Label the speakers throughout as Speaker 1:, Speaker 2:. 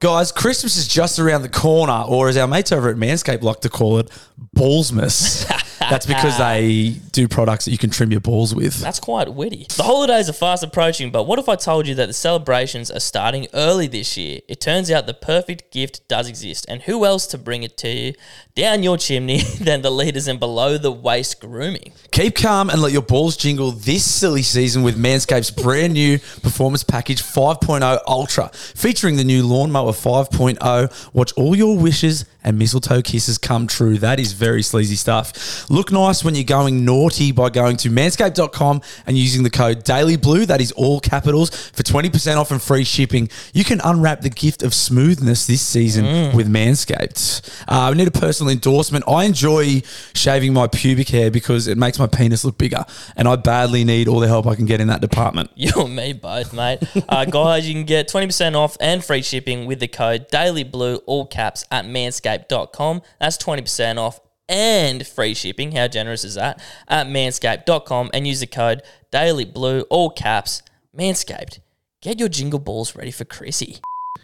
Speaker 1: Guys, Christmas is just around the corner, or as our mates over at Manscaped like to call it, ballsmas. That's because they do products that you can trim your balls with.
Speaker 2: That's quite witty. The holidays are fast approaching, but what if I told you that the celebrations are starting early this year? It turns out the perfect gift does exist, and who else to bring it to you down your chimney than the leaders in below the waist grooming?
Speaker 1: Keep calm and let your balls jingle this silly season with Manscaped's brand new Performance Package 5.0 Ultra, featuring the new Lawnmower 5.0. Watch all your wishes and mistletoe kisses come true. That is very sleazy stuff. Look nice when you're going naughty by going to manscaped.com and using the code DAILYBLUE, that is all capitals, for 20% off and free shipping. You can unwrap the gift of smoothness this season with Manscaped. Uh, we need a personal endorsement. I enjoy shaving my pubic hair because it makes my penis look bigger, and I badly need all the help I can get in that department.
Speaker 2: You and me both, mate. Uh, guys, you can get 20% off and free shipping with the code DAILYBLUE, all caps, at manscaped.com. That's 20% off and free shipping. How generous is that? At manscaped.com and use the code DAILYBLUE, all caps, manscaped. Get your jingle balls ready for Chrissy.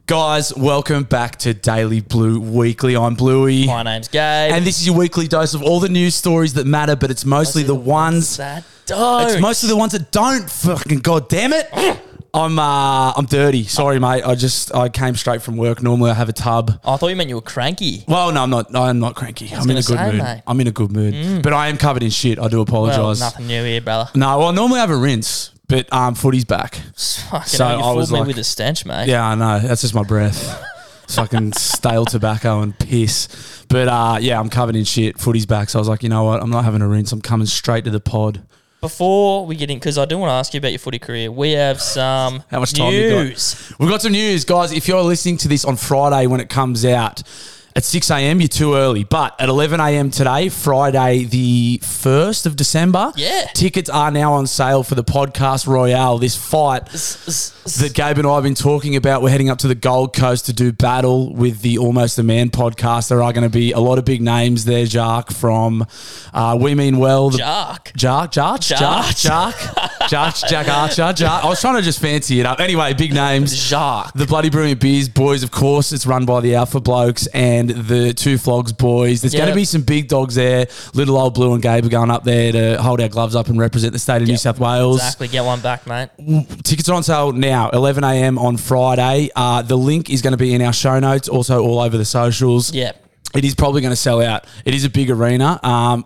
Speaker 1: Guys, welcome back to Daily Blue Weekly. I'm Bluey.
Speaker 2: My name's Gabe.
Speaker 1: And this is your weekly dose of all the news stories that matter, but it's mostly, the, ones
Speaker 2: that don't.
Speaker 1: It's mostly the ones that don't. Fucking goddamn it! I'm uh, I'm dirty. Sorry, mate. I just I came straight from work. Normally, I have a tub.
Speaker 2: I thought you meant you were cranky.
Speaker 1: Well, no, I'm not. I'm not cranky. I'm in
Speaker 2: gonna
Speaker 1: a good
Speaker 2: say,
Speaker 1: mood.
Speaker 2: mate. Mm.
Speaker 1: I'm in a good mood, but I am covered in shit. I do apologise.
Speaker 2: Well, nothing new here, brother.
Speaker 1: No, well, normally I have a rinse, but um, footy's back.
Speaker 2: Fucking
Speaker 1: So
Speaker 2: hell, you
Speaker 1: I
Speaker 2: fooled
Speaker 1: was
Speaker 2: me
Speaker 1: like-
Speaker 2: with a stench, mate.
Speaker 1: Yeah, I know. That's just my breath. Fucking stale tobacco and piss. But uh, yeah, I'm covered in shit. Footy's back. So I was like, you know what? I'm not having a rinse. I'm coming straight to the pod.
Speaker 2: Before we get in, because I do want to ask you about your footy career, we have some
Speaker 1: How much time you got?
Speaker 2: news.
Speaker 1: We've got some news, guys. If you're listening to this on Friday when it comes out at 6 a.m., you're too early. But at 11 a.m. today, Friday, the 1st of December,
Speaker 2: Yeah.
Speaker 1: tickets are now on sale for the podcast Royale, this fight that Gabe and I have been talking about. We're heading up to the Gold Coast to do battle with the Almost a Man podcast. There are going to be a lot of big names there, Jark from uh, We Mean Well. the-
Speaker 2: Jark.
Speaker 1: Jark, Jark, Jark,
Speaker 2: Jark.
Speaker 1: Jark, Jark, Jack Archer, Jark. I was trying to just fancy it up. Anyway, big names.
Speaker 2: Jacques.
Speaker 1: The Bloody Brilliant Beers boys, of course, it's run by the Alpha Blokes and the Two Flogs boys. There's going
Speaker 2: Yep.
Speaker 1: to be some big dogs there. Little old Blue and Gabe are going up there to hold our gloves up and represent the state of New South Wales.
Speaker 2: Exactly. Get one back, mate.
Speaker 1: Tickets are on sale now, 11 a.m. on Friday. Uh, the link is going to be in our show notes, also all over the socials.
Speaker 2: Yeah.
Speaker 1: It is probably going to sell out. It is a big arena. Um,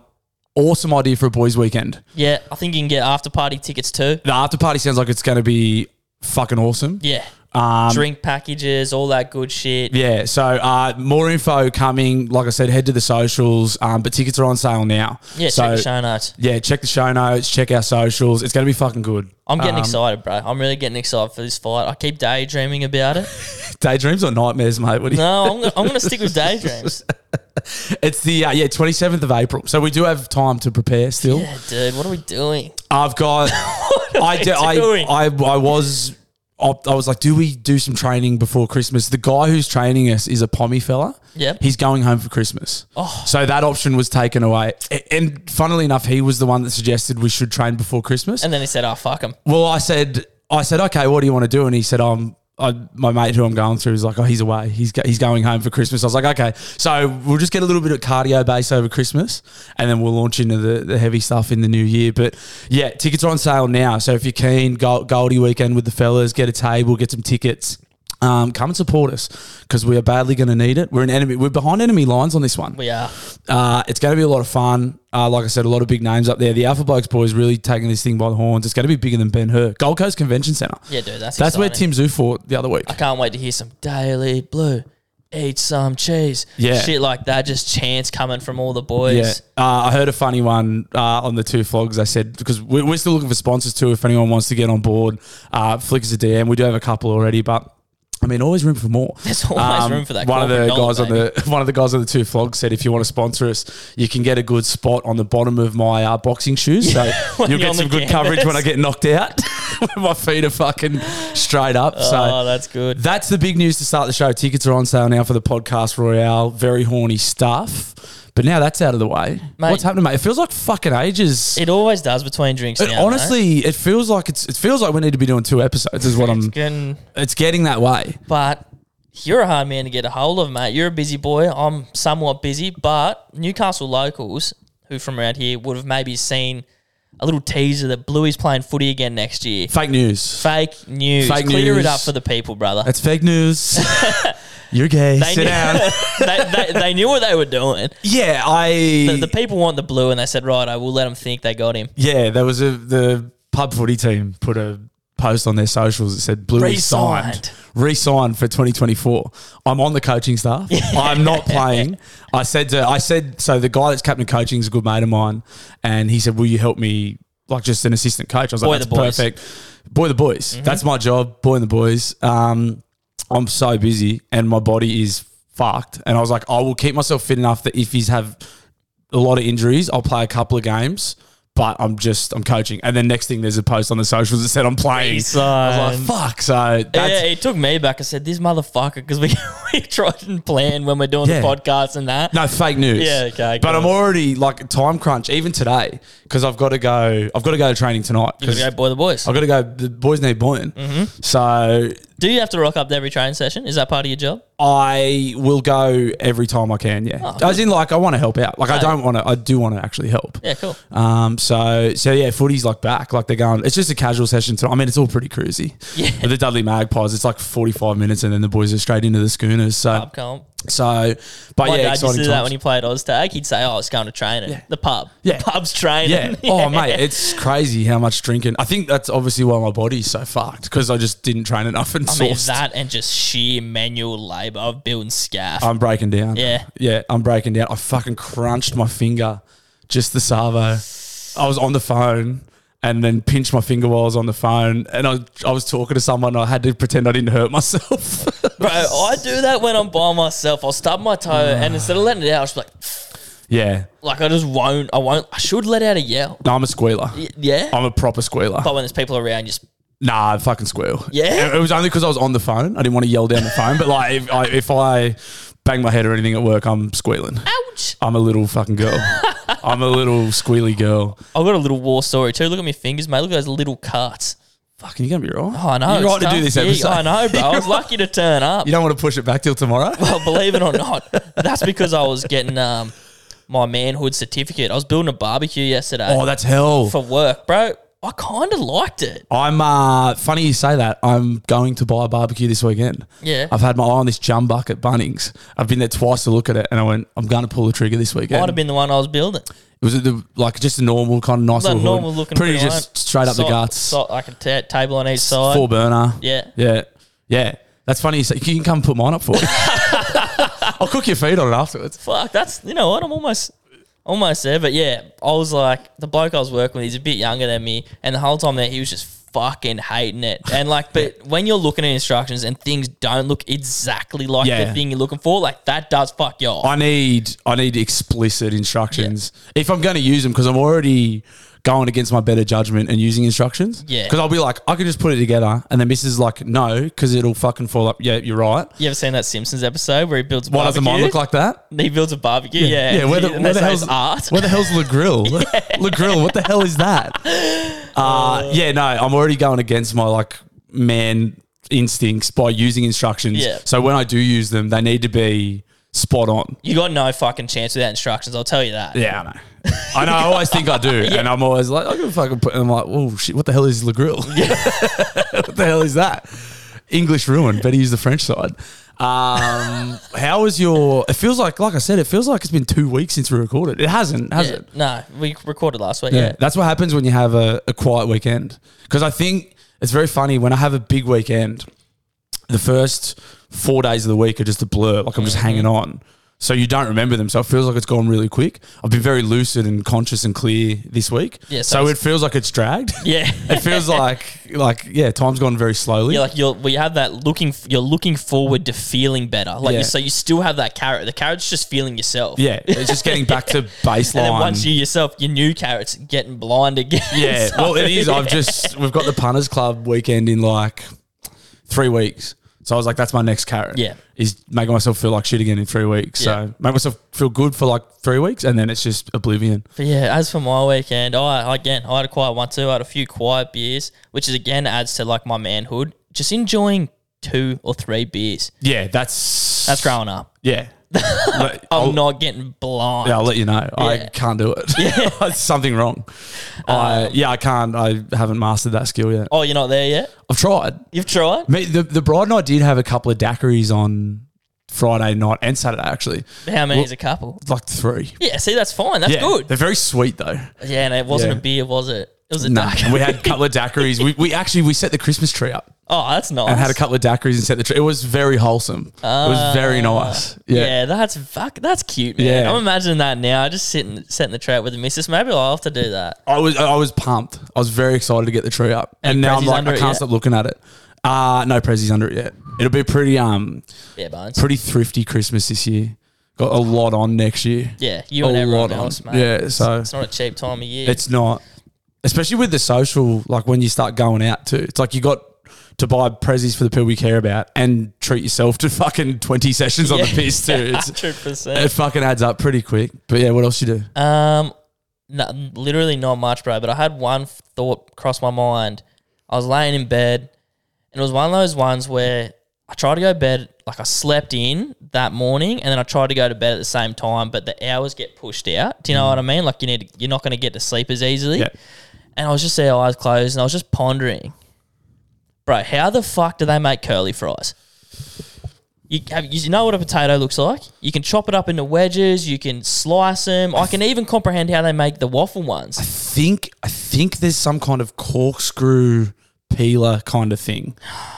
Speaker 1: awesome idea for a boys' weekend.
Speaker 2: Yeah. I think you can get after party tickets too.
Speaker 1: The after party sounds like it's going to be fucking awesome.
Speaker 2: Yeah.
Speaker 1: Um,
Speaker 2: Drink packages, all that good shit.
Speaker 1: Yeah, so uh, more info coming. Like I said, head to the socials, um, but tickets are on sale now.
Speaker 2: Yeah,
Speaker 1: so,
Speaker 2: check the show notes.
Speaker 1: Yeah, check the show notes, check our socials. It's going to be fucking good.
Speaker 2: I'm getting
Speaker 1: Um,
Speaker 2: excited, bro. I'm really getting excited for this fight. I keep daydreaming about it.
Speaker 1: Daydreams or nightmares, mate? What do you,
Speaker 2: No, I'm gonna, I'm gonna stick with daydreams.
Speaker 1: It's the, uh, yeah, 27th of April. So we do have time to prepare still.
Speaker 2: Yeah, dude. What are we doing?
Speaker 1: I've got. I, do, I,
Speaker 2: doing?
Speaker 1: I I was op- I was like, do we do some training before Christmas? The guy who's training us is a pommy fella.
Speaker 2: Yep.
Speaker 1: He's going home for Christmas.
Speaker 2: Oh.
Speaker 1: So that option was taken away. A- And funnily enough, he was the one that suggested we should train before Christmas.
Speaker 2: And then he said, "Oh fuck him."
Speaker 1: well, I said, I said, okay, what do you want to do? And he said, um, I, my mate who I'm going through is like, oh, he's away. He's go- he's going home for Christmas. I was like, okay, so we'll just get a little bit of cardio base over Christmas, and then we'll launch into the, the heavy stuff in the new year. But yeah, tickets are on sale now. So if you're keen, go- Goldie weekend with the fellas, get a table, get some tickets. Um, come and support us because we are badly going to need it. We're an enemy. We're behind enemy lines on this one.
Speaker 2: We are.
Speaker 1: Uh, it's going to be a lot of fun. Uh, like I said, a lot of big names up there. The Alpha Blokes boys really taking this thing by the horns. It's going to be bigger than Ben Hur. Gold Coast Convention Centre.
Speaker 2: Yeah, dude. That's
Speaker 1: That's where
Speaker 2: exciting.
Speaker 1: Tim Zoo fought the other week.
Speaker 2: I can't wait to hear some Daily Blue. Eat some cheese.
Speaker 1: Yeah.
Speaker 2: Shit like that. Just chants coming from all the boys.
Speaker 1: Yeah, uh, I heard a funny one uh, on the two flogs. I said because we- we're still looking for sponsors too. If anyone wants to get on board, uh, flick us a DM. We do have a couple already, but. I mean, always room for more. Um,
Speaker 2: There's always room for that
Speaker 1: One of
Speaker 2: corporate
Speaker 1: the
Speaker 2: dollar,
Speaker 1: guys on the one of the guys on the two flogs said, if you want to sponsor us, you can get a good spot on the bottom of my uh, boxing shoes. So
Speaker 2: When
Speaker 1: you'll
Speaker 2: you're
Speaker 1: get
Speaker 2: on
Speaker 1: some
Speaker 2: the
Speaker 1: good coverage when I
Speaker 2: canvas.
Speaker 1: get knocked out. when my feet are fucking straight up. so
Speaker 2: Oh, that's good.
Speaker 1: that's the big news to start the show. Tickets are on sale now for the podcast Royale. Very horny stuff. But now that's out of the way.
Speaker 2: Mate.
Speaker 1: What's happening, mate? It feels like fucking ages.
Speaker 2: It always does between drinks.
Speaker 1: It-
Speaker 2: now,
Speaker 1: honestly, it feels like it's it feels like we need to be doing two episodes. Is what
Speaker 2: though.
Speaker 1: I'm.
Speaker 2: Fucking-
Speaker 1: It's getting that way.
Speaker 2: but You're a hard man to get a hold of, mate. You're a busy boy. I'm somewhat busy, but Newcastle locals who from around here would have maybe seen a little teaser that Bluey's playing footy again next year.
Speaker 1: Fake news.
Speaker 2: Fake news.
Speaker 1: Fake
Speaker 2: Clear
Speaker 1: news.
Speaker 2: it up for the people, brother.
Speaker 1: That's fake news. You're gay.
Speaker 2: They
Speaker 1: Sit
Speaker 2: knew,
Speaker 1: down.
Speaker 2: they, they, they knew what they were doing.
Speaker 1: Yeah, I.
Speaker 2: The, the people want the blue, and they said, "Right, I will let them think they got him."
Speaker 1: yeah, there was a the pub footy team put a post on their socials that said Blue is signed.
Speaker 2: Resigned.
Speaker 1: Resigned for 2024. I'm on the coaching staff. I'm not playing. I said to I said so the guy that's captain coaching is a good mate of mine, and he said, "Will you help me?" Like just an assistant coach. I was
Speaker 2: Boy
Speaker 1: like,
Speaker 2: the
Speaker 1: "That's
Speaker 2: boys."
Speaker 1: perfect." Boy the boys.
Speaker 2: Mm-hmm.
Speaker 1: That's my job. Boy and the boys. Um, I'm so busy and my body is fucked. And I was like, I will keep myself fit enough that if he's have a lot of injuries. I'll play a couple of games, but I'm just I'm coaching. And then next thing, there's a post on the socials that said I'm playing. I was
Speaker 2: Resigned.
Speaker 1: like, fuck. So that's
Speaker 2: yeah, it took me back. I said, "This motherfucker," because we, we tried and plan when we're doing
Speaker 1: Yeah.
Speaker 2: the podcast and that.
Speaker 1: no fake news.
Speaker 2: Yeah, okay,
Speaker 1: But
Speaker 2: cool.
Speaker 1: I'm already like time crunch even today because I've got to go. I've got to go to training tonight.
Speaker 2: You gotta
Speaker 1: 'cause
Speaker 2: go, boy, the boys. Mm. Mm-hmm.
Speaker 1: I've got to go. The boys need buoying. So
Speaker 2: Do you have to rock up to every training session? Is that part of your job?
Speaker 1: I will go every time I can. Yeah.
Speaker 2: Oh,
Speaker 1: As in, like, I want to help out. Like, I
Speaker 2: No.
Speaker 1: don't want to, I do want to actually help.
Speaker 2: Yeah, cool.
Speaker 1: Um, so so yeah, footy's like back. Like they're going. It's just a casual session tonight. I mean, it's all pretty cruisy.
Speaker 2: Yeah.
Speaker 1: But the Dudley Magpies, it's like forty five minutes, and then the boys are straight into the schooners. So
Speaker 2: Pub comp.
Speaker 1: so, but
Speaker 2: My
Speaker 1: yeah,
Speaker 2: dad used to do
Speaker 1: exciting
Speaker 2: that when
Speaker 1: times.
Speaker 2: he played Oztag. He'd say, "Oh, it's going to training. The pub.
Speaker 1: Yeah.
Speaker 2: The pub's training.
Speaker 1: Yeah. Oh mate, it's crazy how much drinking. I think that's obviously why my body's so fucked because I just didn't train enough and
Speaker 2: I mean,
Speaker 1: sourced.
Speaker 2: that and just sheer manual labour of building scaff.
Speaker 1: I'm breaking down.
Speaker 2: Yeah.
Speaker 1: Yeah, I'm breaking down. I fucking crunched my finger, just the salvo. I was on the phone and then pinched my finger while I was on the phone. And I, I was talking to someone. I had to pretend I didn't hurt myself.
Speaker 2: Bro, I do that when I'm by myself. I'll stub my toe, and instead of letting it out, I'm just like,
Speaker 1: yeah.
Speaker 2: like I just won't. I won't. I should let out a yell.
Speaker 1: No, I'm a squealer.
Speaker 2: Y- Yeah.
Speaker 1: I'm a proper squealer.
Speaker 2: but when there's people around, you just
Speaker 1: Nah, I fucking squeal.
Speaker 2: Yeah?
Speaker 1: It, it was only because I was on the phone. I didn't want to yell down the phone. But like, if I, if I bang my head or anything at work, I'm squealing.
Speaker 2: ouch.
Speaker 1: I'm a little fucking girl. I'm a little squealy girl.
Speaker 2: I've got a little war story too. Look at my fingers, mate. Look at those little cuts.
Speaker 1: Fucking, you're going to be right.
Speaker 2: Oh, I know.
Speaker 1: You're
Speaker 2: it's
Speaker 1: right to do
Speaker 2: tough.
Speaker 1: this
Speaker 2: Yeah,
Speaker 1: episode.
Speaker 2: I know, bro. I was lucky to turn up.
Speaker 1: You don't want to push it back till tomorrow?
Speaker 2: Well, believe it or not, that's because I was getting um, my manhood certificate. I was building a barbecue yesterday
Speaker 1: Oh, that's hell.
Speaker 2: for work, bro. I kind of liked it.
Speaker 1: I'm uh, funny you say that. I'm going to buy a barbecue this weekend.
Speaker 2: Yeah.
Speaker 1: I've had my eye on this jum buck at Bunnings. I've been there twice to look at it, and I went, I'm going to pull the trigger this weekend.
Speaker 2: Might have been the one I was building.
Speaker 1: It was the, like just a normal kind of nice
Speaker 2: That
Speaker 1: little
Speaker 2: normal
Speaker 1: hood.
Speaker 2: looking.
Speaker 1: pretty
Speaker 2: grill,
Speaker 1: just
Speaker 2: right?
Speaker 1: straight up the
Speaker 2: Side-
Speaker 1: guts,
Speaker 2: side- like a ta- table on each side.
Speaker 1: four burner.
Speaker 2: Yeah.
Speaker 1: yeah, yeah. That's funny. You, say, you can come put mine up for me. I'll cook your feet on it afterwards.
Speaker 2: Fuck, that's you know what I'm almost almost there, but yeah, I was like the bloke I was working with, he's a bit younger than me, and the whole time there he was just fucking hating it. And like, but when you're looking at instructions and things don't look exactly like
Speaker 1: Yeah.
Speaker 2: the thing you're looking for, like that does fuck you off.
Speaker 1: I need I need explicit instructions if I'm going to use them because I'm already going against my better judgment and using instructions.
Speaker 2: Yeah.
Speaker 1: because I'll be like, I could just put it together, and then Mrs. is like, no, because it'll fucking fall up. Yeah, you're right.
Speaker 2: You ever seen that Simpsons episode where he builds a
Speaker 1: Why
Speaker 2: barbecue?
Speaker 1: doesn't mine look like that?
Speaker 2: he builds a barbecue? Yeah,
Speaker 1: yeah. Where the,
Speaker 2: and
Speaker 1: where
Speaker 2: they
Speaker 1: the
Speaker 2: say
Speaker 1: hell's
Speaker 2: it's art?
Speaker 1: Where the hell's Le Grill? Le Grill. What the hell is that? Uh, yeah, no, I'm already going against my like man instincts by using instructions.
Speaker 2: Yeah.
Speaker 1: So when I do use them, they need to be spot on.
Speaker 2: You got no fucking chance without instructions. I'll tell you that.
Speaker 1: Yeah, I know. I know. I always think I do, and I'm always like, I can fucking put. And I'm like, oh shit, what the hell is Le Grill? what the hell is that? English ruin. Better use the French side. Um, how was your? It feels like, like I said, it feels like it's been two weeks since we recorded. It hasn't, has
Speaker 2: Yeah.
Speaker 1: it?
Speaker 2: No, we recorded last week.
Speaker 1: Yeah.
Speaker 2: Yeah.
Speaker 1: that's what happens when you have a, a quiet weekend. Because I think it's very funny when I have a big weekend, the first four days of the week are just a blur. Like I'm
Speaker 2: Mm-hmm.
Speaker 1: just hanging on. So you don't remember them. So it feels like it's gone really quick. I've been very lucid and conscious and clear this week.
Speaker 2: Yeah, so
Speaker 1: so it
Speaker 2: it's-
Speaker 1: feels like it's dragged.
Speaker 2: Yeah.
Speaker 1: it feels like like yeah, time's gone very slowly.
Speaker 2: Yeah, like you're we have that looking you're looking forward to feeling better. Like
Speaker 1: Yeah.
Speaker 2: you, so you still have that carrot. The carrot's just feeling yourself.
Speaker 1: yeah, it's just getting back to baseline.
Speaker 2: And then once you yourself, your new carrot's getting blind again.
Speaker 1: Yeah,
Speaker 2: So-
Speaker 1: well, it is. I've just we've got the punters club weekend in like three weeks, so I was like, that's my next carrot.
Speaker 2: Yeah.
Speaker 1: is making myself feel like shit again in three weeks.
Speaker 2: Yeah.
Speaker 1: So make myself feel good for like three weeks, and then it's just oblivion.
Speaker 2: But yeah, as for my weekend, I again I had a quiet one too. I had a few quiet beers, which is again adds to like my manhood. Just enjoying two or three beers.
Speaker 1: Yeah, that's
Speaker 2: That's growing up.
Speaker 1: Yeah, Let-
Speaker 2: I'm
Speaker 1: I'll,
Speaker 2: not getting blind.
Speaker 1: yeah, I'll let you know. I can't do it. Yeah, something wrong. I yeah, I can't. I haven't mastered that skill yet.
Speaker 2: Um, Oh, you're not there yet?
Speaker 1: I've tried.
Speaker 2: You've tried?
Speaker 1: Me, the the bride and I did have a couple of daiquiris on Friday night and Saturday actually,
Speaker 2: How many is a couple?
Speaker 1: like three.
Speaker 2: Yeah, see, that's fine. That's
Speaker 1: yeah,
Speaker 2: good.
Speaker 1: They're very sweet though.
Speaker 2: Yeah, and it wasn't
Speaker 1: Yeah.
Speaker 2: a beer, was it? It was a
Speaker 1: No,
Speaker 2: daiquiri.
Speaker 1: we had a couple of daiquiris. We, we actually we set the Christmas tree up
Speaker 2: Oh, that's nice.
Speaker 1: and had a couple of daiquiris and set the tree. It was very wholesome. it was very nice.
Speaker 2: Yeah.
Speaker 1: Yeah,
Speaker 2: that's fuck. That's cute, man.
Speaker 1: Yeah.
Speaker 2: I'm imagining that now. Just sitting, setting the tray up with the missus. Maybe I'll have to do that.
Speaker 1: I was I was pumped. I was very excited to get the tree up, and, now I'm
Speaker 2: Prezzi's
Speaker 1: like
Speaker 2: under
Speaker 1: I
Speaker 2: it
Speaker 1: can't
Speaker 2: yet?
Speaker 1: stop looking at it. Uh no, Prezzy's under it yet. It'll be pretty um
Speaker 2: Yeah, Bones.
Speaker 1: pretty thrifty Christmas this year. Got a lot on next year.
Speaker 2: yeah, you
Speaker 1: a
Speaker 2: and everyone
Speaker 1: lot
Speaker 2: else,
Speaker 1: on.
Speaker 2: mate.
Speaker 1: Yeah, so
Speaker 2: It's not a cheap time of year.
Speaker 1: It's not, especially with the social. Like when you start going out too, it's like you got to buy prezzies for the people you care about and treat yourself to fucking twenty sessions on the
Speaker 2: Yeah.
Speaker 1: piss too. It's,
Speaker 2: hundred
Speaker 1: it
Speaker 2: percent.
Speaker 1: fucking adds up pretty quick. But yeah, what else you do?
Speaker 2: Um, no, literally not much, bro. But I had one thought cross my mind. I was laying in bed, and it was one of those ones where I tried to go to bed. Like I slept in that morning, and then I tried to go to bed at the same time, but the hours get pushed out. Do you know what I mean? Like you need, to, you're not going to get to sleep as easily.
Speaker 1: Yeah.
Speaker 2: And I was just there, eyes closed, and I was just pondering, bro. How the fuck do they make curly fries? You, have, you know what a potato looks like. You can chop it up into wedges. You can slice them. I can even comprehend how they make the waffle ones.
Speaker 1: Think I think there's some kind of corkscrew peeler kind of thing.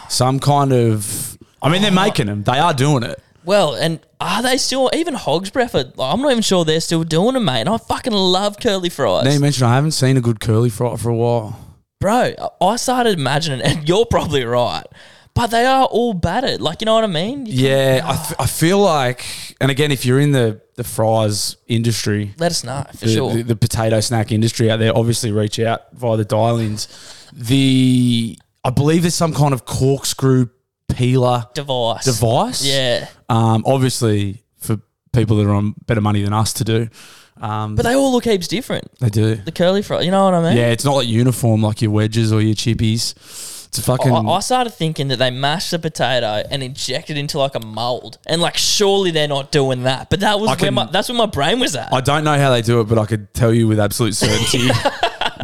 Speaker 1: Some kind of. I mean, they're making them. They are doing it.
Speaker 2: Well, and are they still even Hogs Breath? are- Like, I'm not even sure they're still doing them, mate. And I fucking love curly fries,
Speaker 1: Now you mentioned I haven't seen a good curly fry for a while.
Speaker 2: bro. I- I started imagining, and you're probably right, but they are all battered. Like you know what I mean? You-
Speaker 1: Yeah, I, f- I feel like, and again, if you're in the the fries industry,
Speaker 2: Let us know for
Speaker 1: the,
Speaker 2: sure.
Speaker 1: the, the potato snack industry out there obviously reach out via the dial-ins. The I believe there's some kind of corkscrew peeler
Speaker 2: Device.
Speaker 1: device.
Speaker 2: Yeah.
Speaker 1: Um, obviously for people that are on better money than us to do. Um,
Speaker 2: But they all look heaps different.
Speaker 1: they do.
Speaker 2: The curly fry, you know what I mean?
Speaker 1: Yeah, it's not like uniform like your wedges or your chippies. It's a fucking.
Speaker 2: I, I started thinking that they mashed the potato and inject it into like a mold, and like surely they're not doing that. But that was
Speaker 1: I
Speaker 2: where
Speaker 1: can-
Speaker 2: my that's where my brain was at.
Speaker 1: I don't know how they do it, but I could tell you with absolute certainty.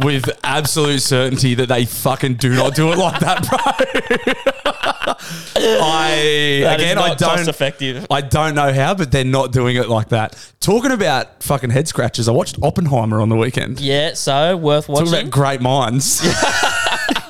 Speaker 1: with absolute certainty that they fucking do not do it like that, bro. I
Speaker 2: That is
Speaker 1: again
Speaker 2: not
Speaker 1: I don't
Speaker 2: cost effective.
Speaker 1: I don't know how, but they're not doing it like that. Talking about fucking head scratches, I watched Oppenheimer on the weekend.
Speaker 2: Yeah, so worth
Speaker 1: Talking
Speaker 2: watching.
Speaker 1: about great minds. I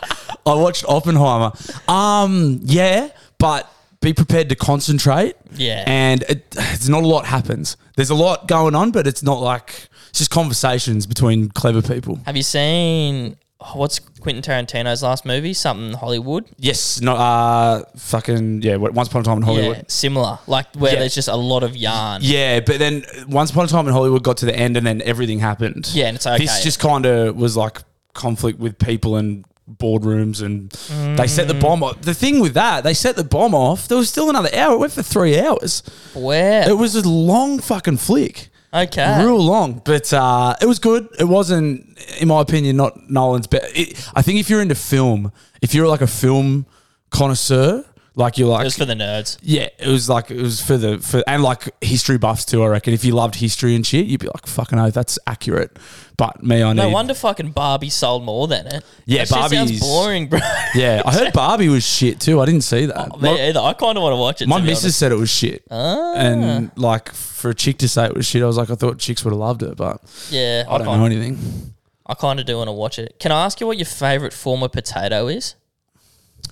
Speaker 1: watched Oppenheimer. Um, yeah, but be prepared to concentrate.
Speaker 2: Yeah.
Speaker 1: and it, it's not a lot happens. There's a lot going on, but it's not like it's just conversations between clever people.
Speaker 2: Have you seen oh, what's Quentin Tarantino's last movie? Something Hollywood.
Speaker 1: Yes, not uh, fucking yeah. what- Once upon a time in
Speaker 2: Yeah,
Speaker 1: Hollywood.
Speaker 2: similar. Like where
Speaker 1: Yeah.
Speaker 2: there's just a lot of yarn.
Speaker 1: Yeah. but then uh, once upon a time in Hollywood got to the end, and then everything happened.
Speaker 2: Yeah, and it's okay.
Speaker 1: This just kind of was like conflict with people and boardrooms, and they set the
Speaker 2: Mm.
Speaker 1: bomb off. The thing with that, they set the bomb off. There was still another hour. It went for three hours.
Speaker 2: where
Speaker 1: It was a long fucking flick.
Speaker 2: okay.
Speaker 1: Real long, but uh, it was good. It wasn't, in my opinion, not Nolan's best. I think if you're into film, if you're like a film connoisseur, like you're like,
Speaker 2: It was for the nerds.
Speaker 1: yeah, it was like it was for the for and like history buffs too. I reckon if you loved history and shit, you'd be like, fucking oh, that's accurate. But me, I need.
Speaker 2: No wonder fucking Barbie sold more than it.
Speaker 1: Yeah,
Speaker 2: That shit sounds
Speaker 1: Barbie's-
Speaker 2: boring, bro. Oh,
Speaker 1: Yeah, I heard Barbie was shit too. I didn't see that.
Speaker 2: Me
Speaker 1: my
Speaker 2: either. I kind of want to watch it.
Speaker 1: my
Speaker 2: to be
Speaker 1: missus
Speaker 2: honest. Ah.
Speaker 1: said it was shit, and like for a chick to say it was shit, I was like, I thought chicks would have loved it, but
Speaker 2: Yeah,
Speaker 1: I don't
Speaker 2: kinda-
Speaker 1: know anything.
Speaker 2: I kind of do want to watch it. Can I ask you what your favorite form of potato is?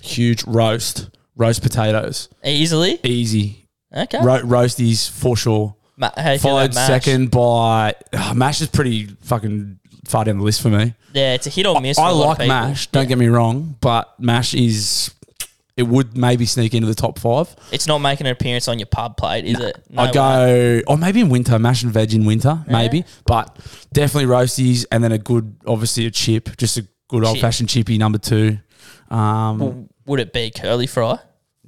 Speaker 1: Huge roast, roast potatoes,
Speaker 2: Easily.
Speaker 1: easy.
Speaker 2: Okay.
Speaker 1: Ro- roasties for sure.
Speaker 2: Ma- how you feel about
Speaker 1: Followed
Speaker 2: mash?
Speaker 1: second by oh, mash is pretty fucking far down the list for me.
Speaker 2: Yeah, it's a hit or miss. for
Speaker 1: I
Speaker 2: a lot of
Speaker 1: like
Speaker 2: people.
Speaker 1: mash. Don't get me wrong, but mash is it would maybe sneak into the top five.
Speaker 2: It's not making an appearance on your pub plate, is it? No
Speaker 1: I
Speaker 2: way.
Speaker 1: go, or maybe in winter, mash and veg in winter, maybe, but definitely roasties and then a good, obviously a chip, just a good old fashioned chippy number two. Um,
Speaker 2: Would it be curly fry?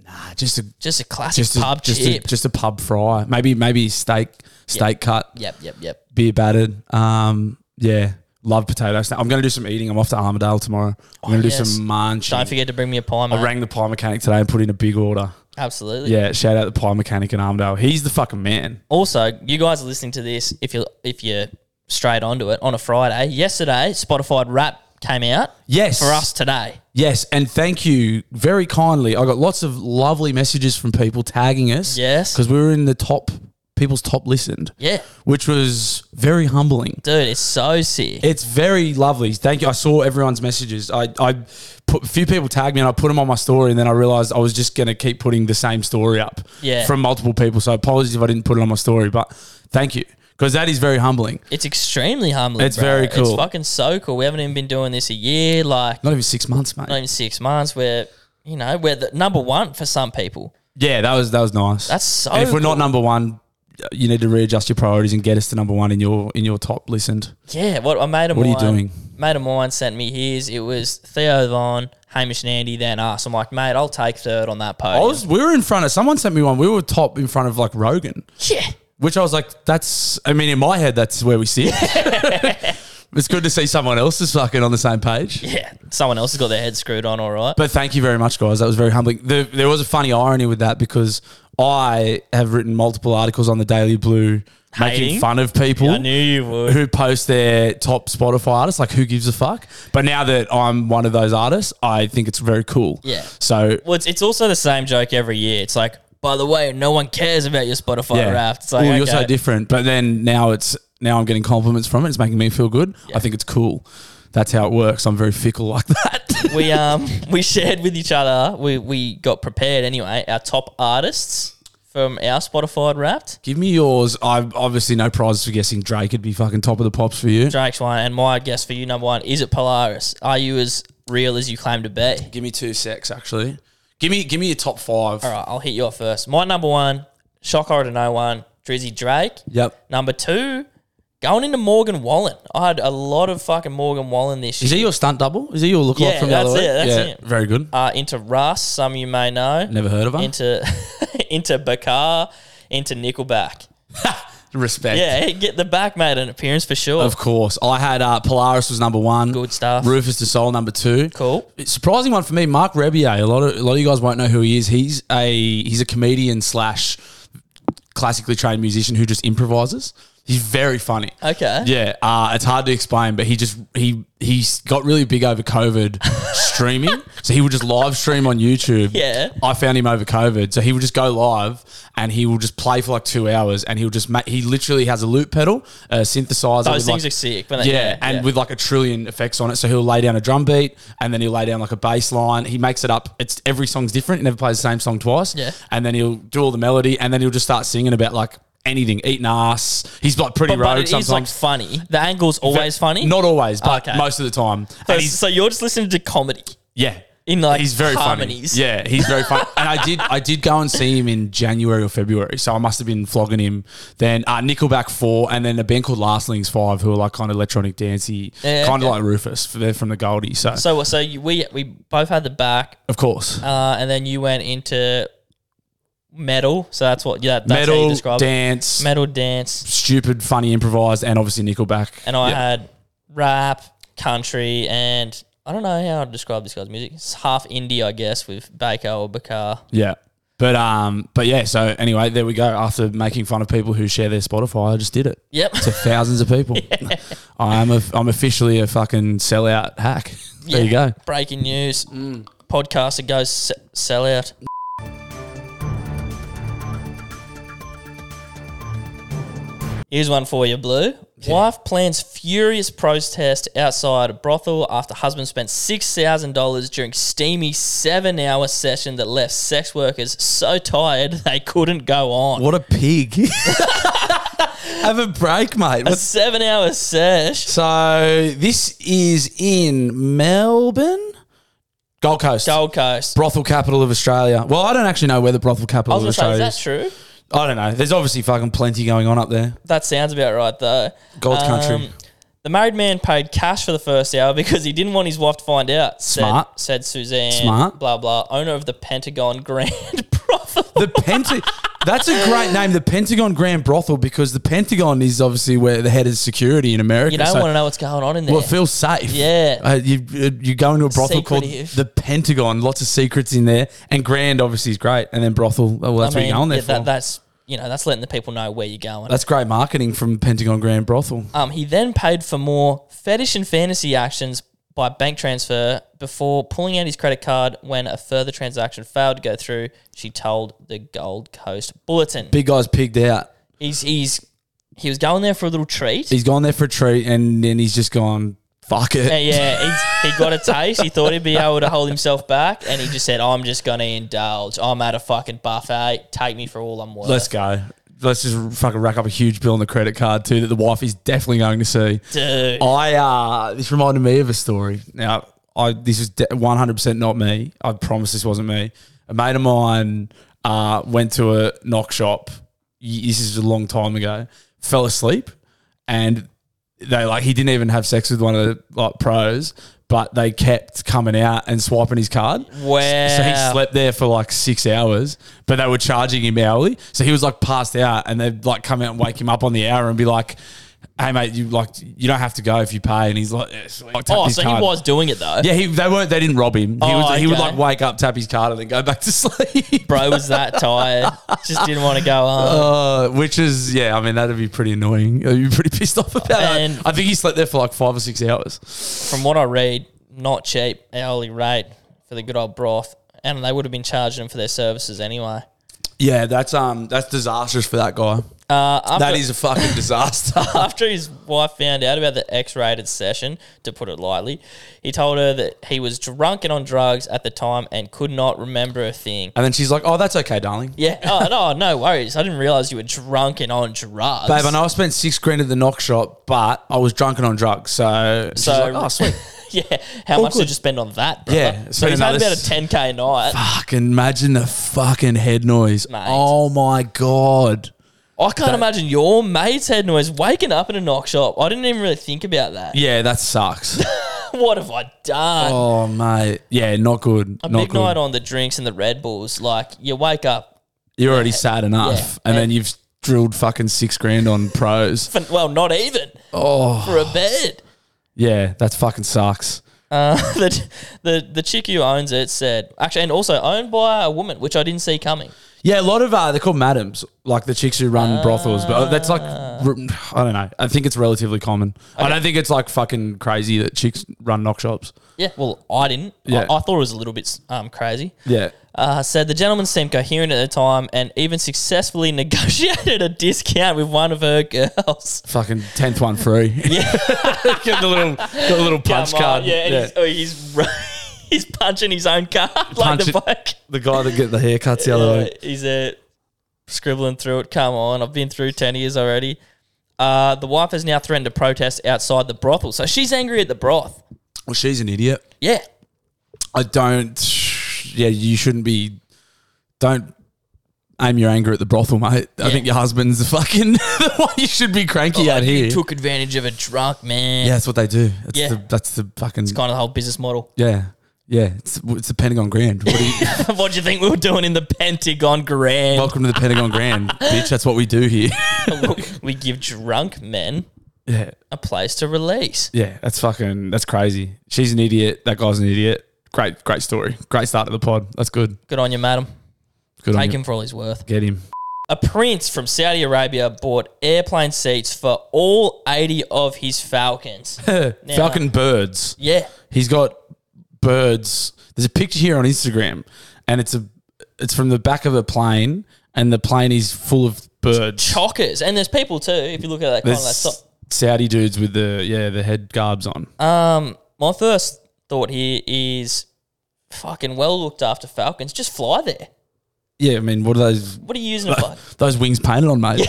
Speaker 1: nah, just a
Speaker 2: Just a classic
Speaker 1: just a,
Speaker 2: pub
Speaker 1: just a,
Speaker 2: chip.
Speaker 1: just a pub fry, maybe maybe steak steak cut,
Speaker 2: yep, yep, yep.
Speaker 1: beer battered. Um, yeah,
Speaker 3: Love potato snap. I'm going to do some eating. I'm off to Armadale tomorrow. I'm going to do
Speaker 2: Oh, yes.
Speaker 3: some munch.
Speaker 2: Don't forget to bring me a pie, mate.
Speaker 3: I rang the pie mechanic today and put in a big order.
Speaker 2: Absolutely.
Speaker 3: Yeah, shout out the pie mechanic in Armadale. He's the fucking man.
Speaker 2: Also, you guys are listening to this if you if you're straight onto it on a Friday. Yesterday, Spotify rap came out
Speaker 1: Yes.
Speaker 2: for us today.
Speaker 1: Yes, and thank you very kindly. I got lots of lovely messages from people tagging us.
Speaker 2: Yes.
Speaker 1: Because we were in the top, people's top listened.
Speaker 2: Yeah.
Speaker 1: Which was very humbling.
Speaker 2: Dude, it's so sick.
Speaker 1: It's very lovely. Thank you. I saw everyone's messages. I, I put a few people tagged me and I put them on my story and then I realized I was just going to keep putting the same story up
Speaker 2: Yeah.
Speaker 1: from multiple people. So apologies if I didn't put it on my story, but thank you because that is very humbling.
Speaker 2: It's extremely humbling.
Speaker 1: It's
Speaker 2: bro.
Speaker 1: very
Speaker 2: It's
Speaker 1: cool.
Speaker 2: fucking so cool. We haven't even been doing this a year, like
Speaker 1: Not even six months, mate.
Speaker 2: not even six months. We're you know we're the number one for some people.
Speaker 1: Yeah, that was that was nice.
Speaker 2: That's so
Speaker 1: And if we're
Speaker 2: cool.
Speaker 1: not number one, you need to readjust your priorities and get us to number one in your in your top listened.
Speaker 2: Yeah, what a mate of
Speaker 1: What are
Speaker 2: mine.
Speaker 1: you doing?
Speaker 2: Mate of mine sent me his. It was Theo Vaughn, Hamish and Andy, then us. I'm like, mate, I'll take third on that
Speaker 1: I
Speaker 2: podium.
Speaker 1: was we were in front of someone sent me one. We were top in front of like Rogan,
Speaker 2: yeah,
Speaker 1: which I was like, that's. I mean, in my head, that's where we sit. it's good to see someone else is fucking on the same page.
Speaker 2: yeah. Someone else has got their head screwed on, all right.
Speaker 1: But thank you very much, guys. That was very humbling. There, there was a funny irony with that because I have written multiple articles on the Daily Blue
Speaker 2: Hating?
Speaker 1: making fun of people.
Speaker 2: I knew you would.
Speaker 1: who post their top Spotify artists. Like, who gives a fuck? But now that I'm one of those artists, I think it's very cool.
Speaker 2: Yeah.
Speaker 1: So
Speaker 2: Well, it's, it's also the same joke every year. It's like, by the way, no one cares about your Spotify
Speaker 1: yeah,
Speaker 2: raft. It's like,
Speaker 1: Ooh, you're so
Speaker 2: okay.
Speaker 1: different. But then now it's now I'm getting compliments from it. It's making me feel good. I think it's cool. That's how it works. I'm very fickle like that.
Speaker 2: we um we shared with each other. We we got prepared anyway. Our top artists from our Spotify Wrapped.
Speaker 1: Give me yours. I've obviously no prizes for guessing Drake would be fucking top of the pops for you.
Speaker 2: Drake's one, and my guess for you number one is it Polaris? Are you as real as you claim to be?
Speaker 1: Give me two secs actually. Give me give me your top five.
Speaker 2: All right, I'll hit you off first. My number one, shock horror to no one, Drizzy Drake.
Speaker 1: Yep.
Speaker 2: Number two, going into Morgan Wallen. I had a lot of fucking Morgan Wallen this
Speaker 1: Is
Speaker 2: year.
Speaker 1: he your stunt double? Is he your look
Speaker 2: Yeah,
Speaker 1: like from the
Speaker 2: that's
Speaker 1: other week?
Speaker 2: it, that's it.
Speaker 1: Very good.
Speaker 2: Uh, into Russ, some you may know.
Speaker 1: Never heard of him.
Speaker 2: Into into Bakar, into Nickelback.
Speaker 1: Respect.
Speaker 2: Yeah, get the back made an appearance for sure.
Speaker 1: Of course. I had uh, Polaris was number one.
Speaker 2: Good stuff.
Speaker 1: Rufus De Sol number two.
Speaker 2: Cool.
Speaker 1: It's a surprising one for me, Mark Rebier. A lot of a lot of you guys won't know who he is. He's a he's a comedian slash classically trained musician who just improvises. He's very funny.
Speaker 2: Okay.
Speaker 1: Yeah, uh, it's hard to explain, but he just he he got really big over COVID streaming. So he would just live stream on YouTube.
Speaker 2: Yeah.
Speaker 1: I found him over COVID. So he would just go live and he will just play for like two hours and he'll just make he literally has a loop pedal, a synthesizer.
Speaker 2: Those
Speaker 1: with,
Speaker 2: things
Speaker 1: like-
Speaker 2: are sick. When they,
Speaker 1: yeah, and
Speaker 2: yeah.
Speaker 1: with like a trillion effects on it. So he'll lay down a drum beat and then he'll lay down like a bass line. He makes it up. It's every song's different. He never plays the same song twice.
Speaker 2: Yeah.
Speaker 1: And then he'll do all the melody and then he'll just start singing about like anything, eating ass. He's like pretty
Speaker 2: but, but
Speaker 1: rogue
Speaker 2: it is like
Speaker 1: sometimes.
Speaker 2: funny. The angle's always funny. Oh,
Speaker 1: Not always, but
Speaker 2: Okay.
Speaker 1: most of the time.
Speaker 2: so,
Speaker 1: And he's-
Speaker 2: so you're just listening to comedy.
Speaker 1: yeah.
Speaker 2: In, like,
Speaker 1: he's very
Speaker 2: harmonies.
Speaker 1: funny. Yeah, he's very funny. and I did I did go and see him in January or February, so I must have been flogging him. Then uh, Nickelback four, and then a band called Lastlings five, who are like kind of electronic dancey,
Speaker 2: Yeah,
Speaker 1: kind of
Speaker 2: okay.
Speaker 1: like Rufus. They're from the Goldie, so,
Speaker 2: So so you, we we both had the back,
Speaker 1: of course
Speaker 2: uh, and then you went into metal. So that's what yeah, that's how you
Speaker 1: metal
Speaker 2: describe it.
Speaker 1: dance,
Speaker 2: Metal dance,
Speaker 1: stupid, funny, improvised, and obviously Nickelback.
Speaker 2: and I
Speaker 1: Yeah.
Speaker 2: had rap, country, and I don't know how to describe this guy's music. It's half indie, I guess, with Baker or Bakar.
Speaker 1: yeah. But um, but yeah. So anyway, there we go. After making fun of people who share their Spotify, I just did it.
Speaker 2: Yep.
Speaker 1: to thousands of people. I'm a, I'm officially a fucking sellout hack. There you
Speaker 2: Yeah.
Speaker 1: go.
Speaker 2: Breaking news. Podcast that goes se- sell out. Here's one for you, Blue. Wife plans furious protest outside a brothel after husband spent $6,000 during steamy seven hour session that left sex workers so tired they couldn't go on.
Speaker 1: What a pig. Have a break, mate.
Speaker 2: A
Speaker 1: What's-
Speaker 2: seven hour sesh.
Speaker 1: So this is in Melbourne, Gold Coast,
Speaker 2: Gold Coast.
Speaker 1: brothel capital of Australia. Well, I don't actually know where the brothel
Speaker 2: I
Speaker 1: capital
Speaker 2: was
Speaker 1: of
Speaker 2: going to say, is
Speaker 1: Australia
Speaker 2: that
Speaker 1: is.
Speaker 2: true?
Speaker 1: I don't know. There's obviously fucking plenty going on up there.
Speaker 2: That sounds about right, though. Um,
Speaker 1: Gold country.
Speaker 2: The married man paid cash for the first hour because he didn't want his wife to find out. Said,
Speaker 3: Smart.
Speaker 2: Said Suzanne.
Speaker 3: Smart.
Speaker 2: Blah, blah. Owner of the Pentagon Grand Profit.
Speaker 1: The Pentagon. That's a great name, the Pentagon Grand Brothel, because the Pentagon is obviously where the head of security in America.
Speaker 2: You don't
Speaker 1: so-
Speaker 2: want to know what's going on in there.
Speaker 1: Well, it feels safe.
Speaker 2: Yeah.
Speaker 1: Uh, you uh, you go into a brothel called
Speaker 2: Secretive.
Speaker 1: the Pentagon. Lots of secrets in there, and Grand obviously is great, and then brothel. Oh, well, that's
Speaker 2: I
Speaker 1: what
Speaker 2: mean,
Speaker 1: you're going there
Speaker 2: yeah,
Speaker 1: for.
Speaker 2: that, that's, you know, that's letting the people know where you're going.
Speaker 1: that's great marketing from Pentagon Grand Brothel.
Speaker 2: Um, he then paid for more fetish and fantasy actions by bank transfer before pulling out his credit card when a further transaction failed to go through. She told the Gold Coast Bulletin.
Speaker 1: Big guy's pigged out.
Speaker 2: He's he's he was going there for a little treat.
Speaker 1: He's gone there for a treat, and then he's just gone. Fuck it.
Speaker 2: Uh, yeah, he's, he got a taste. He thought he'd be able to hold himself back, and he just said, "I'm just gonna indulge. I'm at a fucking buffet. Take me for all I'm worth."
Speaker 1: Let's go. Let's just fucking rack up a huge bill on the credit card too that the wife is definitely going to see.
Speaker 2: Dude.
Speaker 1: I uh, this reminded me of a story. Now, I this is one hundred percent not me. I promise this wasn't me. A mate of mine uh, went to a knock shop. Y- This is a long time ago. Fell asleep, and they like he didn't even have sex with one of the like pros, but they kept coming out and swiping his card.
Speaker 2: Wow.
Speaker 1: So he slept there for like six hours, but they were charging him hourly. So he was like passed out, and they'd like come out and wake him up on the hour and be like, "Hey mate, you like you don't have to go if you pay." And he's like, "Yeah, sweet." Like, tapped
Speaker 2: Oh,
Speaker 1: his
Speaker 2: so
Speaker 1: card.
Speaker 2: he was doing it though.
Speaker 1: Yeah, he, they weren't. They didn't rob him. He,
Speaker 2: Oh,
Speaker 1: was, he would
Speaker 2: okay.
Speaker 1: like wake up, tap his card, and then go back to sleep.
Speaker 2: Bro was that tired, just didn't want to go home.
Speaker 1: Uh, which is yeah, I mean that'd be pretty annoying. You'd be pretty pissed off about that.
Speaker 2: And-
Speaker 1: I think he slept there for like five or six hours.
Speaker 2: From what I read, not cheap hourly rate for the good old broth, and they would have been charging him for their services anyway.
Speaker 1: Yeah, that's um, that's disastrous for that guy.
Speaker 2: Uh, after,
Speaker 1: That is a fucking disaster.
Speaker 2: after his wife found out about the X-rated session, to put it lightly, he told her that he was drunk and on drugs at the time and could not remember a thing.
Speaker 1: and then she's like, "Oh, that's okay, darling."
Speaker 2: Yeah. Oh no, no worries. I didn't realize you were drunk and on drugs.
Speaker 1: Babe, I know I spent six grand at the knock shop, but I was drunk and on drugs. So, she's
Speaker 2: So-
Speaker 1: like, oh, sweet.
Speaker 2: yeah. How much
Speaker 1: good.
Speaker 2: did you spend on that, bro?
Speaker 1: Yeah,
Speaker 2: So
Speaker 1: spend
Speaker 2: he's had
Speaker 1: another
Speaker 2: about a
Speaker 1: s-
Speaker 2: 10k night.
Speaker 1: "Oh, fucking imagine the fucking head noise.
Speaker 2: Mate.
Speaker 1: Oh my God.
Speaker 2: I can't imagine your mate's head noise waking up in a knock shop. I didn't even really think about that.
Speaker 1: Yeah, that sucks.
Speaker 2: What have I done?
Speaker 1: oh, mate. Yeah, not good.
Speaker 2: a
Speaker 1: not
Speaker 2: big
Speaker 1: good.
Speaker 2: night on the drinks and the Red Bulls. Like you wake up.
Speaker 1: You're already sad enough.
Speaker 2: Yeah.
Speaker 1: And then you've drilled fucking six grand on pros.
Speaker 2: For, well, not even. Oh. For a bed.
Speaker 1: yeah, that fucking sucks.
Speaker 2: Uh, the, the the chick who owns it said actually, and also owned by a woman, which I didn't see coming.
Speaker 1: Yeah, a lot of uh, they're called madams, like the chicks who
Speaker 2: Ah.
Speaker 1: run brothels. But uh, that's like, I don't know. I think it's relatively common. I don't think it's like fucking crazy that chicks run knock shops.
Speaker 2: Yeah, well, I didn't.
Speaker 1: Yeah.
Speaker 2: I, I thought it was a little bit um, crazy.
Speaker 1: Yeah.
Speaker 2: Uh, said the gentleman seemed coherent at the time and even successfully negotiated a discount with one of her girls.
Speaker 1: Fucking tenth one free. Yeah, get the little, get the little punch
Speaker 2: Come on,
Speaker 1: card.
Speaker 2: Yeah, and He's, oh, he's, ru- he's punching his own card like
Speaker 1: Punch
Speaker 2: the
Speaker 1: it.
Speaker 2: bike.
Speaker 1: the guy that get the haircuts the other
Speaker 2: Uh,
Speaker 1: way.
Speaker 2: he's uh, scribbling through it. Come on, I've been through 10 years already. Uh, the wife has now threatened to protest outside the brothel. So she's angry at the broth.
Speaker 1: Well, she's an idiot.
Speaker 2: Yeah.
Speaker 1: I don't. Yeah, you shouldn't be. Don't aim your anger at the brothel, mate. I think your husband's the fucking the one you should be cranky at here.
Speaker 2: He took advantage of a drunk man.
Speaker 1: yeah, that's what they do. That's
Speaker 2: Yeah.
Speaker 1: the, that's the fucking.
Speaker 2: Kind of the whole business model.
Speaker 1: yeah, yeah. It's it's the Pentagon Grand. What do you,
Speaker 2: what do you think we were doing in the Pentagon Grand?
Speaker 1: welcome to the Pentagon Grand, bitch. That's what we do here.
Speaker 2: we give drunk men
Speaker 1: yeah.
Speaker 2: a place to release.
Speaker 1: Yeah, that's fucking that's crazy. She's an idiot. That guy's an idiot. Great, great story. Great start to the pod. That's good.
Speaker 2: Good on you, madam.
Speaker 1: Good on
Speaker 2: Take
Speaker 1: you.
Speaker 2: him for all he's worth.
Speaker 1: Get him.
Speaker 2: A prince from Saudi Arabia bought airplane seats for all 80 of his falcons.
Speaker 1: Falcon birds.
Speaker 2: yeah.
Speaker 1: He's got birds. There's a picture here on Instagram, and it's a it's from the back of a plane, and the plane is full of birds.
Speaker 2: Chockers. And there's people too, if you look at that kind of that
Speaker 1: There's
Speaker 2: top.
Speaker 1: Saudi dudes with the yeah the head garbs on.
Speaker 2: Um, my first thought here is fucking well looked after falcons. Just fly there.
Speaker 1: yeah, I mean, what are those
Speaker 2: What are you using it for?
Speaker 1: those wings painted on, mate?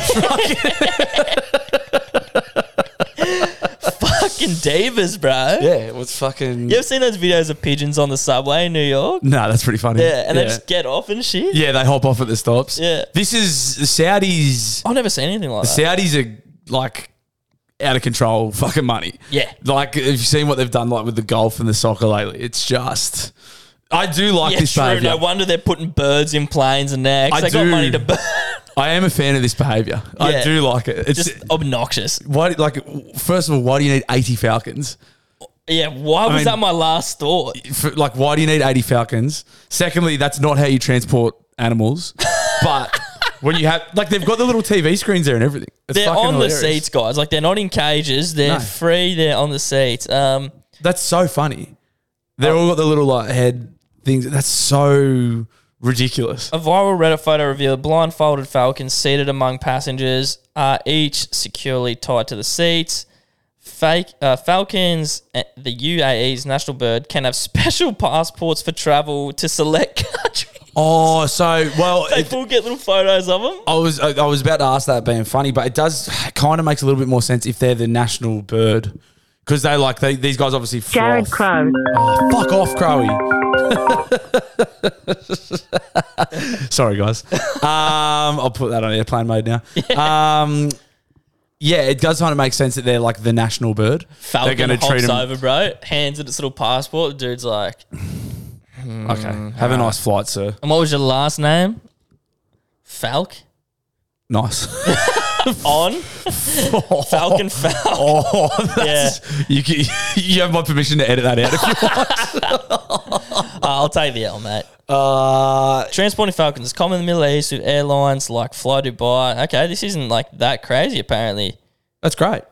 Speaker 2: fucking divas, bro.
Speaker 1: yeah, what's fucking.
Speaker 2: You ever seen those videos of pigeons on the subway in New York?
Speaker 1: No, that's pretty funny.
Speaker 2: Yeah, and they just get off and shit.
Speaker 1: yeah, they hop off at the stops.
Speaker 2: Yeah.
Speaker 1: this is Saudi's.
Speaker 2: I've never seen anything like that.
Speaker 1: Saudis are like out of control fucking money.
Speaker 2: Yeah.
Speaker 1: Like if you've seen what they've done like with the golf and the soccer lately, it's just I do like
Speaker 2: Yeah,
Speaker 1: this
Speaker 2: true.
Speaker 1: behavior.
Speaker 2: No wonder they're putting birds in planes and eggs.
Speaker 1: I
Speaker 2: they got
Speaker 1: do.
Speaker 2: money to burn.
Speaker 1: I am a fan of this behavior. I
Speaker 2: Yeah.
Speaker 1: do like it. It's
Speaker 2: Just obnoxious.
Speaker 1: why like first of all, why do you need 80 falcons?
Speaker 2: Yeah, why was
Speaker 1: mean-
Speaker 2: that my last thought?
Speaker 1: for, like, why do you need 80 falcons? Secondly, that's not how you transport animals. But when you have, like, they've got the little TV screens there and everything. It's
Speaker 2: They're
Speaker 1: fucking
Speaker 2: on
Speaker 1: hilarious.
Speaker 2: the seats, guys. Like they're not in cages. They're
Speaker 1: No.
Speaker 2: free. They're on the seats. Um, Oh.
Speaker 1: That's so funny. They're all got the little, like, head things. That's so ridiculous.
Speaker 2: a viral Reddit photo revealed blindfolded falcons seated among passengers are each securely tied to the seats. Fake uh, falcons, uh, the UAE's national bird, can have special passports for travel to select countries.
Speaker 1: Oh, so, well, it-
Speaker 2: People get little photos of them.
Speaker 1: I was I I was about to ask that being funny, but it does kind of makes a little bit more sense if they're the national bird because they like they, these guys obviously. fly
Speaker 4: Jared
Speaker 1: off.
Speaker 4: Crowe.
Speaker 1: Oh, fuck off, Crowy. Sorry, guys. Um, I'll put that on airplane mode now. Um, yeah, it does kind of make sense that they're like the national bird.
Speaker 2: Falcon
Speaker 1: they're
Speaker 2: hops
Speaker 1: gonna treat 'em-
Speaker 2: over, bro. Hands it its little passport. The dude's like,
Speaker 1: Okay. Have a nice flight, sir.
Speaker 2: "And what was your last name?" Falk
Speaker 1: Nice.
Speaker 2: on Falcon Falk.
Speaker 1: Oh, that's, you, can, you have my permission to edit that out if you
Speaker 2: Uh, I'll take the L, mate.
Speaker 1: Uh,
Speaker 2: Transporting falcons is common in the Middle East with airlines like Fly Dubai. Okay, this isn't like that crazy apparently.
Speaker 1: that's great.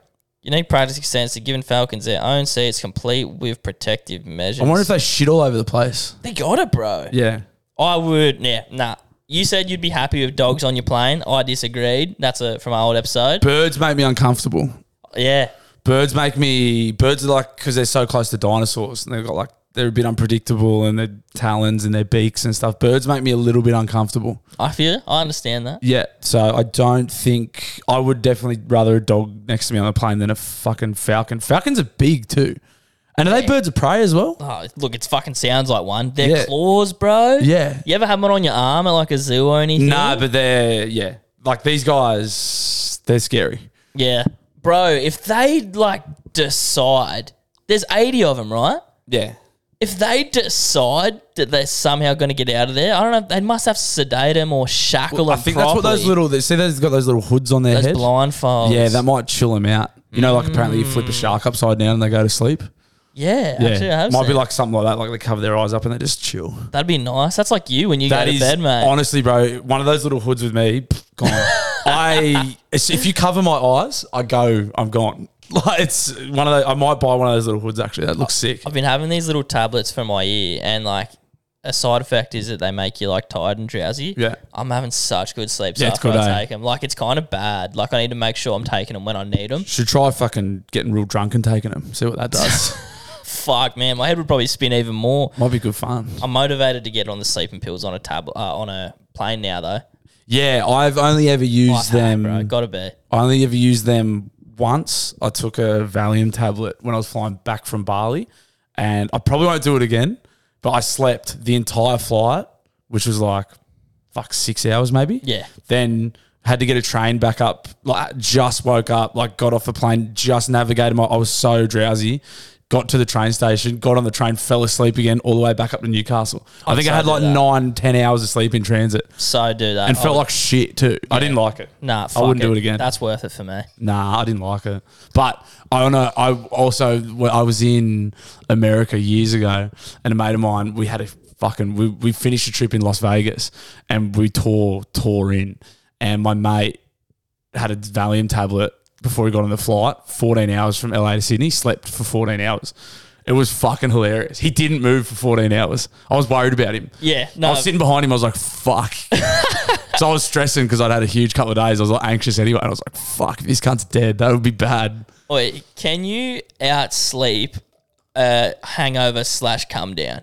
Speaker 2: Unique practice extends to giving falcons their own seats complete with protective measures.
Speaker 1: I wonder if they shit all over the place.
Speaker 2: they got it, bro.
Speaker 1: Yeah.
Speaker 2: I would, yeah, nah. You said you'd be happy with dogs on your plane. I disagreed. That's a from our old episode.
Speaker 1: Birds make me uncomfortable.
Speaker 2: yeah,
Speaker 1: Birds make me. Birds are like because they're so close to dinosaurs, and they've got like they're a bit unpredictable, and their talons and their beaks and stuff. Birds make me a little bit uncomfortable.
Speaker 2: I feel. I understand that.
Speaker 1: Yeah, so I don't think I would definitely rather a dog next to me on a plane than a fucking falcon. Falcons are big too, and are they birds of prey as well?
Speaker 2: Oh, look, it fucking sounds like one. Their
Speaker 1: Yeah.
Speaker 2: claws, bro.
Speaker 1: Yeah.
Speaker 2: You ever had one on your arm at like a zoo or anything?
Speaker 1: Nah, but they're yeah, like these guys, they're scary.
Speaker 2: Yeah. Bro, if they like decide, there's 80 of them, right?
Speaker 1: Yeah,
Speaker 2: If they decide that they're somehow going to get out of there, I don't know. They must have to sedate them or shackle
Speaker 1: I
Speaker 2: them.
Speaker 1: think that's what those
Speaker 2: properly.
Speaker 1: little. See, they've got those little hoods on their
Speaker 2: those
Speaker 1: head.
Speaker 2: blindfolds.
Speaker 1: Yeah, that might chill them out. You know, like apparently you flip a shark upside down and they go to sleep.
Speaker 2: Mm. yeah, actually, I have
Speaker 1: might
Speaker 2: seen.
Speaker 1: be like something like that. Like they cover their eyes up and they just chill.
Speaker 2: that'd be nice. That's like you when you
Speaker 1: That
Speaker 2: go to
Speaker 1: is
Speaker 2: bed, mate.
Speaker 1: honestly, bro. One of those little hoods with me, pff, gone. I it's- if you cover my eyes, I go. I'm gone. Like it's one of those. I might buy one of those little hoods. Actually, that looks sick.
Speaker 2: I've been having these little tablets for my ear, and like a side effect is that they make you like tired and drowsy.
Speaker 1: Yeah.
Speaker 2: I'm having such good sleep so
Speaker 1: Yeah, it's
Speaker 2: after
Speaker 1: good, eh?
Speaker 2: I take them. Like it's kind of bad. Like I need to make sure I'm taking them when I need them.
Speaker 1: Should try fucking getting real drunk and taking them. See what that does.
Speaker 2: Fuck, man, my head would probably spin even more.
Speaker 1: might be good fun.
Speaker 2: I'm motivated to get on the sleeping pills on a tablet uh, on a plane now though.
Speaker 1: Yeah, I've only ever used them.
Speaker 2: Bro, gotta be.
Speaker 1: I only ever used them once. I took a Valium tablet when I was flying back from Bali, and I probably won't do it again. But I slept the entire flight, which was like fuck six hours maybe.
Speaker 2: Yeah.
Speaker 1: Then had to get a train back up. Like just woke up, like got off the plane, just navigated my. I was so drowsy. Got to the train station, got on the train, fell asleep again, all the way back up to Newcastle. I think I
Speaker 2: so
Speaker 1: had
Speaker 2: do
Speaker 1: like
Speaker 2: that.
Speaker 1: nine, ten hours of sleep in transit,
Speaker 2: So do that.
Speaker 1: and
Speaker 2: I
Speaker 1: felt
Speaker 2: would-
Speaker 1: like shit too. I didn't like it.
Speaker 2: nah,
Speaker 1: I
Speaker 2: fuck
Speaker 1: wouldn't do it again.
Speaker 2: That's worth it for me.
Speaker 1: Nah, I didn't like it. But I don't know. I also when I was in America years ago, and a mate of mine. We had a fucking. We, we finished a trip in Las Vegas, and we tore tore in. And my mate had a Valium tablet before he got on the flight. Fourteen hours from LA to Sydney, slept for fourteen hours. It was fucking hilarious. He didn't move for fourteen hours. I was worried about him.
Speaker 2: Yeah, no.
Speaker 1: I was sitting behind him. I was like, fuck. so I was stressing because I'd had a huge couple of days. I was like anxious anyway. I was like, fuck, if this cunt's dead, that would be bad.
Speaker 2: Wait, can you outsleep uh hangover slash come down?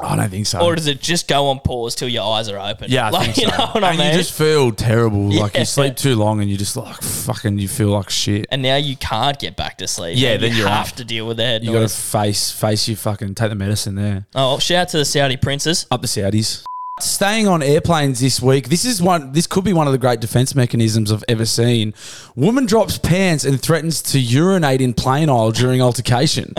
Speaker 1: I don't think so.
Speaker 2: Or does it just go on pause till your eyes are open?
Speaker 1: yeah, I
Speaker 2: like
Speaker 1: think
Speaker 2: you
Speaker 1: so.
Speaker 2: know what I
Speaker 1: and
Speaker 2: mean.
Speaker 1: you just feel terrible. Like
Speaker 2: Yeah.
Speaker 1: you sleep too long and you just like fucking, you feel like shit.
Speaker 2: and now you can't get back to sleep.
Speaker 1: Yeah,
Speaker 2: And
Speaker 1: then
Speaker 2: you
Speaker 1: you're
Speaker 2: have
Speaker 1: up.
Speaker 2: to deal with the head
Speaker 1: You got to
Speaker 2: noise.
Speaker 1: face, face you fucking, take the medicine there.
Speaker 2: oh, shout out to the Saudi princes.
Speaker 1: Up the Saudis. Staying on airplanes this week, this is one. This could be one of the great defense mechanisms I've ever seen. Woman drops pants and threatens to urinate in plane aisle during altercation.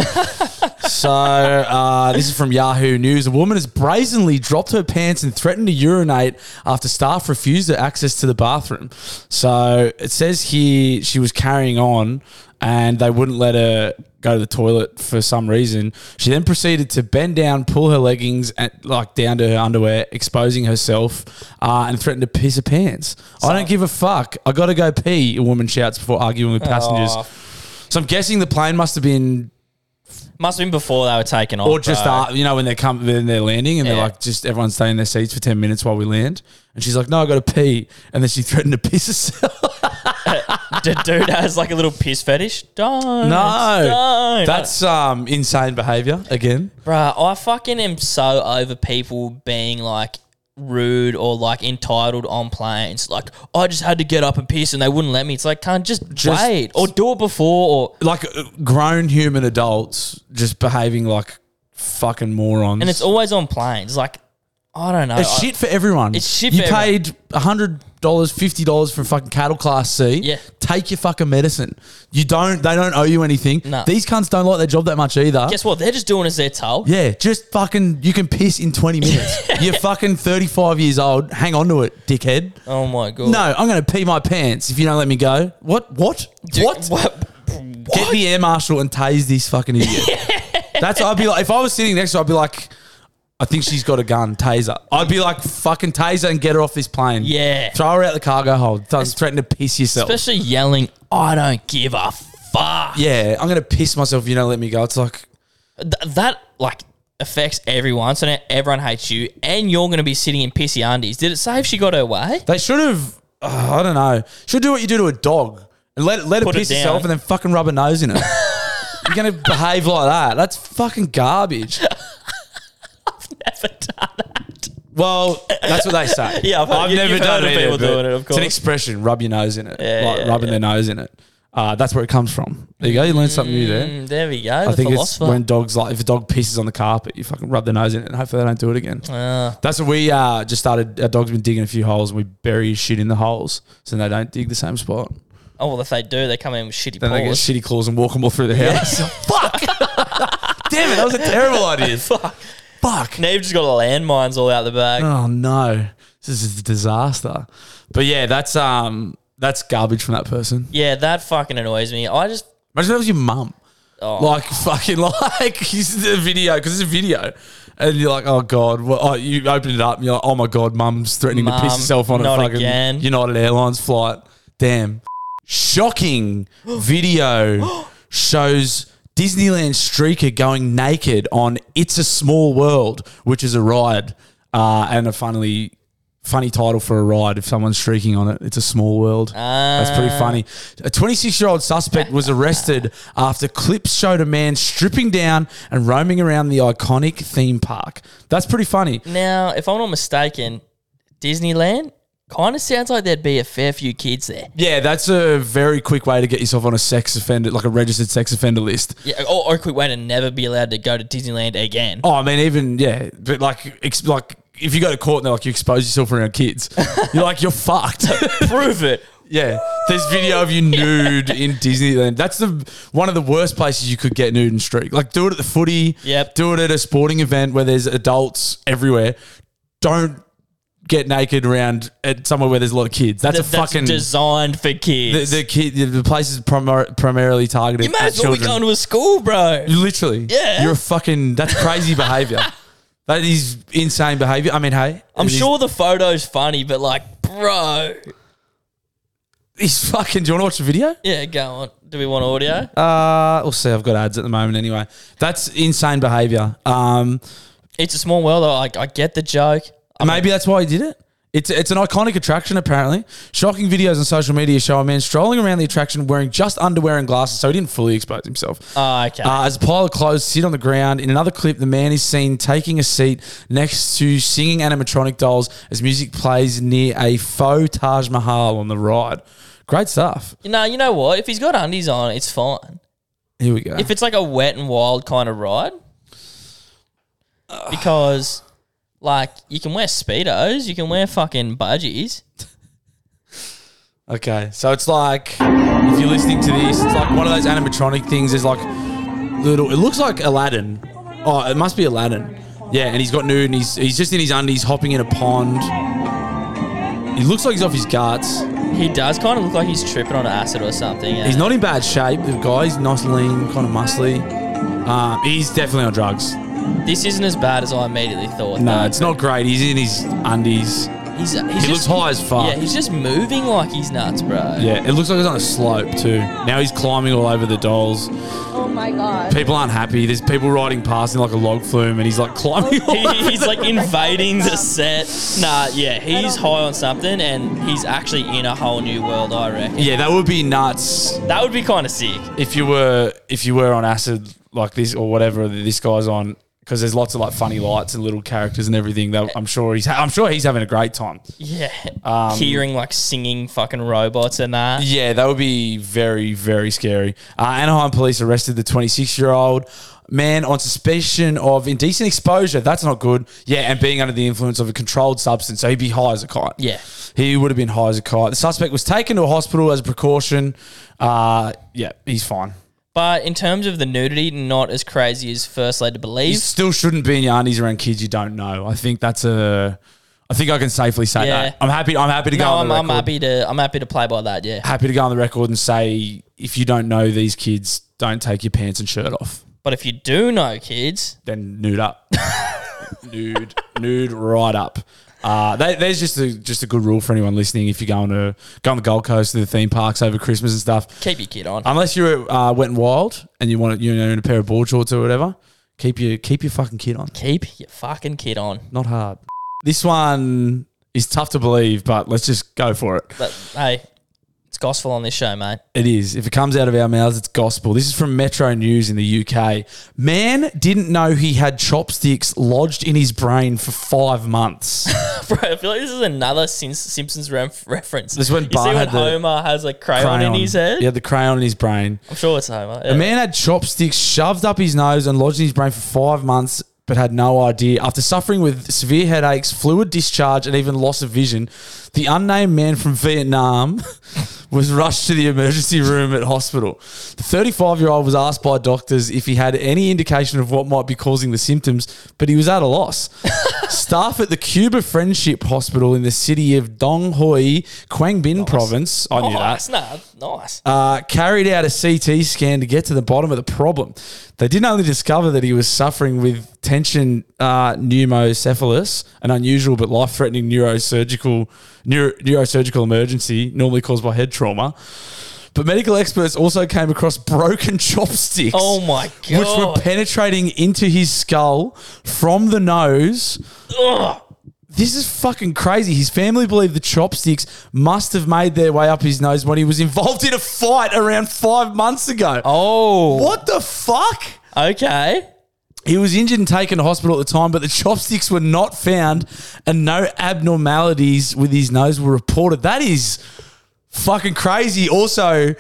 Speaker 1: so uh, this is from Yahoo News. A woman has brazenly dropped her pants and threatened to urinate after staff refused her access to the bathroom. So it says here she was carrying on and they wouldn't let her go to the toilet for some reason. She then proceeded to bend down, pull her leggings at, like down to her underwear, exposing herself, uh, and threatened to piss her pants. I don't give a fuck. I gotta go pee. A woman shouts before arguing with passengers.
Speaker 2: Oh.
Speaker 1: So I'm guessing the plane must have been,
Speaker 2: Must have been before they were taken off.
Speaker 1: or just
Speaker 2: bro.
Speaker 1: uh, you know when they come when they're landing and
Speaker 2: Yeah.
Speaker 1: they're like just everyone's staying in their seats for ten minutes while we land. And she's like, "No, I gotta pee," and then she threatened to piss herself. uh,
Speaker 2: the dude has like a little piss fetish. Don't.
Speaker 1: No,
Speaker 2: Don't.
Speaker 1: that's um insane behavior again.
Speaker 2: Bruh, I fucking am so over people being like rude or like entitled on planes. Like, I just had to get up and piss and they wouldn't let me. It's like, can't just,
Speaker 1: Just-
Speaker 2: wait or do it before. Or,
Speaker 1: like uh, grown human adults just behaving like fucking morons.
Speaker 2: and it's always on planes. Like, I don't know.
Speaker 1: It's
Speaker 2: I-
Speaker 1: shit for everyone.
Speaker 2: It's shit
Speaker 1: You
Speaker 2: for everyone.
Speaker 1: paid hundred dollars, fifty dollars for fucking cattle class C.
Speaker 2: Yeah.
Speaker 1: Take your fucking medicine. You don't. They don't owe you anything.
Speaker 2: No.
Speaker 1: These cunts don't like their job that much either.
Speaker 2: guess what? They're just doing as they're told.
Speaker 1: yeah, just fucking. You can piss in twenty minutes. You're fucking thirty-five years old. Hang on to it, dickhead.
Speaker 2: Oh my God.
Speaker 1: No, I'm gonna pee my pants if you don't let me go. What? What?
Speaker 2: Dude,
Speaker 1: what?
Speaker 2: what?
Speaker 1: get the air marshal and tase this fucking idiot. That's I'd be like if I was sitting next to her, I'd be like, I think she's got a gun, taser. I'd be like, fucking taser and get her off this plane.
Speaker 2: Yeah.
Speaker 1: Throw her out the cargo hold. Don't threaten to piss yourself.
Speaker 2: Especially yelling, I don't give a fuck.
Speaker 1: yeah, I'm gonna piss myself if you don't let me go. It's like
Speaker 2: Th- that, like, affects everyone. So now everyone hates you and you're going to be sitting in pissy undies. Did it say if she got her way?
Speaker 1: they should have uh, I don't know. Should do what you do to a dog. And let it let it
Speaker 2: Put it
Speaker 1: piss
Speaker 2: down.
Speaker 1: itself and then fucking rub a nose in it. You're gonna behave like that. That's fucking garbage.
Speaker 2: Never done that.
Speaker 1: Well, that's what they say.
Speaker 2: Yeah, I've- you- you've heard of
Speaker 1: either,
Speaker 2: people
Speaker 1: but
Speaker 2: doing it, of
Speaker 1: It's an
Speaker 2: course.
Speaker 1: expression, rub your nose in it,
Speaker 2: Yeah,
Speaker 1: like
Speaker 2: yeah,
Speaker 1: rubbing their nose in it. Uh, that's where it comes from. There you go. You learned something new there.
Speaker 2: Mm, there we go.
Speaker 1: I
Speaker 2: the
Speaker 1: think it's
Speaker 2: philosopher.
Speaker 1: when dogs like if a dog pisses on the carpet, you fucking rub their nose in it, and hopefully they don't do it again.
Speaker 2: Ah.
Speaker 1: That's what we uh, just started. Our dog's been digging a few holes, and we bury his shit in the holes, so they don't dig the same spot.
Speaker 2: oh well, if they do, they come in with shitty
Speaker 1: Then they get
Speaker 2: paws.
Speaker 1: shitty claws and walk them all through the house. Fuck! Damn it, that was a terrible idea.
Speaker 2: Fuck.
Speaker 1: Fuck.
Speaker 2: Now you've just got landmines all out the back.
Speaker 1: Oh no, this is a disaster. But yeah, that's um, that's garbage from that person.
Speaker 2: Yeah, that fucking annoys me. I just
Speaker 1: Imagine that was your mum.
Speaker 2: Oh.
Speaker 1: Like fucking like this is a video because it's a video, and you're like, oh god, well, oh, you open it up, and you're like, oh my god, mum's threatening to
Speaker 2: Mum,
Speaker 1: piss herself on a
Speaker 2: not
Speaker 1: fucking
Speaker 2: again.
Speaker 1: United Airlines flight. Damn, shocking video shows Disneyland streaker going naked on "It's a Small World," which is a ride, uh, and a funnily funny title for a ride if someone's streaking on it. It's a small world. That's pretty funny. A 26 year old suspect was arrested after clips showed a man stripping down and roaming around the iconic theme park. That's pretty funny.
Speaker 2: now, if I'm not mistaken, Disneyland kind of sounds like there'd be a fair few kids there.
Speaker 1: Yeah, that's a very quick way to get yourself on a sex offender, like a registered sex offender list.
Speaker 2: Yeah, or, or a quick way to never be allowed to go to Disneyland again.
Speaker 1: Oh, I mean, even yeah, but like, ex- like if you go to court and they're like, you expose yourself around kids, you're like, you're fucked.
Speaker 2: Prove it.
Speaker 1: Yeah, there's video of you nude in Disneyland. That's the one of the worst places you could get nude and streak. Like do it at the footy.
Speaker 2: Yep.
Speaker 1: Do it at a sporting event where there's adults everywhere. Don't get naked around at somewhere where there's a lot of kids. That's
Speaker 2: That-
Speaker 1: a
Speaker 2: that's
Speaker 1: fucking
Speaker 2: designed for
Speaker 1: the,
Speaker 2: kids.
Speaker 1: the kid. The, the place is primar- primarily targeted.
Speaker 2: you might
Speaker 1: at
Speaker 2: as well be going
Speaker 1: children.
Speaker 2: to a school, bro.
Speaker 1: Literally.
Speaker 2: Yeah.
Speaker 1: You're a fucking. That's crazy behavior. That is insane behavior. I mean, hey,
Speaker 2: I'm
Speaker 1: it is-
Speaker 2: sure the photo's funny, but like, bro.
Speaker 1: he's fucking. Do you want to watch the video?
Speaker 2: Yeah, go on. Do we want audio?
Speaker 1: Uh, we'll see. I've got ads at the moment anyway. That's insane behavior. Um,
Speaker 2: It's a small world. though. Like I get the joke.
Speaker 1: maybe that's why he did it. It's, it's an iconic attraction, apparently. Shocking videos on social media show a man strolling around the attraction wearing just underwear and glasses, so he didn't fully expose himself.
Speaker 2: Oh, okay.
Speaker 1: Uh, as a pile of clothes sit on the ground, in another clip, the man is seen taking a seat next to singing animatronic dolls as music plays near a faux Taj Mahal on the ride. Great stuff.
Speaker 2: no, you know what? If he's got undies on, it's fine.
Speaker 1: Here we go.
Speaker 2: If it's like a wet and wild kind of ride, because Like you can wear speedos, you can wear fucking budgies.
Speaker 1: Okay, so it's like if you're listening to this, it's like one of those animatronic things. There's like little. It looks like Aladdin. Oh, it must be Aladdin. Yeah, and he's got nude, and he's he's just in his undies, hopping in a pond. He looks like he's off his guts.
Speaker 2: He does kind of look like he's tripping on acid or something.
Speaker 1: He's not in bad shape. The guy, he's nice, lean, kind of muscly. Um, he's definitely on drugs.
Speaker 2: This isn't as bad as I immediately thought.
Speaker 1: No,
Speaker 2: though.
Speaker 1: it's not great. He's in his undies.
Speaker 2: He's, he's
Speaker 1: He looks
Speaker 2: just-
Speaker 1: high as fuck.
Speaker 2: Yeah, he's just moving like he's nuts, bro.
Speaker 1: Yeah, it looks like he's on a slope too. Now he's climbing all over the dolls.
Speaker 4: Oh my god.
Speaker 1: People aren't happy. There's people riding past in like a log flume, and he's like climbing. all
Speaker 2: He- he's like invading the set. Nah, yeah, he's high on something and he's actually in a whole new world, I reckon.
Speaker 1: Yeah, that would be nuts
Speaker 2: That would be kind of sick.
Speaker 3: if you were if you were on acid like this or whatever that this guy's on because there's lots of like funny lights and little characters and everything that I'm sure he's ha- I'm sure he's having a great time.
Speaker 2: Yeah.
Speaker 1: Um,
Speaker 2: Hearing like singing fucking robots and that.
Speaker 3: Yeah, that would be very very scary.
Speaker 1: Uh, Anaheim police arrested the 26 year old man on suspicion of indecent exposure. That's not good. Yeah, and being under the influence of a controlled substance. So he'd be high as a kite.
Speaker 2: Yeah.
Speaker 1: He would have been high as a kite. The suspect was taken to a hospital as a precaution. Uh, yeah, he's fine.
Speaker 2: But in terms of the nudity, not as crazy as first led to
Speaker 1: You
Speaker 2: believe.
Speaker 1: still shouldn't be in your aunties around kids you don't know. I think that's a. I think I can safely say
Speaker 2: Yeah.
Speaker 1: that. I'm happy. I'm happy to go
Speaker 2: No,
Speaker 1: on
Speaker 2: I'm,
Speaker 1: the
Speaker 2: I'm
Speaker 1: record.
Speaker 2: happy to I'm happy to play by that, yeah.
Speaker 1: happy to go on the record and say if you don't know these kids, don't take your pants and shirt off.
Speaker 2: But if you do know kids,
Speaker 1: Then nude up, nude, nude right up. Uh, that, there's just a just a good rule for anyone listening. If you're going to go on the Gold Coast to the theme parks over Christmas and stuff,
Speaker 2: keep your kid on.
Speaker 1: unless you're uh, wet and wild and you want you know in a pair of board shorts or whatever, keep your keep your fucking kid on.
Speaker 2: keep your fucking kid on.
Speaker 1: Not hard. This one is tough to believe, but let's just go for it.
Speaker 2: But hey, it's gospel on this show, mate.
Speaker 1: It is. If it comes out of our mouths, it's gospel. This is from Metro News in the UK. Man didn't know he had chopsticks lodged in his brain for five months.
Speaker 2: Bro, I feel like this is another Sim- Simpsons rem- reference.
Speaker 1: This is when
Speaker 2: you
Speaker 1: Bart
Speaker 2: see when
Speaker 1: had the
Speaker 2: Homer has a crayon, in his head.
Speaker 1: He had the crayon in his brain.
Speaker 2: I'm sure it's Homer.
Speaker 1: The
Speaker 2: yeah.
Speaker 1: man had chopsticks shoved up his nose and lodged in his brain for five months, but had no idea. After suffering with severe headaches, fluid discharge, and even loss of vision, the unnamed man from Vietnam was rushed to the emergency room at hospital. The 35 year old was asked by doctors if he had any indication of what might be causing the symptoms, but he was at a loss. Staff at the Cuba Friendship Hospital in the city of Dong Hoi, Quang Binh province, I knew that,
Speaker 2: Oh, nice, nah, nice.
Speaker 1: uh, carried out a CT scan to get to the bottom of the problem. They didn't only discover that he was suffering with tension uh, pneumocephalus, an unusual but life-threatening neurosurgical neuro, neurosurgical emergency normally caused by head trauma, but medical experts also came across broken chopsticks.
Speaker 2: oh my
Speaker 1: Which were
Speaker 2: god.
Speaker 1: penetrating into his skull from the nose. This is fucking crazy. His family believed the chopsticks must have made their way up his nose when he was involved in a fight around five months ago.
Speaker 2: oh.
Speaker 1: What the fuck?
Speaker 2: Okay.
Speaker 1: He was injured and taken to hospital at the time, but the chopsticks were not found and no abnormalities with his nose were reported. That is fucking crazy. Also,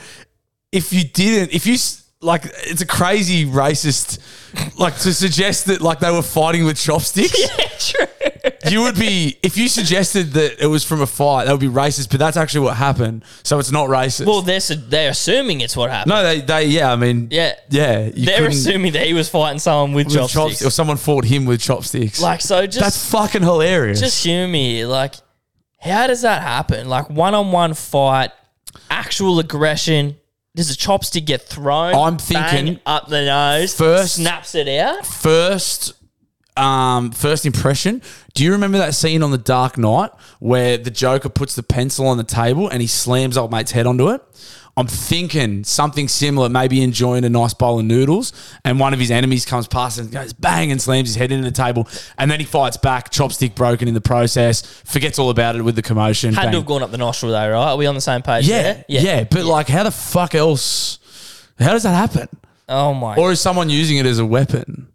Speaker 1: if you didn't, if you s- like, it's a crazy racist, like to suggest that like they were fighting with chopsticks.
Speaker 2: True.
Speaker 1: You would be, if you suggested that it was from a fight, that would be racist, but that's actually what happened. So it's not racist.
Speaker 2: Well, they're su- they're assuming it's what happened.
Speaker 1: no, they, they, yeah, I mean,
Speaker 2: Yeah.
Speaker 1: yeah. You
Speaker 2: they're
Speaker 1: couldn't-
Speaker 2: assuming that he was fighting someone with,
Speaker 1: with
Speaker 2: chopsticks.
Speaker 1: chops- or someone fought him with chopsticks.
Speaker 2: Like so, just
Speaker 1: That's fucking hilarious.
Speaker 2: just humor me. Like, how does that happen? Like one on one fight, actual aggression. Does a chopstick get thrown? bang,
Speaker 1: I'm thinking
Speaker 2: up the nose.
Speaker 1: first-
Speaker 2: snaps it out.
Speaker 1: first um first impression. Do you remember that scene on The Dark Knight where the Joker puts the pencil on the table and he slams old mate's head onto it? I'm thinking something similar, maybe enjoying a nice bowl of noodles, and one of his enemies comes past and goes bang and slams his head into the table, and then he fights back, chopstick broken in the process, forgets all about it with the commotion.
Speaker 2: Had
Speaker 1: bang.
Speaker 2: to have gone up the nostril though, right? Are we on the same page?
Speaker 1: yeah,
Speaker 2: there?
Speaker 1: yeah, But like, how the fuck else? How does that happen?
Speaker 2: Oh my.
Speaker 1: Or is someone using it as a weapon?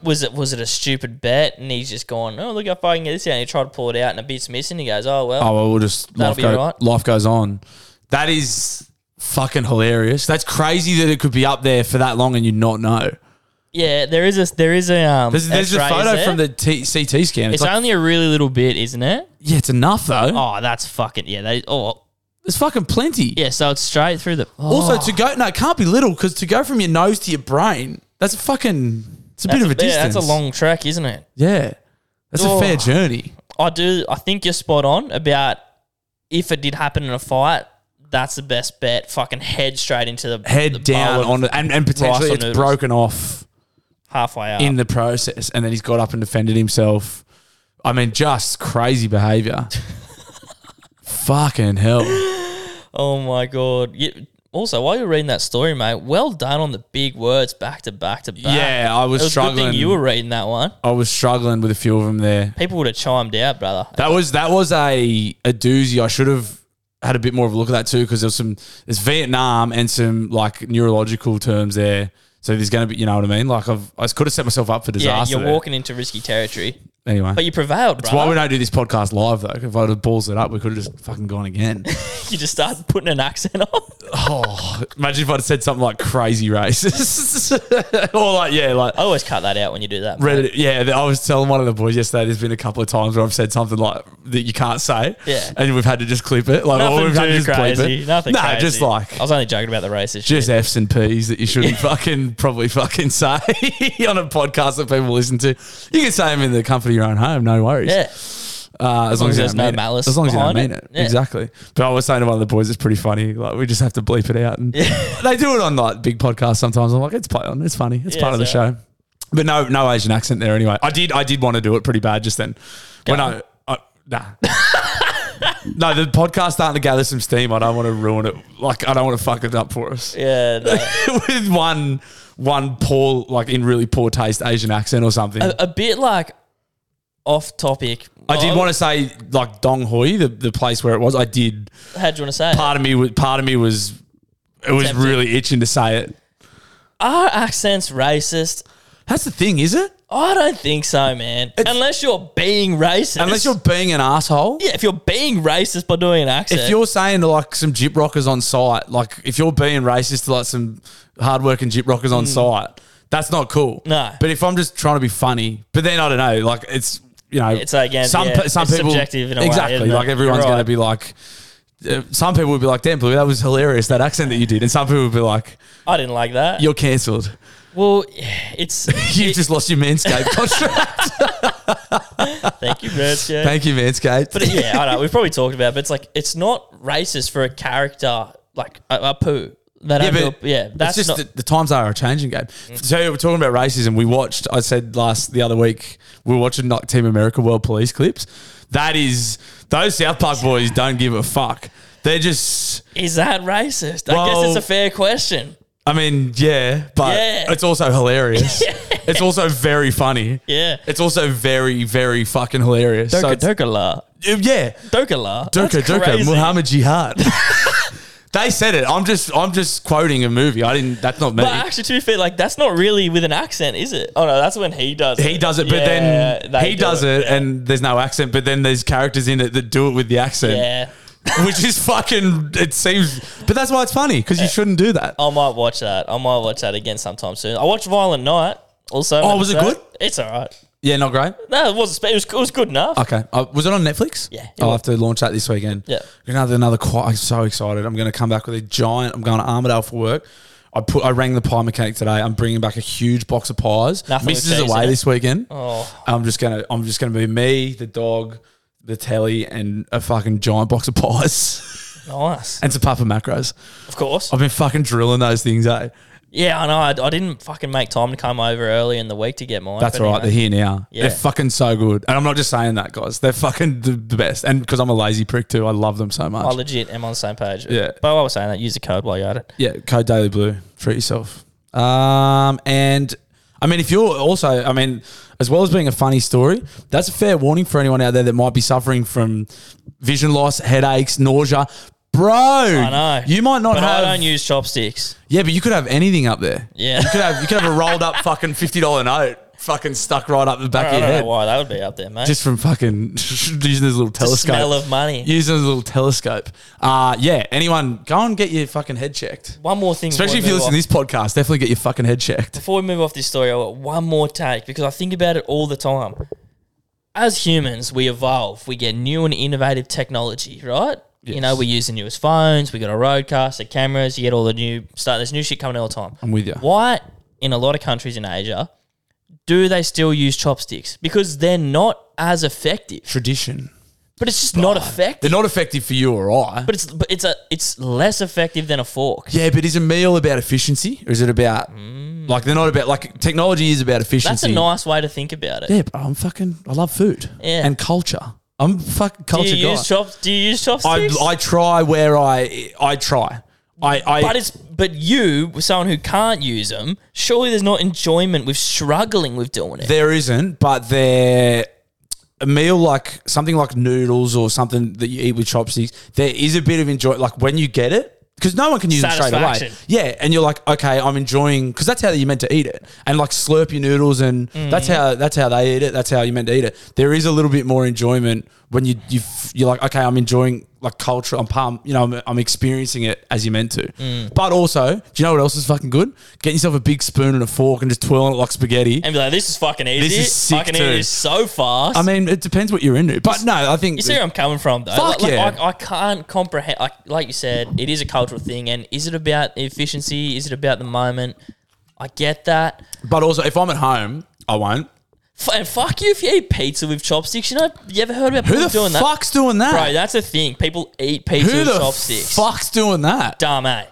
Speaker 2: was it was it a stupid bet? And he's just gone. Oh, look how far I can get this out. And he tried to pull it out, and a bit's missing. He goes, oh well.
Speaker 1: Oh, well, we'll just
Speaker 2: That'll
Speaker 1: life,
Speaker 2: be
Speaker 1: go,
Speaker 2: right.
Speaker 1: life goes on. That is fucking hilarious. That's crazy that it could be up there for that long and you not know.
Speaker 2: Yeah, there is a there is a um.
Speaker 1: There's, there's a
Speaker 2: X-ray, is
Speaker 1: photo
Speaker 2: there?
Speaker 1: from the t- CT scan. It's,
Speaker 2: It's
Speaker 1: like,
Speaker 2: only a really little bit, isn't it?
Speaker 1: yeah, it's enough though.
Speaker 2: Oh, that's fucking yeah. That oh
Speaker 1: There's fucking plenty.
Speaker 2: yeah. So it's straight through the. Oh,
Speaker 1: Also, to go no, it can't be little because to go from your nose to your brain, that's a fucking. It's a bit of a distance.
Speaker 2: yeah, that's a long Oh. trek, isn't it?
Speaker 1: Yeah, that's a fair journey.
Speaker 2: I do. I think you're spot on about if it did happen in a fight. That's the best bet. Fucking head straight into the
Speaker 1: Head
Speaker 2: the
Speaker 1: down
Speaker 2: bowl of
Speaker 1: on it, and, and potentially
Speaker 2: or
Speaker 1: it's
Speaker 2: noodles.
Speaker 1: broken off
Speaker 2: halfway up.
Speaker 1: in the process, and then he's got up and defended himself. I mean, just crazy behavior. fucking hell!
Speaker 2: oh my god! You, also, while you're reading that story, mate, well done on the big words back to back to back.
Speaker 1: Yeah,
Speaker 2: it
Speaker 1: I was,
Speaker 2: was a good
Speaker 1: struggling.
Speaker 2: thing you were reading that one.
Speaker 1: I was struggling with a few of them there.
Speaker 2: People would have chimed out, brother.
Speaker 1: That was that was a a doozy. I should have had a bit more of a look at that too because there's some there's Vietnam and some like neurological terms there. So there's going to be, you know what I mean? Like I've, I could have set myself up for
Speaker 2: Yeah,
Speaker 1: disaster.
Speaker 2: you're
Speaker 1: there.
Speaker 2: walking into risky territory,
Speaker 1: Anyway,
Speaker 2: but you prevailed,
Speaker 1: that's why
Speaker 2: brother.
Speaker 1: we don't do this podcast live though. 'cause If I would have balls it up, we could have just fucking gone again.
Speaker 2: you just started putting an accent on.
Speaker 1: oh, imagine if I'd said something like crazy racist or like yeah, like
Speaker 2: I always cut that out when you do that.
Speaker 1: Reddit. Yeah, th- I was telling one of the boys yesterday. There's been a couple of times where I've said something like that you can't say.
Speaker 2: Yeah.
Speaker 1: and we've had to just clip it. Like, or
Speaker 2: Nothing
Speaker 1: we've had to
Speaker 2: too
Speaker 1: just bleep
Speaker 2: crazy.
Speaker 1: it.
Speaker 2: Nothing
Speaker 1: No,
Speaker 2: crazy.
Speaker 1: just like
Speaker 2: I was only joking about the racist shit.
Speaker 1: just F's and P's that you shouldn't fucking probably fucking say on a podcast that people listen to. You can say them in the comfort of your own home. No worries.
Speaker 2: Yeah.
Speaker 1: Uh, as, long
Speaker 2: long as
Speaker 1: as you
Speaker 2: there's
Speaker 1: don't
Speaker 2: no
Speaker 1: mean it.
Speaker 2: malice
Speaker 1: As long as you don't
Speaker 2: behind
Speaker 1: mean it.
Speaker 2: it. Yeah.
Speaker 1: Exactly. But I was saying to one of the boys, it's pretty funny. Like we just have to bleep it out, and they do it on like big podcasts sometimes. I'm like, it's play on. It's funny. It's
Speaker 2: Yeah,
Speaker 1: part of the
Speaker 2: it's all
Speaker 1: show. But no, no Asian accent there anyway. I did, I did want to do it pretty bad just then. When I, I nah. No, the podcast starting to gather some steam. I don't want to ruin it. Like I don't want to fuck it up for us
Speaker 2: Yeah. no.
Speaker 1: with one one poor, like in really poor taste Asian accent or something.
Speaker 2: a, a bit like off topic.
Speaker 1: I did want to say like Dong Hoi, the, the place where it was. I did.
Speaker 2: to. How do you want to say? it?
Speaker 1: Part of me was part of me was it was
Speaker 2: Tempted.
Speaker 1: really itching to say it.
Speaker 2: Are accents racist?
Speaker 1: That's the thing, is it?
Speaker 2: I don't think so, man. Unless you're being racist.
Speaker 1: Unless you're being an asshole.
Speaker 2: yeah, if you're being racist by doing an accent,
Speaker 1: If you're saying like some jip rockers on site, like if you're being racist to like some hardworking jip rockers on site, that's not cool.
Speaker 2: Hmm. No.
Speaker 1: But if I'm just trying to be funny, but then I don't know, like it's you know,
Speaker 2: It's like, yeah,
Speaker 1: some
Speaker 2: yeah,
Speaker 1: pe- some
Speaker 2: it's
Speaker 1: people
Speaker 2: subjective in a way,
Speaker 1: exactly
Speaker 2: isn't it?
Speaker 1: like everyone's
Speaker 2: You're
Speaker 1: going to
Speaker 2: right.
Speaker 1: be like. uh, Some people would be like, "Damn, Blue, that was hilarious that accent that you did," and some people would be like,
Speaker 2: I didn't like that.
Speaker 1: "You're cancelled.
Speaker 2: well, it's
Speaker 1: You've just lost your Manscaped contract."
Speaker 2: thank you, Merch. Yeah.
Speaker 1: Thank you, Manscaped.
Speaker 2: But yeah, I know. We've probably talked about, it, but it's like it's not racist for a character like a, a poo. That
Speaker 1: Yeah,
Speaker 2: yeah,
Speaker 1: but
Speaker 2: yeah, that's
Speaker 1: it's just
Speaker 2: not. Mm.
Speaker 1: that the, times are a changing game. So we're talking about racism. We watched. I said last the other week we were watching like Team America World Police clips. That is those South Park boys don't give a fuck. They're just.
Speaker 2: is that racist? I
Speaker 1: Well-
Speaker 2: guess it's a fair question.
Speaker 1: I mean, yeah, but
Speaker 2: Yeah.
Speaker 1: it's also hilarious. It's also very funny.
Speaker 2: Yeah.
Speaker 1: It's also very, very fucking hilarious. So it's-
Speaker 2: Dokala.
Speaker 1: yeah,
Speaker 2: Dokala.
Speaker 1: Durka
Speaker 2: That's
Speaker 1: Durka
Speaker 2: crazy.
Speaker 1: Muhammad Jihad. they said it. I'm just, I'm just quoting a movie. I didn't. That's not me.
Speaker 2: But actually, to be fair, like that's not really with an accent, is it? Oh no, that's when he does.
Speaker 1: He does it, but
Speaker 2: Yeah,
Speaker 1: then
Speaker 2: they
Speaker 1: he
Speaker 2: do
Speaker 1: does it, and there's no accent. But then there's characters in it that do it with the accent,
Speaker 2: Yeah,
Speaker 1: which is fucking. It seems, but that's why it's funny because you shouldn't do that.
Speaker 2: I might watch that. I might watch that again sometime soon. I watched Violent Night also.
Speaker 1: Oh, was
Speaker 2: So,
Speaker 1: it good?
Speaker 2: It's all right.
Speaker 1: Yeah, not great.
Speaker 2: No, it was. It was, it was good enough.
Speaker 1: Okay, uh, was it on Netflix?
Speaker 2: Yeah, it
Speaker 1: I'll
Speaker 2: was.
Speaker 1: have to launch that this weekend.
Speaker 2: Yeah.
Speaker 1: another another. Qu- I'm so excited. I'm going to come back with a giant. I'm going to Armadale for work. I put. I rang the pie mechanic today. I'm bringing back a huge box of pies.
Speaker 2: Nothing with
Speaker 1: Mrs. is
Speaker 2: cheese in
Speaker 1: away
Speaker 2: it.
Speaker 1: this weekend.
Speaker 2: Oh.
Speaker 1: I'm just gonna. I'm just gonna be me, the dog, the telly, and a fucking giant box of pies
Speaker 2: Nice.
Speaker 1: and some papa macros.
Speaker 2: Of course.
Speaker 1: I've been fucking drilling those things, eh?
Speaker 2: Yeah, I know. I, I didn't fucking make time to come over early in the week to get mine.
Speaker 1: That's
Speaker 2: but
Speaker 1: all right. They're
Speaker 2: anyway.
Speaker 1: here now.
Speaker 2: Yeah.
Speaker 1: They're fucking so good. And I'm not just saying that, guys. They're fucking the, the best. And because I'm a lazy prick too, I love them so
Speaker 2: I
Speaker 1: much.
Speaker 2: legit am on the same page.
Speaker 1: Yeah.
Speaker 2: But while I was saying that, use the code while you're at it.
Speaker 1: yeah, code Daily Blue. Treat yourself. Um, and I mean, if you're also, I mean, as well as being a funny story, that's a fair warning for anyone out there that might be suffering from vision loss, headaches, nausea. Bro, I
Speaker 2: know.
Speaker 1: you might not
Speaker 2: But
Speaker 1: have.
Speaker 2: I don't use chopsticks.
Speaker 1: yeah, but you could have anything up there.
Speaker 2: Yeah.
Speaker 1: You could have you could have a rolled up fucking fifty dollar note
Speaker 3: fucking stuck right up the back
Speaker 2: I
Speaker 3: of
Speaker 2: don't
Speaker 3: your
Speaker 2: know
Speaker 3: head.
Speaker 2: why that would be up there, mate.
Speaker 1: Just from fucking using this little
Speaker 2: the
Speaker 1: telescope.
Speaker 2: smell of money.
Speaker 1: using a little telescope. Uh, yeah, anyone, go and get your fucking head checked.
Speaker 2: one more thing,
Speaker 1: Especially if
Speaker 2: before we
Speaker 1: you
Speaker 2: move
Speaker 1: listen
Speaker 2: off.
Speaker 1: to this podcast, definitely get your fucking head checked.
Speaker 2: Before we move off this story, I want one more take because I think about it all the time. As humans, we evolve. We get new and innovative technology, right? You know, we use the newest phones. We got our roadcasts, the cameras. You get all the new stuff. There's new shit coming all the time.
Speaker 1: I'm with you.
Speaker 2: Why, in a lot of countries in Asia, do they still use chopsticks? Because they're not as effective.
Speaker 1: Tradition.
Speaker 2: But it's just not effective.
Speaker 1: They're not effective for you or I.
Speaker 2: But it's but it's a it's less effective than a fork.
Speaker 1: yeah, but is a meal about efficiency or is it about like they're not about like technology is about efficiency?
Speaker 2: Mm. That's a nice way to think about it.
Speaker 1: Yeah, but I'm fucking. I love food.
Speaker 2: Yeah.
Speaker 1: and culture. I'm fucking
Speaker 2: do
Speaker 1: culture
Speaker 2: you
Speaker 1: guy.
Speaker 2: use chops? Do you use
Speaker 1: I
Speaker 2: chopsticks?
Speaker 1: I try where I I try. I I
Speaker 2: but it's but you, someone who can't use them, surely there's not enjoyment with struggling with doing it.
Speaker 1: there isn't, but there a meal like something like noodles or something that you eat with chopsticks. There is a bit of enjoy like when you get it. Because no one can use it straight away.
Speaker 2: Satisfaction.
Speaker 1: Yeah. And you're like, okay, I'm enjoying, because that's how you're meant to eat it. And like slurp your noodles and
Speaker 2: Mm.
Speaker 1: that's how that's how they eat it. That's how you're meant to eat it. There is a little bit more enjoyment when you, you f- you're like, okay, I'm enjoying like culture. I'm palm, you know, I'm, I'm experiencing it as you're meant to.
Speaker 2: Mm.
Speaker 1: But also, do you know what else is fucking good? Getting yourself a big spoon and a fork and just twirling it like spaghetti.
Speaker 2: and be like, this is fucking easy.
Speaker 1: is sick
Speaker 2: I can
Speaker 1: too.
Speaker 2: eat this so fast.
Speaker 1: I mean, it depends what you're into. But no, I think
Speaker 2: you see where I'm coming from, though. like,
Speaker 1: Fuck
Speaker 2: like,
Speaker 1: yeah.
Speaker 2: I, I can't comprehend. Like, like you said, it is a cultural thing, and is it about efficiency? Is it about the moment? I get that.
Speaker 1: but also if I'm at home, I won't.
Speaker 2: F- and fuck you if you eat pizza with chopsticks. You know, you ever heard about
Speaker 1: Who
Speaker 2: people
Speaker 1: the
Speaker 2: doing that?
Speaker 1: fuck's doing that?
Speaker 2: Bro, that's a thing. People eat pizza
Speaker 1: Who
Speaker 2: with
Speaker 1: the
Speaker 2: chopsticks.
Speaker 1: fuck's doing that?
Speaker 2: Damn, eh?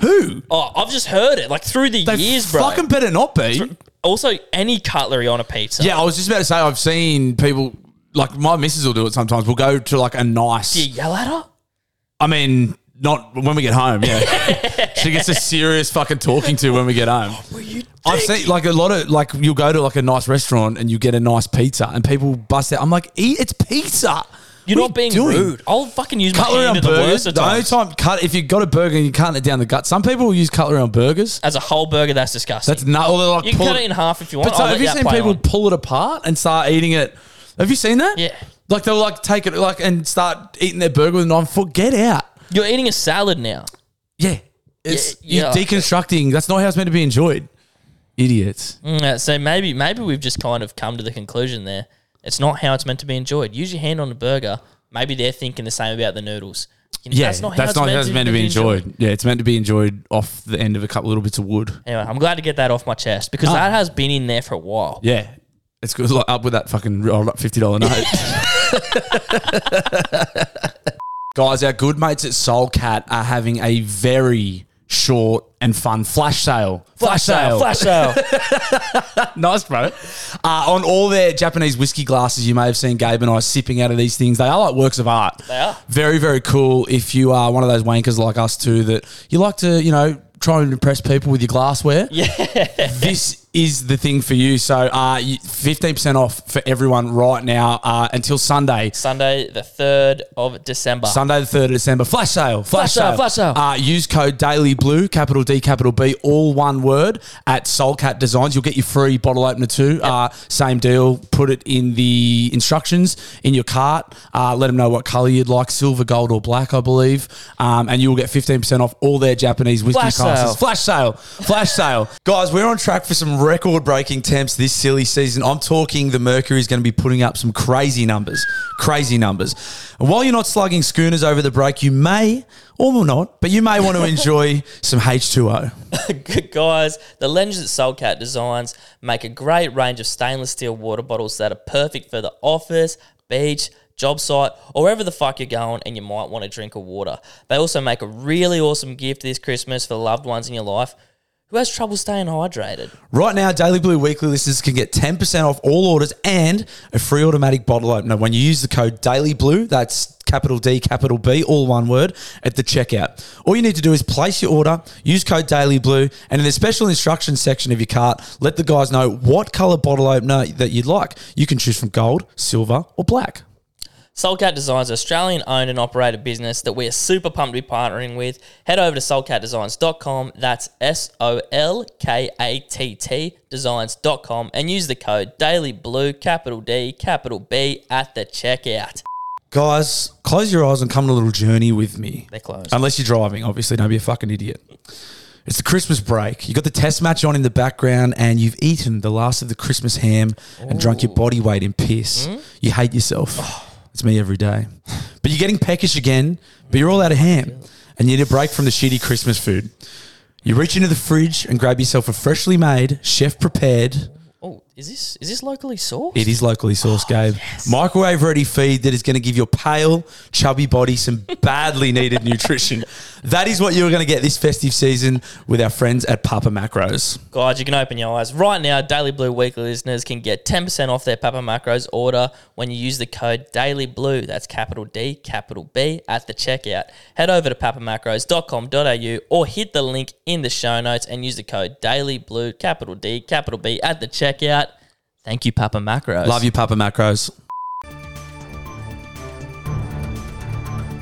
Speaker 1: Who?
Speaker 2: Oh, I've just heard it like through the
Speaker 1: They
Speaker 2: years, bro.
Speaker 1: fucking better not be.
Speaker 2: also, any cutlery on a pizza.
Speaker 1: Yeah, I was just about to say I've seen people like my missus will do it sometimes. We'll go to like a nice.
Speaker 2: Do you yell at her?
Speaker 1: I mean, not when we get home. Yeah, she gets a serious fucking talking to when we get home.
Speaker 2: Oh,
Speaker 1: I've seen like a lot of like you'll go to like a nice restaurant and you get a nice pizza and people bust out. I'm like, eat it's pizza.
Speaker 2: You're
Speaker 1: What
Speaker 2: not
Speaker 1: are
Speaker 2: being
Speaker 1: you doing?
Speaker 2: rude. I'll fucking use my
Speaker 1: Cutlery
Speaker 2: hand
Speaker 1: on
Speaker 2: at the
Speaker 1: burgers.
Speaker 2: worst of
Speaker 1: The only
Speaker 2: times.
Speaker 1: time cut if you got a burger and you can't it down the gut. Some people will use cutlery on burgers.
Speaker 2: As a whole burger, that's disgusting.
Speaker 1: That's not. Or they're like
Speaker 2: you can
Speaker 1: pull
Speaker 2: cut it in half if you want.
Speaker 1: But so
Speaker 2: I'll
Speaker 1: have
Speaker 2: let
Speaker 1: you
Speaker 2: that
Speaker 1: seen
Speaker 2: play
Speaker 1: people
Speaker 2: on.
Speaker 1: pull it apart and start eating it? Have you seen that?
Speaker 2: Yeah.
Speaker 1: Like they'll like take it like and start eating their burger with a nine fork. Get out.
Speaker 2: You're eating a salad now.
Speaker 1: Yeah. It's
Speaker 2: Yeah, yeah.
Speaker 1: you're deconstructing. That's not how it's meant to be enjoyed. Idiots.
Speaker 2: Mm, uh, so maybe maybe we've just kind of come to the conclusion there. It's not how it's meant to be enjoyed. Use your hand on the burger. Maybe they're thinking the same about the noodles. You know,
Speaker 1: Yeah, that's not how, it's, meant to be enjoyed. Yeah, it's meant to be enjoyed off the end of a couple little bits of wood.
Speaker 2: Anyway, I'm glad to get that off my chest
Speaker 1: Ah.
Speaker 2: because that has been in there for a while.
Speaker 1: Yeah, it's good. Like, up with that fucking rolled up fifty dollar note. Guys, our good mates at Soul Cat are having a very short and fun flash sale.
Speaker 2: Flash sale, flash sale.
Speaker 1: nice, bro. Uh, on all their Japanese whiskey glasses, you may have seen Gabe and I sipping out of these things. They are like works of art. They
Speaker 2: are.
Speaker 1: Very, very cool. If you are one of those wankers like us too, that you like to, you know, try and impress people with your glassware this is the thing for you. So, uh, fifteen percent off for everyone right now uh, until Sunday.
Speaker 2: Sunday, the third of December.
Speaker 1: Sunday the third of December, flash sale, flash,
Speaker 2: Flash sale, flash sale.
Speaker 1: Uh, use code Daily Blue, capital D, capital B, all one word at Soulcat Designs. You'll get your free bottle opener too. Uh, same deal. Put it in the instructions in your cart. Uh, let them know what color you'd like, silver, gold, or black, I believe. Um, and you will get fifteen percent off all their Japanese whiskey
Speaker 2: Flash
Speaker 1: classes.
Speaker 2: sale.
Speaker 1: Flash sale, flash sale.
Speaker 3: Guys, we're on track for some record breaking temps this silly season. I'm talking the Mercury's going to be putting up some crazy numbers. Crazy numbers. And while you're not slugging schooners over the break, you may, or will not, but you may want to enjoy some H2O.
Speaker 2: Good guys, the Legends at Soulcat Designs make a great range of stainless steel water bottles that are perfect for the office, beach, job site, or wherever the fuck you're going and you might want a drink of water. They also make a really awesome gift this Christmas for the loved ones in your life who has trouble staying hydrated.
Speaker 3: Right now, Daily Blue Weekly listeners can get 10% off all orders and a free automatic bottle opener when you use the code Daily Blue, that's capital D, capital B, all one word, at the checkout. All you need to do is place your order, use code Daily Blue, and in the special instructions section of your cart, let the guys know what color bottle opener that you'd like. You can choose from gold, silver, or black.
Speaker 2: Soulcat Designs, Australian owned and operated business that we are super pumped to be partnering with. Head over to soulcatdesigns.com. That's S O L K A T T designs.com and use the code DailyBlue, capital D, capital B at the checkout.
Speaker 1: Guys, close your eyes and come on a little journey with me.
Speaker 2: They're closed.
Speaker 1: Unless you're driving, obviously, don't be a fucking idiot. It's the Christmas break. You've got the test match on in the background, and you've eaten the last of the Christmas ham and drunk your body weight in piss.
Speaker 2: Hmm?
Speaker 1: You hate yourself.
Speaker 2: Oh.
Speaker 1: It's me every day. But you're getting peckish again, but you're all out of ham, and you need a break from the shitty Christmas food. You reach into the fridge and grab yourself a freshly made, chef prepared.
Speaker 2: Oh, is this is this locally sourced?
Speaker 1: It is locally sourced,
Speaker 2: Oh,
Speaker 1: Gabe. Microwave ready feed that is going to give your pale, chubby body some badly needed nutrition. That is what you're going to get this festive season with our friends at Papa Macros.
Speaker 2: Guys, you can open your eyes. Right now, Daily Blue Weekly listeners can get 10% off their Papa Macros order when you use the code Daily Blue. That's capital D, capital B at the checkout. Head over to papamacros.com.au or hit the link in the show notes and use the code Daily Blue, capital D, capital B at the checkout. Thank you, Papa Macros.
Speaker 1: Love you, Papa Macros.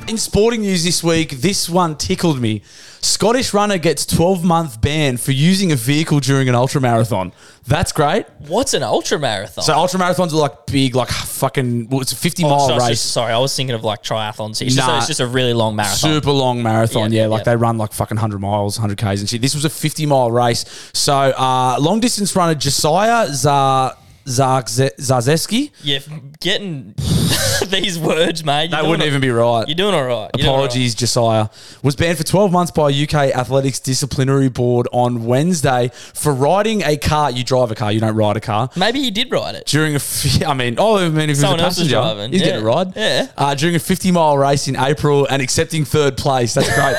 Speaker 1: In sporting news this week, this one tickled me. Scottish runner gets 12 month ban for using a vehicle during an ultra marathon. That's great.
Speaker 2: What's an ultra marathon?
Speaker 1: So ultra marathons are like big, like fucking. Well, it's a 50 mile
Speaker 2: Oh, sorry,
Speaker 1: race.
Speaker 2: sorry, I was thinking of like triathlons. It's, just,
Speaker 1: Nah.
Speaker 2: it's just a really long marathon.
Speaker 1: Super long marathon,
Speaker 2: Yeah,
Speaker 1: yeah. like
Speaker 2: yeah.
Speaker 1: they run like fucking hundred miles, hundred k's and shit. This was a fifty mile race. So uh, long distance runner Josiah Zar Zarzeski.
Speaker 2: You're getting these words, mate. You're
Speaker 1: That
Speaker 2: doing
Speaker 1: wouldn't
Speaker 2: a-
Speaker 1: even be right.
Speaker 2: You're doing all right. You're doing all right.
Speaker 1: Apologies, Josiah. Was banned for 12 months by UK Athletics Disciplinary Board on Wednesday for riding a car. You drive a car, you don't ride a car.
Speaker 2: Maybe he did ride it.
Speaker 1: during a, f- I mean, oh, I mean, if he was a
Speaker 2: Someone else was
Speaker 1: passenger,
Speaker 2: driving,
Speaker 1: he's
Speaker 2: yeah.
Speaker 1: getting a ride.
Speaker 2: Yeah.
Speaker 1: Uh, during a 50 mile race in April and accepting third place. That's great.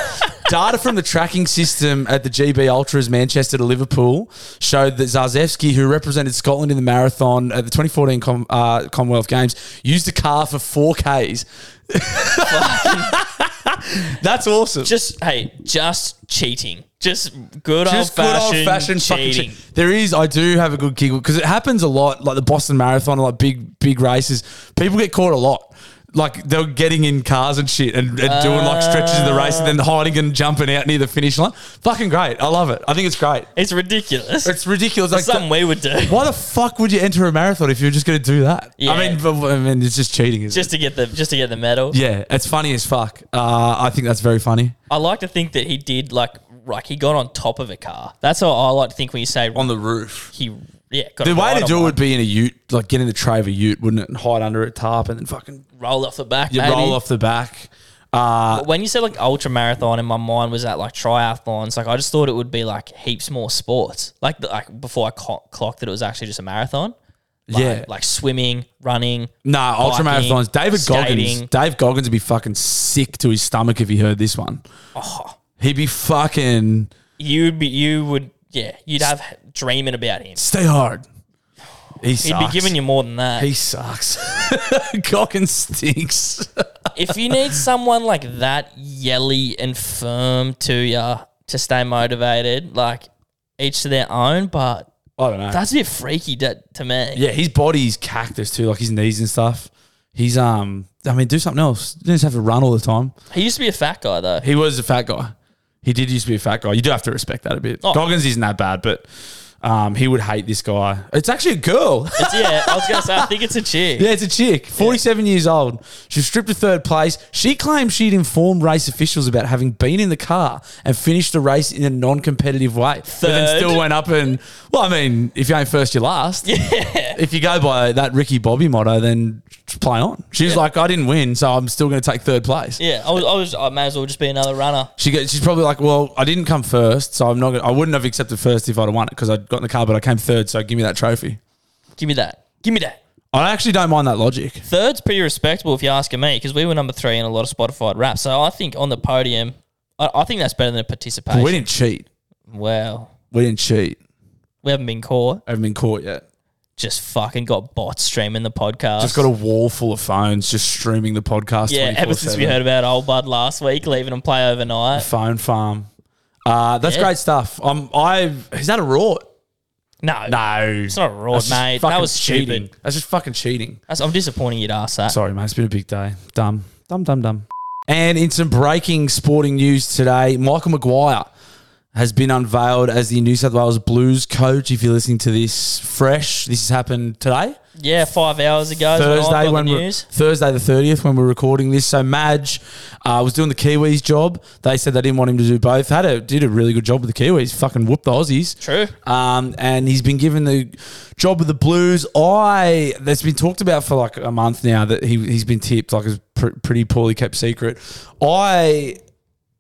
Speaker 1: Data from the tracking system at the GB Ultras Manchester to Liverpool showed that Zarzewski, who represented Scotland in the marathon at the 2014 Com- uh, Commonwealth Games, used a car for 4Ks. That's awesome.
Speaker 2: Just hey, just cheating. Just good old
Speaker 1: Just good old
Speaker 2: fashioned
Speaker 1: fashioned
Speaker 2: cheating.
Speaker 1: fucking cheating. There is, I do have a good giggle because it happens a lot, like the Boston Marathon, like big, big races. People get caught a lot. Like they're getting in cars and shit and, and doing like stretches of the race
Speaker 2: Ah.
Speaker 1: and then hiding and jumping out near the finish line. Fucking great. I love it. I think it's great.
Speaker 2: It's ridiculous. It's
Speaker 1: It's ridiculous. Like,
Speaker 2: something we would do
Speaker 1: why the fuck would you enter a marathon if you're just going to do that?
Speaker 2: Yeah.
Speaker 1: I mean, but- I mean, it's just cheating, isn't
Speaker 2: just
Speaker 1: it?
Speaker 2: to get the just to get the medal.
Speaker 1: Yeah, it's funny as fuck. Uh, I think that's very funny.
Speaker 2: I like to think that he did like like he got on top of a car. That's what I like to think when you say
Speaker 1: On the roof.
Speaker 2: he yeah. Got
Speaker 1: The
Speaker 2: a
Speaker 1: way
Speaker 2: ride
Speaker 1: to
Speaker 2: on
Speaker 1: do it
Speaker 2: one.
Speaker 1: would be in a ute, like get in the tray of a ute, wouldn't it? And hide under it, tarp, and then fucking
Speaker 2: roll off the back.
Speaker 1: you
Speaker 2: maybe.
Speaker 1: roll off the back. Uh,
Speaker 2: When you said like ultra marathon, and my mind was at like triathlons. Like I just thought it would be like heaps more sports. Like the, like before I co- clocked that it was actually just a marathon. Like,
Speaker 1: Yeah.
Speaker 2: like swimming, running.
Speaker 1: nah, ultra
Speaker 2: Biking,
Speaker 1: marathons. David
Speaker 2: skating.
Speaker 1: Goggins. Dave Goggins would be fucking sick to his stomach if he heard this one.
Speaker 2: Oh.
Speaker 1: He'd be fucking
Speaker 2: You'd be you would yeah. You'd have dreaming about him.
Speaker 1: stay hard. He
Speaker 2: He'd
Speaker 1: sucks.
Speaker 2: be giving you more than that.
Speaker 1: He sucks. Goggins stinks.
Speaker 2: if you need someone like that yelly and firm to you to stay motivated, like each to their own, but
Speaker 1: I don't know.
Speaker 2: that's a bit freaky to, to me.
Speaker 1: yeah, his body's cactus too, like his knees and stuff. He's um, I mean, do something else. You don't just have to run all the time.
Speaker 2: He used to be a fat guy though.
Speaker 1: He was a fat guy. He did used to be a fat guy. You do have to respect that a bit.
Speaker 2: Oh.
Speaker 1: Goggins isn't that bad, but um, he would hate this guy. It's actually a girl.
Speaker 2: It's- yeah, I was gonna say I think it's a chick.
Speaker 1: yeah, it's a chick, 47 years old. She was stripped of third place. She claimed she'd informed race officials about having been in the car and finished the race in a non competitive way. But
Speaker 2: Third?
Speaker 1: then still went up and, well, I mean, if you ain't first, you're last. If you go by that Ricky Bobby motto, then play on. She was like, I didn't win, so I'm still going to take third place.
Speaker 2: Yeah, I was, I was. I may as well just be another runner.
Speaker 1: She goes, she's probably like, well, I didn't come first, so I'm not. Gonna, I wouldn't have accepted first if I'd have won it because I'd got in the car, but I came third, so give me that trophy.
Speaker 2: Give me that. Give me that.
Speaker 1: I actually don't mind that logic.
Speaker 2: Third's pretty respectable if you're asking me, because we were number three in a lot of Spotify rap. So I think on the podium, I, I think that's better than a participation.
Speaker 1: We didn't cheat.
Speaker 2: Wow,
Speaker 1: We didn't cheat.
Speaker 2: we haven't been caught.
Speaker 1: I haven't been caught yet.
Speaker 2: Just fucking got bots streaming the podcast.
Speaker 1: Just got a wall full of phones just streaming the podcast.
Speaker 2: yeah. Ever since we heard about old Bud last week, leaving him play overnight.
Speaker 1: phone farm. Uh, that's
Speaker 2: Yeah.
Speaker 1: great stuff. Um, I he's had a rort.
Speaker 2: No,
Speaker 1: No,
Speaker 2: it's not a rod,
Speaker 1: That's just
Speaker 2: mate. That
Speaker 1: fucking
Speaker 2: was stupid.
Speaker 1: cheating. That's just fucking cheating.
Speaker 2: That's, I'm disappointed you'd ask that.
Speaker 1: Sorry, mate. It's been a big day. Dumb, dumb, dumb, dumb. And in some breaking sporting news today, Michael Maguire has been unveiled as the New South Wales Blues coach. If you're listening to this fresh, this has happened today.
Speaker 2: Yeah, five hours ago Thursday
Speaker 1: Thursday
Speaker 2: when, I got
Speaker 1: when
Speaker 2: the
Speaker 1: we're-
Speaker 2: news.
Speaker 1: Thursday the thirtieth when we're recording this. So Madge uh, was doing the Kiwis job. They said they didn't want him to do both. Had a did a really good job with the Kiwis. Fucking whooped the Aussies.
Speaker 2: True.
Speaker 1: Um, and he's been given the job with the Blues. I that's been talked about for like a month now that he he's been tipped like a pr- pretty poorly kept secret. I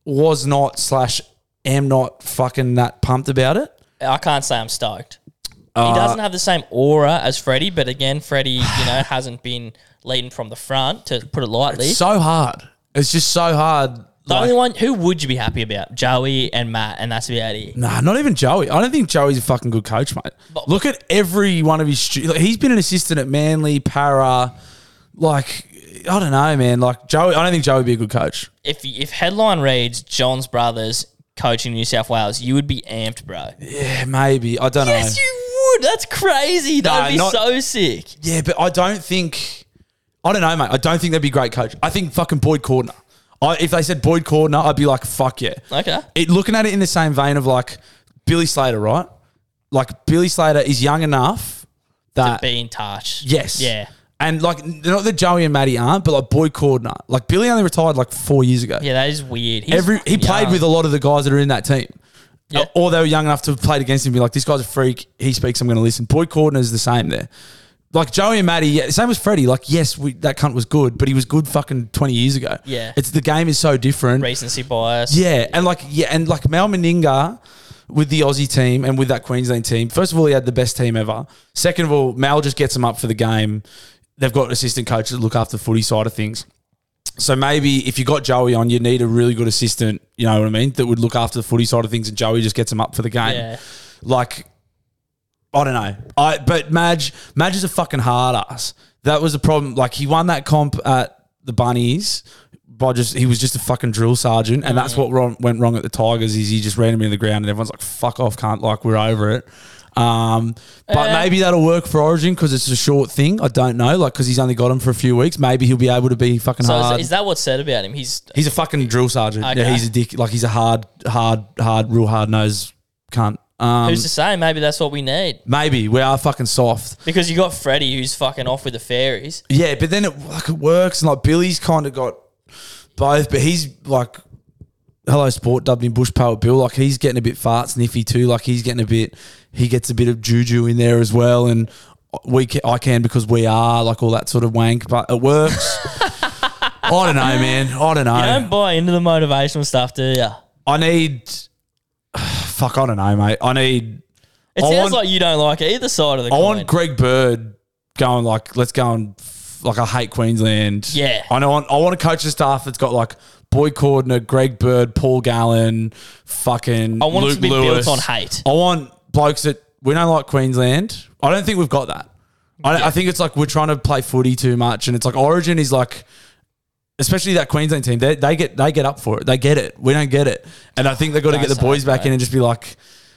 Speaker 1: was not slash am not fucking that pumped about it.
Speaker 2: I can't say I'm stoked.
Speaker 1: Uh,
Speaker 2: he doesn't have the same aura as Freddie, but again, Freddie, you know, hasn't been leading from the front to put it lightly.
Speaker 1: So hard. It's just so hard.
Speaker 2: the
Speaker 1: like-
Speaker 2: only one who would you be happy about? Joey and Matt, and that's about it.
Speaker 1: Nah, not even Joey. I don't think Joey's a fucking good coach, mate.
Speaker 2: But-
Speaker 1: Look at every one of his. stu- Like, he's been an assistant at Manly, Para. Like, I don't know, man. Like Joey, I don't think Joey'd be a good coach.
Speaker 2: If if headline reads John's brothers coaching New South Wales, you would be amped, bro.
Speaker 1: Yeah, maybe. I don't
Speaker 2: Yes,
Speaker 1: know.
Speaker 2: you would. That's crazy. That'd
Speaker 1: No,
Speaker 2: be
Speaker 1: not-
Speaker 2: so sick.
Speaker 1: yeah, but I don't think. I don't know, mate. I don't think they'd be great coach. I think fucking Boyd Cordner. I, if they said Boyd Cordner, I'd be like, fuck yeah.
Speaker 2: Okay.
Speaker 1: It, looking at it in the same vein of like Billy Slater, right? Like Billy Slater is young enough that
Speaker 2: Be in touch.
Speaker 1: Yes.
Speaker 2: Yeah.
Speaker 1: And like, n- not that Joey and Maddie aren't, but like Boyd Cordner, like Billy only retired like four years ago.
Speaker 2: Yeah, that is weird. He's
Speaker 1: Every he played
Speaker 2: young.
Speaker 1: with a lot of the guys that are in that team, Uh,
Speaker 2: Yeah.
Speaker 1: or they were young enough to have played against him. and Be like, this guy's a freak. He speaks. I'm going to listen. Boyd Cordner is the same there. Like Joey and Maddie, yeah, same as Freddie. Like, yes, we, that cunt was good, but he was good fucking twenty years ago.
Speaker 2: Yeah.
Speaker 1: it's the game is so different.
Speaker 2: recency bias.
Speaker 1: Yeah, and like yeah, and like Mal Meninga with the Aussie team and with that Queensland team. First of all, he had the best team ever. Second of all, Mal just gets him up for the game. They've got assistant coaches that look after the footy side of things. So maybe if you got Joey on, you need a really good assistant. You know what I mean? That would look after the footy side of things, and Joey just gets him up for the game.
Speaker 2: Yeah.
Speaker 1: Like, I don't know. I but Madge, Madge is a fucking hard ass. That was the problem. Like he won that comp at the Bunnies by just he was just a fucking drill sergeant, and that's what wrong, went wrong at the Tigers. Is he just ran him in the ground, and everyone's like, "Fuck off, can't like we're over it." Um, but
Speaker 2: Eh.
Speaker 1: maybe that'll work for Origin because it's a short thing. I don't know, like because he's only got him for a few weeks. Maybe he'll be able to be fucking
Speaker 2: So
Speaker 1: hard.
Speaker 2: is, is that what's said about him? He's
Speaker 1: He's a fucking drill sergeant.
Speaker 2: Okay.
Speaker 1: Yeah, he's a dick. Like he's a hard, hard, hard, real hard nose cunt. Um,
Speaker 2: who's to say? Maybe that's what we need
Speaker 1: maybe we are fucking soft.
Speaker 2: because you got Freddie who's fucking off with the fairies.
Speaker 1: Yeah, but then it like it works, and like Billy's kind of got both, but he's like. Hello Sport dubbed him Bush Poet Bill. Like he's getting a bit farts sniffy too. Like he's getting a bit, he gets a bit of juju in there as well. And we, ca I can because we are like all that sort of wank, but it works. I don't know, man. I don't know.
Speaker 2: You don't buy into the motivational stuff, do you?
Speaker 1: I need. Fuck, I don't know, mate. I need.
Speaker 2: It
Speaker 1: I
Speaker 2: sounds
Speaker 1: want-
Speaker 2: like you don't like it either side of the
Speaker 1: I
Speaker 2: coin.
Speaker 1: want Greg Bird going like, let's go and f- like I hate Queensland.
Speaker 2: Yeah.
Speaker 1: I know. I want a coaching staff that's got like Boy Cordner, Greg Bird, Paul Gallen, fucking.
Speaker 2: I want it
Speaker 1: Luke
Speaker 2: to be
Speaker 1: Lewis.
Speaker 2: built on hate.
Speaker 1: I want blokes that we don't like Queensland. I don't think we've got that. I, I think it's like we're trying to play footy too much, and it's like Origin is like, especially that Queensland team. They, they get they get up for it. They get it. We don't get it, and I think they've got to
Speaker 2: That's
Speaker 1: get the boys
Speaker 2: hard,
Speaker 1: back in and just be like,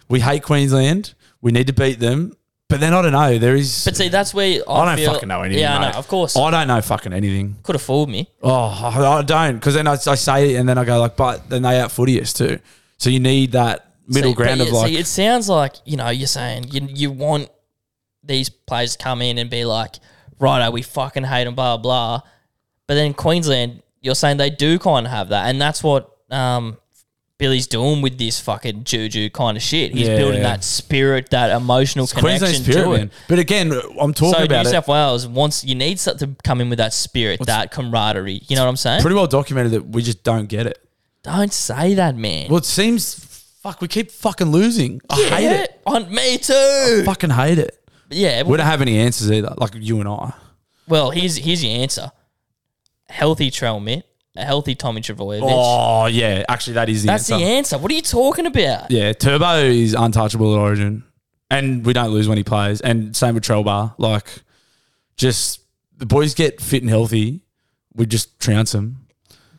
Speaker 1: we hate Queensland. We need to beat them. But then I don't know. There is.
Speaker 2: But see, that's where I,
Speaker 1: I don't
Speaker 2: feel-
Speaker 1: fucking know anything.
Speaker 2: Yeah, I
Speaker 1: mate.
Speaker 2: know. Of course,
Speaker 1: I don't know fucking anything.
Speaker 2: could have fooled me.
Speaker 1: Oh, I I don't, because then I, I say it, and then I go like, but then they out footy us too. So you need that middle
Speaker 2: See, but
Speaker 1: ground of
Speaker 2: yeah,
Speaker 1: like,
Speaker 2: see, it sounds like you know you're saying you you want these players to come in and be like, righto, we fucking hate them, blah blah. But then in Queensland, you're saying they do kind of have that, and that's what um, Billy's doing with this fucking juju kind of shit. He's
Speaker 1: Yeah.
Speaker 2: building that spirit, that emotional connection
Speaker 1: Queensland spirit,
Speaker 2: to it.
Speaker 1: man. But again, I'm talking
Speaker 2: So New
Speaker 1: about it.
Speaker 2: South Wales wants you need something to come in with that spirit, that camaraderie. You know what I'm saying?
Speaker 1: Pretty well documented that we just don't get it.
Speaker 2: Eh? Don't say that, man.
Speaker 1: Well, it seems fuck. We keep fucking losing. I hate it.
Speaker 2: On me too.
Speaker 1: Fucking hate it.
Speaker 2: Yeah.
Speaker 1: We don't have any answers either. Like you and I.
Speaker 2: Well, here's here's your answer: healthy trail mitt, a healthy Tommy Travojevic.
Speaker 1: Oh yeah, actually that is the
Speaker 2: That's
Speaker 1: answer.
Speaker 2: the answer. What are you talking about?
Speaker 1: yeah, Turbo is untouchable at Origin, and we don't lose when he plays. And same with Trelbar. Like, just the boys get fit and healthy. We just trounce them.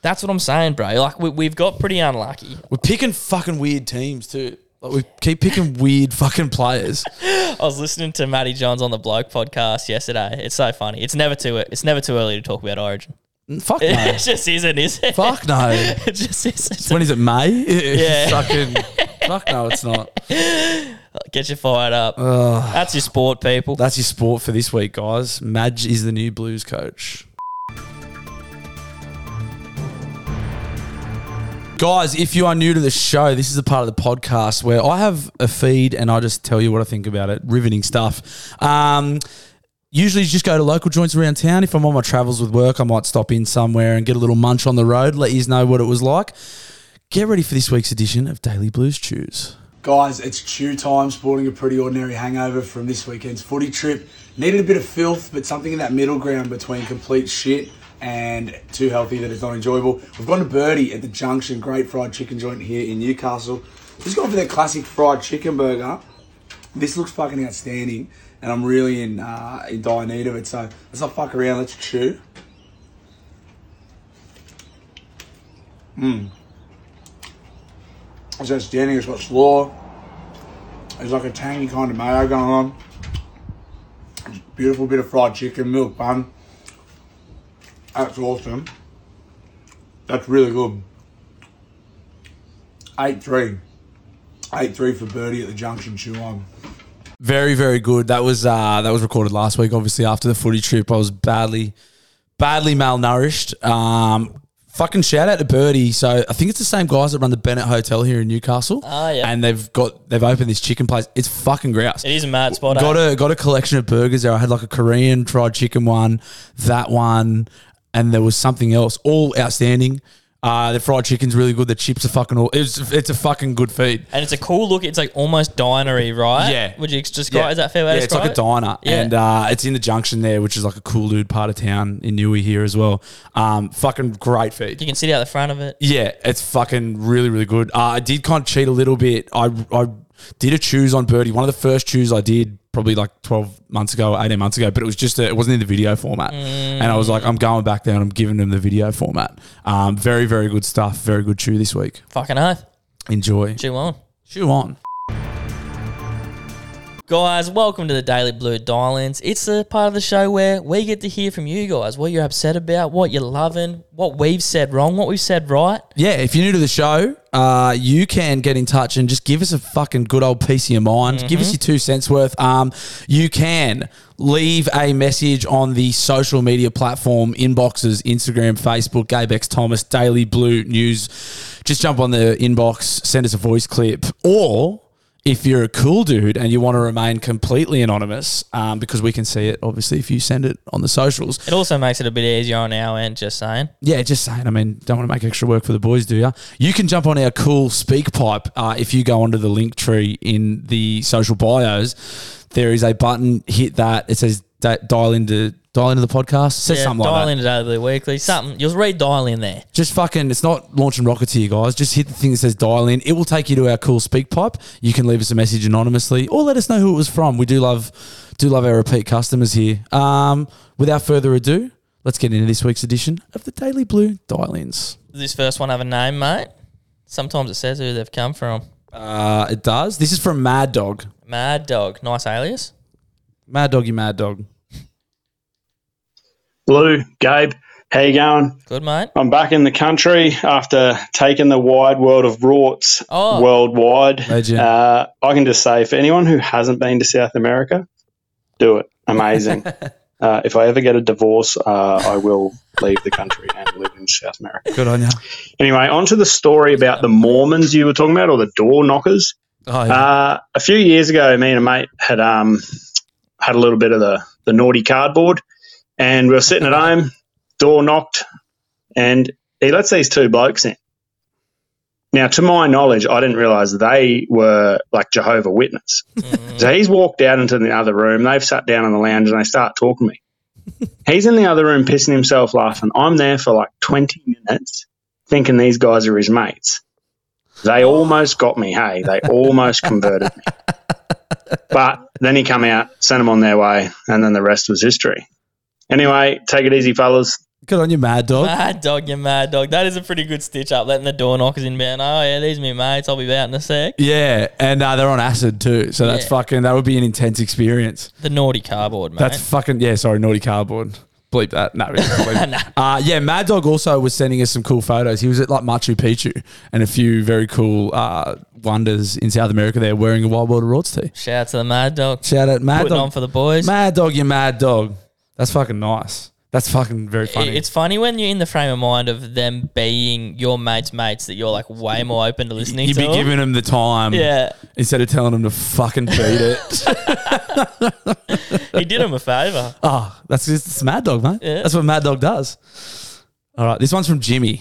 Speaker 2: That's what I'm saying, bro. Like we, we've got pretty unlucky.
Speaker 1: We're picking fucking weird teams too. Like we keep picking weird fucking players.
Speaker 2: I was listening to Matty Johns on the Bloke podcast yesterday. It's so funny. It's never too it's never too early to talk about Origin.
Speaker 1: Mm, Fuck
Speaker 2: It
Speaker 1: no.
Speaker 2: just isn't, is it?
Speaker 1: Fuck no.
Speaker 2: It just isn't.
Speaker 1: When is it May?
Speaker 2: Yeah.
Speaker 1: fucking. Fuck no, it's not. Uh,
Speaker 2: Get you fired up. That's your sport, people.
Speaker 1: That's your sport for this week, guys. Madge is the new Blues coach. Guys, if you are new to the show, this is a part of the podcast where I have a feed and I just tell you what I think about it. Riveting stuff. Um, usually just go to local joints around town. If I'm on my travels with work, I might stop in somewhere and get a little munch on the road, let you know what it was like. Get ready for this week's edition of Daily Blues Chews.
Speaker 5: Guys, it's chew time, sporting a pretty ordinary hangover from this weekend's footy trip. Needed a bit of filth, but something in that middle ground between complete shit and too healthy that it's not enjoyable. We've gone to Birdie at the Junction, great fried chicken joint here in Newcastle. Just gone for their classic fried chicken burger. This looks fucking outstanding, and I'm really in, uh, in dire need of it, so let's not fuck around, let's chew. It's outstanding. It's got slaw. There's like a tangy kind of mayo going on. Beautiful bit of fried chicken, milk bun. That's awesome. That's really good. 8 3. 8 3 for Birdie at the Junction Chew on.
Speaker 1: Very, very good. That was uh, that was recorded last week. Obviously, after the footy trip, I was badly, badly malnourished. Um, fucking shout out to Birdie. So I think it's the same guys that run the Bennett Hotel here in Newcastle.
Speaker 2: Ah, yeah.
Speaker 1: And they've got they've opened this chicken place. It's fucking grouse.
Speaker 2: It is a mad spot.
Speaker 1: Got
Speaker 2: eh?
Speaker 1: a got a collection of burgers there. I had like a Korean fried chicken one, that one, and there was something else. All outstanding. Uh, the fried chicken's really good. The chips are fucking all. It's it's a fucking good feed.
Speaker 2: And it's a cool look. It's like almost dinery, right?
Speaker 1: Yeah.
Speaker 2: Would you ex- describe? Is that a fair way
Speaker 1: yeah,
Speaker 2: to
Speaker 1: it's like
Speaker 2: describe
Speaker 1: a diner,
Speaker 2: Yeah.
Speaker 1: and uh, it's in the junction there, which is like a cool dude part of town in Newey here as well. Um, fucking great
Speaker 2: You
Speaker 1: feed.
Speaker 2: can sit out the front of it.
Speaker 1: Yeah, it's fucking really really good. Uh, I did kind of cheat a little bit. I I did a choose on Birdie, one of the first chews I did probably like twelve months ago, eighteen months ago, but it was just a, it wasn't in the video format, and I was like, I'm going back there and I'm giving them the video format. Um, very very good stuff. Very good chew this week.
Speaker 2: Fucking oath.
Speaker 1: Enjoy.
Speaker 2: Chew on.
Speaker 1: Chew on.
Speaker 2: Guys, welcome to the Daily Blue Dial-Ins. It's the part of the show where we get to hear from you guys what you're upset about, what you're loving, what we've said wrong, what we've said right.
Speaker 1: Yeah, if you're new to the show, uh, you can get in touch and just give us a fucking good old piece of your mind. Give us your two cents worth. Um, you can leave a message on the social media platform inboxes Instagram, Facebook, Gabex Thomas, Daily Blue News. Just jump on the inbox, send us a voice clip, or if you're a cool dude and you want to remain completely anonymous, um, because we can see it obviously if you send it on the socials,
Speaker 2: It also makes it a bit easier on our end, just saying.
Speaker 1: yeah, just saying. I mean, don't want to make extra work for the boys, do ya? You can jump on our cool speak pipe uh, if you go onto the link tree in the social bios. There is a button. Hit that. It says da- dial into dial into the podcast. Says
Speaker 2: Yeah,
Speaker 1: something like
Speaker 2: dial
Speaker 1: that.
Speaker 2: in to Daily Blue Weekly. Something. You'll read dial in there.
Speaker 1: Just fucking. It's not launching rockets here, guys. Just hit the thing that says dial in. It will take you to our cool speak pipe. You can leave us a message anonymously or let us know who it was from. We do love do love our repeat customers here. Um, without further ado, let's get into this week's edition of the Daily Blue Dial Ins.
Speaker 2: Does this first one have a name, mate? Sometimes it says who they've come from.
Speaker 1: Uh, it does. This is from Mad Dog.
Speaker 2: Mad Dog. Nice alias.
Speaker 1: Mad Doggy Mad Dog.
Speaker 6: Blue, Gabe, how you going?
Speaker 2: Good, mate.
Speaker 6: I'm back in the country after taking the wide world of rorts
Speaker 2: Oh.
Speaker 6: worldwide.
Speaker 1: Legend.
Speaker 6: Uh, I can just say, for anyone who hasn't been to South America, do it. Amazing. uh, if I ever get a divorce, uh, I will leave the country and live in South America.
Speaker 1: Good on you.
Speaker 6: Anyway, on to the story about the Mormons you were talking about, or the door knockers.
Speaker 1: Oh, yeah.
Speaker 6: Uh, a few years ago, me and a mate had um, had a little bit of the, the naughty cardboard, and we were sitting at home, door knocked, and he lets these two blokes in. Now, to my knowledge, I didn't realise they were like Jehovah Witness. so he's walked out into the other room. They've sat down on the lounge and they start talking to me. he's in the other room pissing himself laughing. I'm there for like 20 minutes thinking these guys are his mates. They almost got me. Hey, they almost converted me. But then he come out, sent them on their way, and then the rest was history. Anyway, take it easy, fellas.
Speaker 1: Good on you, mad dog.
Speaker 2: Mad dog, you mad dog. That is a pretty good stitch up, letting the door knockers in bound. Oh, yeah, these are me mates. I'll be out in a sec.
Speaker 1: Yeah, and uh, they're on acid too, so that's
Speaker 2: Yeah.
Speaker 1: fucking. That would be an intense experience.
Speaker 2: The naughty cardboard, mate.
Speaker 1: That's fucking. Yeah, sorry, naughty cardboard. Bleep that. No, we can't bleep. it. uh, yeah. Mad Dog also was sending us some cool photos. He was at like Machu Picchu and a few very cool uh, wonders in South America. There, wearing a Wild World of Rorts tee.
Speaker 2: Shout out to the mad dog.
Speaker 1: Shout out, Mad
Speaker 2: Putting
Speaker 1: Dog.
Speaker 2: on for the boys.
Speaker 1: Mad Dog, you mad dog. That's fucking nice. That's fucking very funny.
Speaker 2: It's funny when you're in the frame of mind of them being your mates' mates that you're like way more open to listening
Speaker 1: You'd
Speaker 2: to.
Speaker 1: be
Speaker 2: them.
Speaker 1: giving him the time
Speaker 2: Yeah.
Speaker 1: instead of telling him to fucking beat it.
Speaker 2: he did him a favor.
Speaker 1: Ah, that's just it's Mad Dog, mate.
Speaker 2: Yeah.
Speaker 1: That's what Mad Dog does. All right, this one's from Jimmy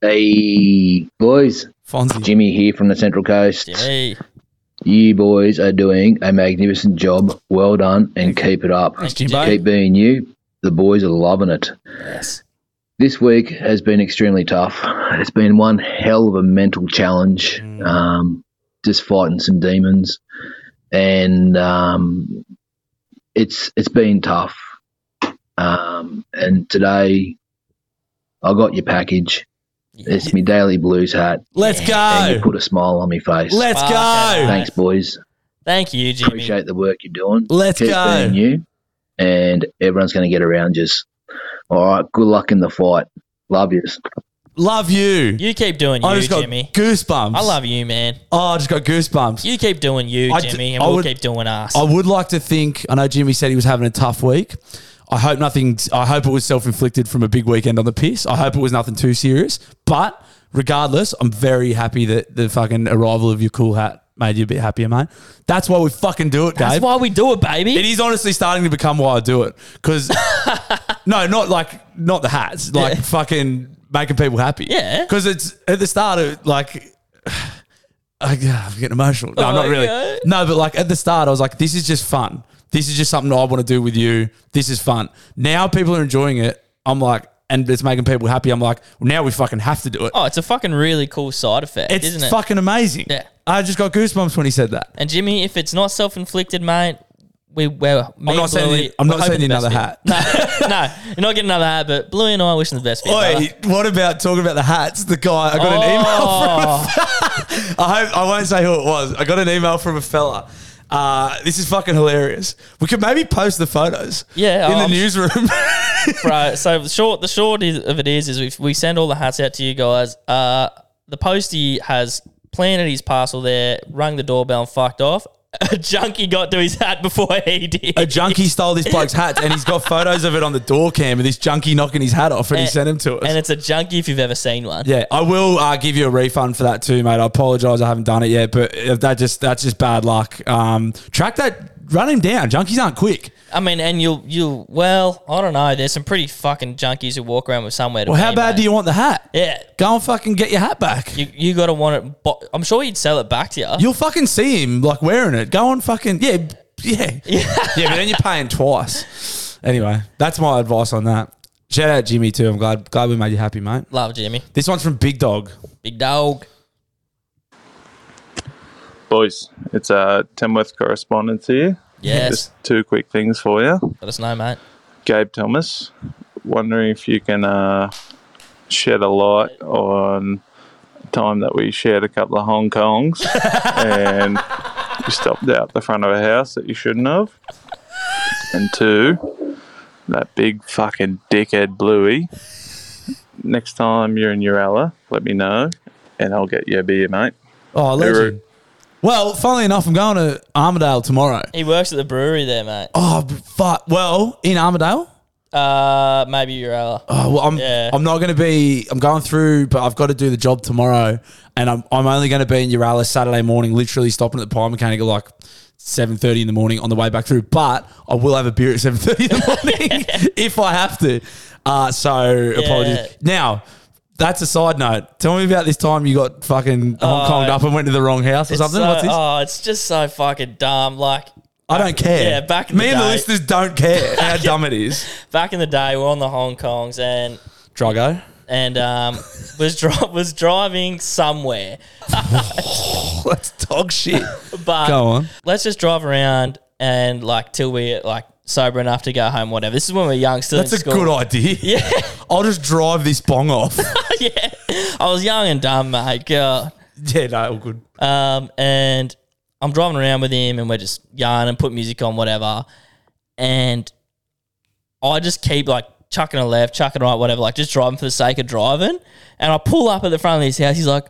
Speaker 7: Hey, boys.
Speaker 1: Fonzie.
Speaker 7: Jimmy here from the Central Coast.
Speaker 2: Gee.
Speaker 7: You boys are doing a magnificent job. Well done and keep it up.
Speaker 2: Jimbo.
Speaker 7: Keep being you. The boys are loving it.
Speaker 2: Yes.
Speaker 7: This week has been extremely tough. It's been one hell of a mental challenge, um, just fighting some demons, and um, it's it's been tough. Um, and today, I got your package. It's my daily blues hat,
Speaker 1: Let's
Speaker 7: and you
Speaker 1: go.
Speaker 7: put a smile on my face.
Speaker 1: Let's
Speaker 2: Fuck
Speaker 1: go.
Speaker 2: yeah.
Speaker 7: Thanks, boys.
Speaker 2: Thank you, Jimmy.
Speaker 7: Appreciate the work you're doing.
Speaker 1: Let's
Speaker 7: Keep
Speaker 1: go.
Speaker 7: being you, and everyone's going to get around you. All right. Good luck in the fight. Love yous.
Speaker 1: Love you.
Speaker 2: You keep doing
Speaker 1: I
Speaker 2: you,
Speaker 1: just got
Speaker 2: Jimmy.
Speaker 1: goosebumps.
Speaker 2: I love you, man.
Speaker 1: Oh, I just got goosebumps.
Speaker 2: You keep doing you,
Speaker 1: I d-
Speaker 2: Jimmy, and
Speaker 1: I
Speaker 2: we'll
Speaker 1: would-
Speaker 2: keep doing us.
Speaker 1: I would like to think. I know Jimmy said he was having a tough week. I hope nothing. I hope it was self inflicted from a big weekend on the piss. I hope it was nothing too serious. But regardless, I'm very happy that the fucking arrival of your cool hat made you a bit happier, mate. That's why we fucking do it, Dave.
Speaker 2: That's why we do it, baby.
Speaker 1: It is honestly starting to become why I do it. Because no, not like not the hats, like
Speaker 2: Yeah.
Speaker 1: fucking making people happy.
Speaker 2: Yeah.
Speaker 1: Because it's at the start of like. I, I'm getting emotional. No,
Speaker 2: Oh,
Speaker 1: not really.
Speaker 2: yeah.
Speaker 1: No, but like at the start, I was like, this is just fun. This is just something I want to do with you. This is fun. Now people are enjoying it. I'm like, and it's making people happy. I'm like, now we fucking have to do it.
Speaker 2: Oh, it's a fucking really cool side effect,
Speaker 1: it's
Speaker 2: Oh, isn't it?
Speaker 1: fucking amazing.
Speaker 2: Yeah.
Speaker 1: I just got goosebumps when he said that.
Speaker 2: and Jimmy, if it's not self-inflicted, mate, we we're me
Speaker 1: I'm
Speaker 2: and
Speaker 1: not saying
Speaker 2: Bluey,
Speaker 1: you- I'm
Speaker 2: we're
Speaker 1: not saying
Speaker 2: hoping
Speaker 1: you
Speaker 2: the best
Speaker 1: another
Speaker 2: for
Speaker 1: hat.
Speaker 2: you. no, you're not getting another hat, but Bluey and I wishing the best for you. brother.
Speaker 1: Oi, what about talking about the hats? The guy, I got an email
Speaker 2: Oh.
Speaker 1: from. A, I hope I won't say who it was. I got an email from a fella. Uh, this is fucking hilarious. We could maybe post the photos.
Speaker 2: Yeah,
Speaker 1: in the
Speaker 2: I'm-
Speaker 1: newsroom.
Speaker 2: Bro, so the short the short is, of it is is we we send all the hats out to you guys. Uh, the postie has planted his parcel there, rung the doorbell, and fucked off. A junkie got to his hat before he did.
Speaker 1: a junkie stole this bloke's hat, and he's got photos of it on the door cam of this junkie knocking his hat off, and he
Speaker 2: And-
Speaker 1: sent him to us.
Speaker 2: and it's a junkie if you've ever seen one.
Speaker 1: Yeah, I will uh, give you a refund for that too, mate. I apologise, I haven't done it yet, but if that just that's just bad luck. Um, track that, run him down. Junkies aren't quick.
Speaker 2: I mean, and you'll you'll well, I don't know. There's some pretty fucking junkies who walk around with somewhere to.
Speaker 1: Well,
Speaker 2: be,
Speaker 1: how bad
Speaker 2: mate.
Speaker 1: do you want the hat?
Speaker 2: Yeah,
Speaker 1: Go and fucking get your hat back.
Speaker 2: you you gotta want it. Bo- I'm sure you'd sell it back to you.
Speaker 1: You'll fucking see him like wearing it. Go on, fucking yeah, yeah, yeah. but then you're paying twice. Anyway, that's my advice on that. Shout out Jimmy too. I'm glad glad we made you happy, mate.
Speaker 2: Love Jimmy,
Speaker 1: This one's from Big Dog.
Speaker 2: big dog.
Speaker 3: Boys, it's uh, Timworth correspondence here.
Speaker 2: Yes,
Speaker 3: Just two quick things for you.
Speaker 2: let us know, mate.
Speaker 3: Gabe Thomas, wondering if you can uh, shed a light on time that we shared a couple of Hong Kongs and you stopped out the front of a house that you shouldn't have. And two, that big fucking dickhead Bluey. Next time you're in Uralla, let me know and I'll get you a beer, mate.
Speaker 1: Oh, legend.
Speaker 3: Hooroo.
Speaker 1: Well, funnily enough, I'm going to Armadale tomorrow.
Speaker 2: He works at the brewery there, mate.
Speaker 1: Oh, fuck. Well, in Armadale.
Speaker 2: Uh, maybe you're uh,
Speaker 1: Oh, well, I'm
Speaker 2: Yeah.
Speaker 1: I'm not going to be. I'm going through, but I've got to do the job tomorrow, and I'm I'm only going to be in Urala Saturday morning. Literally stopping at the pie mechanic at like seven thirty in the morning on the way back through. But I will have a beer at seven thirty in the morning if I have to. Uh, so
Speaker 2: Yeah.
Speaker 1: apologies. Now. That's a side note. Tell me about this time you got fucking Hong
Speaker 2: Oh,
Speaker 1: Konged up and went to the wrong house or
Speaker 2: it's
Speaker 1: something.
Speaker 2: so-
Speaker 1: What's this?
Speaker 2: Oh, it's just so fucking dumb. Like
Speaker 1: I don't care.
Speaker 2: yeah, back in
Speaker 1: me
Speaker 2: the
Speaker 1: and the
Speaker 2: day.
Speaker 1: listeners don't care how dumb it is.
Speaker 2: back in the day, we're on the Hong Kongs and
Speaker 1: Drago.
Speaker 2: and um was dri- was driving somewhere,
Speaker 1: That's dog shit.
Speaker 2: but
Speaker 1: Go on.
Speaker 2: let's just drive around and like till we like sober enough to go home, whatever. This is when we we're young, still
Speaker 1: That's
Speaker 2: in
Speaker 1: a
Speaker 2: school.
Speaker 1: good idea.
Speaker 2: Yeah.
Speaker 1: I'll just drive this bong off.
Speaker 2: yeah. I was young and dumb, mate. God.
Speaker 1: yeah, no, all good.
Speaker 2: Um, and I'm driving around with him, and we're just yarning, put music on, whatever. And I just keep like chucking a left, chucking a right, whatever, like just driving for the sake of driving. And I pull up at the front of his house. He's like,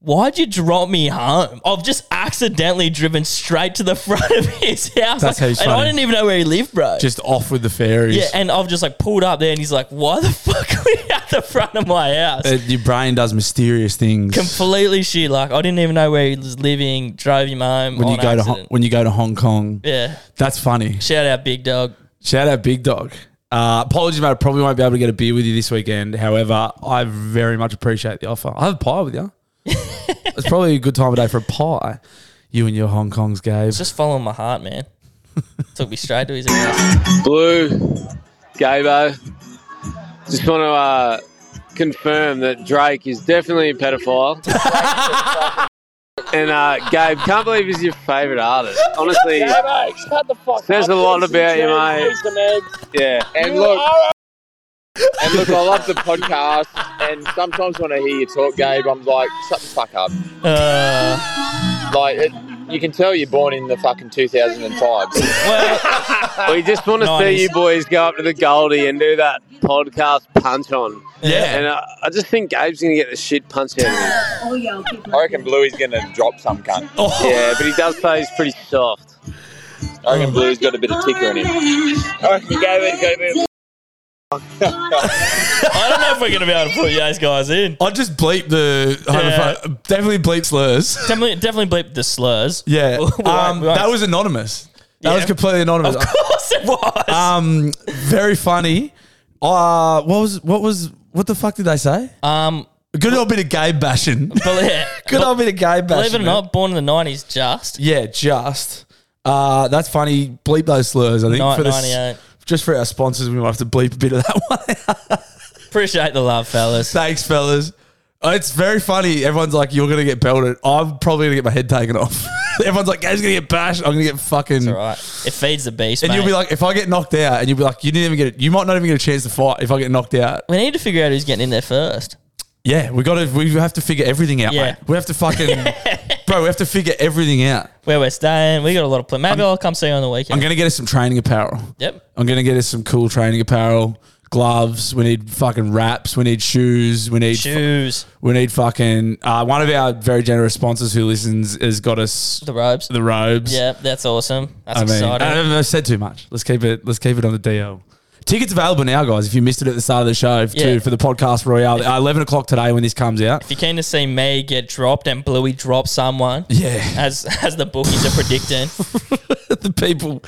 Speaker 2: Why'd you drop me home? I've just accidentally driven straight to the front of his house.
Speaker 1: That's how he's
Speaker 2: and I
Speaker 1: funny.
Speaker 2: didn't even know where he lived, bro.
Speaker 1: Just off with the fairies.
Speaker 2: yeah, and I've just like pulled up there, and he's like, "Why the fuck are we at the front of my house?"
Speaker 1: Uh, your brain does mysterious things.
Speaker 2: completely shit. Like I didn't even know where he was living. Drove him home
Speaker 1: when
Speaker 2: on
Speaker 1: you go to Hon-
Speaker 2: accident.
Speaker 1: when you go to Hong Kong.
Speaker 2: yeah.
Speaker 1: That's funny.
Speaker 2: Shout out, big dog.
Speaker 1: Shout out Big Dog. Uh, apologies, mate. I probably won't be able to get a beer with you this weekend. However, I very much appreciate the offer. I have a pie with you. it's probably a good time of day for a pie. You and your Hong Kongs, Gabe.
Speaker 2: Just following my heart, man. Took me straight to his house.
Speaker 8: Blue, Gabo. Just want to uh, confirm that Drake is definitely a pedophile. and uh, Gabe, can't believe he's your favourite artist. Honestly, says a lot about you, mate. Yeah, and look. And look, I love the podcast, and sometimes when I hear you talk, Gabe, I'm like, shut the fuck up.
Speaker 2: Uh,
Speaker 8: Like, it, you can tell you're born in the fucking 2005.
Speaker 2: well,
Speaker 8: We just want to
Speaker 2: Nineties.
Speaker 8: see you boys go up to the Goldie and do that podcast punch on.
Speaker 2: Yeah.
Speaker 8: And I, I just think Gabe's going to get the shit punched out of him.
Speaker 9: I reckon Bluey's going to drop some cunt.
Speaker 8: Yeah, but he does say he's pretty soft.
Speaker 9: I reckon Bluey's got a bit of ticker in him. I reckon Gabe's got a bit of
Speaker 2: I don't know if we're gonna be able to put those guys in.
Speaker 1: I just bleep the homopho- definitely bleep slurs.
Speaker 2: Definitely, definitely bleep the slurs.
Speaker 1: Yeah,
Speaker 2: We won't-
Speaker 1: um,
Speaker 2: we won't-
Speaker 1: that was anonymous. That
Speaker 2: Yeah.
Speaker 1: was completely anonymous.
Speaker 2: Of course it was.
Speaker 1: Um, very funny. Uh, what was what was what the fuck did they say?
Speaker 2: Um,
Speaker 1: Good old bit of gay bashing.
Speaker 2: but yeah,
Speaker 1: Good old bit of gay bashing.
Speaker 2: believe it or
Speaker 1: man.
Speaker 2: not, born in the nineties, just
Speaker 1: Yeah, just. Uh, that's funny. Bleep those slurs. I think
Speaker 2: Ni-
Speaker 1: for the s-
Speaker 2: 98.
Speaker 1: just for our sponsors, we might have to bleep a bit of that one.
Speaker 2: Appreciate the love, fellas.
Speaker 1: Thanks, fellas. Uh, It's very funny. Everyone's like, "You're gonna get belted." I'm probably gonna get my head taken off. Everyone's like, "Gabe's gonna get bashed." I'm gonna get fucking.
Speaker 2: All right, it feeds the beast.
Speaker 1: And
Speaker 2: mate.
Speaker 1: you'll be like, if I get knocked out, and you'll be like, you didn't even get it. You might not even get a chance to fight if I get knocked out.
Speaker 2: we need to figure out who's getting in there first.
Speaker 1: Yeah, we got to. We have to figure everything out,
Speaker 2: Yeah.
Speaker 1: mate. We have to fucking, bro. We have to figure everything out.
Speaker 2: Where we're staying, we got a lot of play. Maybe i will come see you on the weekend.
Speaker 1: I'm gonna get us some training apparel.
Speaker 2: yep.
Speaker 1: I'm gonna get us some cool training apparel, gloves. We need fucking wraps. We need shoes. We need
Speaker 2: Shoes,
Speaker 1: we need fucking. Uh, one of our very generous sponsors who listens has got us
Speaker 2: the robes.
Speaker 1: the robes.
Speaker 2: Yep, that's awesome. That's
Speaker 1: I mean,
Speaker 2: exciting.
Speaker 1: I, have said too much. Let's keep it. Let's keep it on the DL. Tickets available now, guys. If you missed it at the start of the show,
Speaker 2: Yeah.
Speaker 1: too, for the podcast Royale, uh, eleven o'clock today when this comes out.
Speaker 2: if you're keen to see me get dropped and Bluey drop someone,
Speaker 1: Yeah,
Speaker 2: as as the bookies are predicting,
Speaker 1: the people,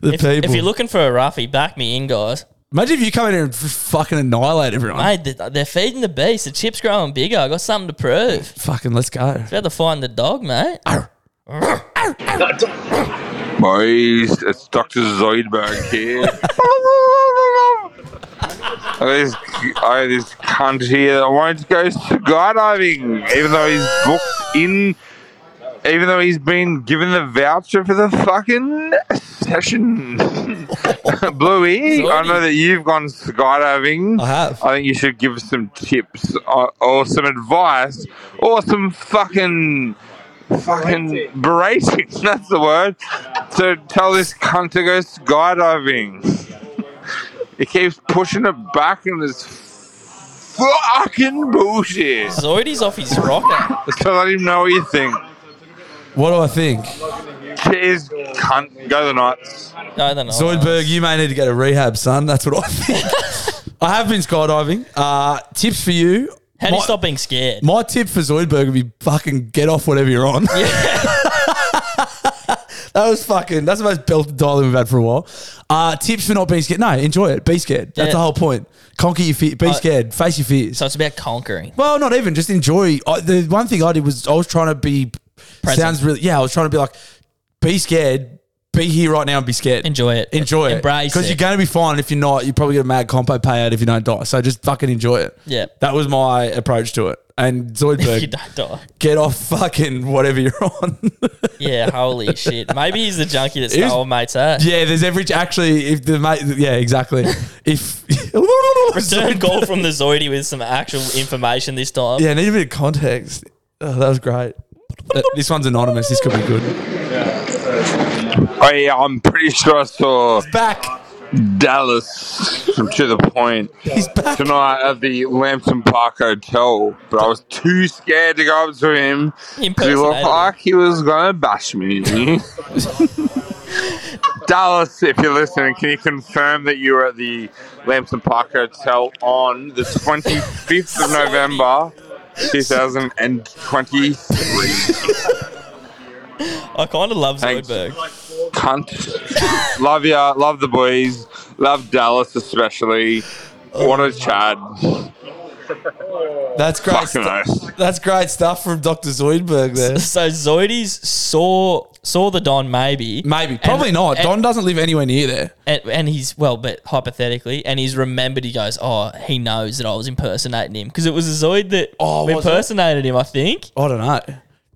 Speaker 1: the
Speaker 2: if, if
Speaker 1: people.
Speaker 2: you're looking for a roughie, back me in, guys.
Speaker 1: Imagine if you come in here and f- fucking annihilate everyone.
Speaker 2: Mate, th- they're feeding the beast. The chip's growing bigger. I got something to prove. It's
Speaker 1: Fucking let's go.
Speaker 2: about to find the dog, mate.
Speaker 10: Boys, it's Dr. Zoidberg here. I got this, I got this cunt here that wanted to go skydiving, even though he's booked in, even though he's been given the voucher for the fucking session. Bluey, I know that you've gone skydiving.
Speaker 1: I have.
Speaker 10: I think you should give some tips or, or some advice or some fucking fucking berating. That's the word. To tell this cunt to go skydiving. He keeps pushing it back and it's fucking bullshit.
Speaker 2: Zoidie's off his rocker.
Speaker 10: So let him know what you think.
Speaker 1: What do I think?
Speaker 10: Cheers, cunt. Go the nuts.
Speaker 2: No, they're not.
Speaker 1: Zoidberg, you may need to go to rehab, son. That's what I think. I have been skydiving. Uh, tips for you.
Speaker 2: How do
Speaker 1: My-
Speaker 2: you stop being scared?
Speaker 1: My tip for Zoidberg would be fucking get off whatever you're on. that was fucking. That's the most belted dial we've had for a while. Uh, tips for not being scared. No, enjoy it. Be scared. That's
Speaker 2: Yeah.
Speaker 1: the whole point. Conquer your fear. Be
Speaker 2: Uh,
Speaker 1: scared. Face your fears.
Speaker 2: so it's about conquering.
Speaker 1: Well, not even just enjoy. I, the one thing I did was I was trying to be
Speaker 2: Present.
Speaker 1: sounds really yeah. I was trying to be like, be scared, be here right now and be scared.
Speaker 2: Enjoy it.
Speaker 1: Enjoy it.
Speaker 2: Embrace
Speaker 1: because
Speaker 2: it.
Speaker 1: you're going to be fine. And if you're not, you probably get a mad compo payout if you don't die. So just fucking enjoy it.
Speaker 2: Yeah.
Speaker 1: that was my approach to it. and
Speaker 2: if you
Speaker 1: Zoidberg,
Speaker 2: don't die.
Speaker 1: get off fucking whatever you're on.
Speaker 2: Yeah, holy shit. Maybe he's the junkie that
Speaker 1: He's-
Speaker 2: stole mate's hat.
Speaker 1: yeah, there's every actually if the mate. Yeah, exactly. If
Speaker 2: Return goal from the Zoidie with some actual information this time.
Speaker 1: yeah, I need a bit of context. Oh, that was great. Uh, this one's anonymous. This could be good.
Speaker 10: Oh, yeah, I'm pretty sure I saw
Speaker 1: Back.
Speaker 10: Dallas from to the point tonight at the Lambton Park Hotel, but I was too scared to go up to him. 'cause He looked
Speaker 2: Impersonator.
Speaker 10: like he was gonna bash me. Dallas, if you're listening, can you confirm that you were at the Lambton Park Hotel on the 25th of November, 2023?
Speaker 2: I kind of love
Speaker 10: Thanks.
Speaker 2: Zoidberg.
Speaker 10: cunt. love ya, love the boys, love Dallas especially.
Speaker 2: Oh.
Speaker 10: What a Chad.
Speaker 1: That's great.
Speaker 10: Fucking
Speaker 1: Stu-
Speaker 10: nice.
Speaker 1: that's great stuff from Dr. Zoidberg there.
Speaker 2: So Zoides saw saw the Don maybe.
Speaker 1: Maybe. Probably
Speaker 2: And-
Speaker 1: not.
Speaker 2: and-
Speaker 1: Don doesn't live anywhere near there.
Speaker 2: and, and he's well, but hypothetically, and he's remembered. He goes, "Oh, he knows that I was impersonating him because it was a Zoid that
Speaker 1: Oh, was it?
Speaker 2: impersonated him." I think.
Speaker 1: I don't know.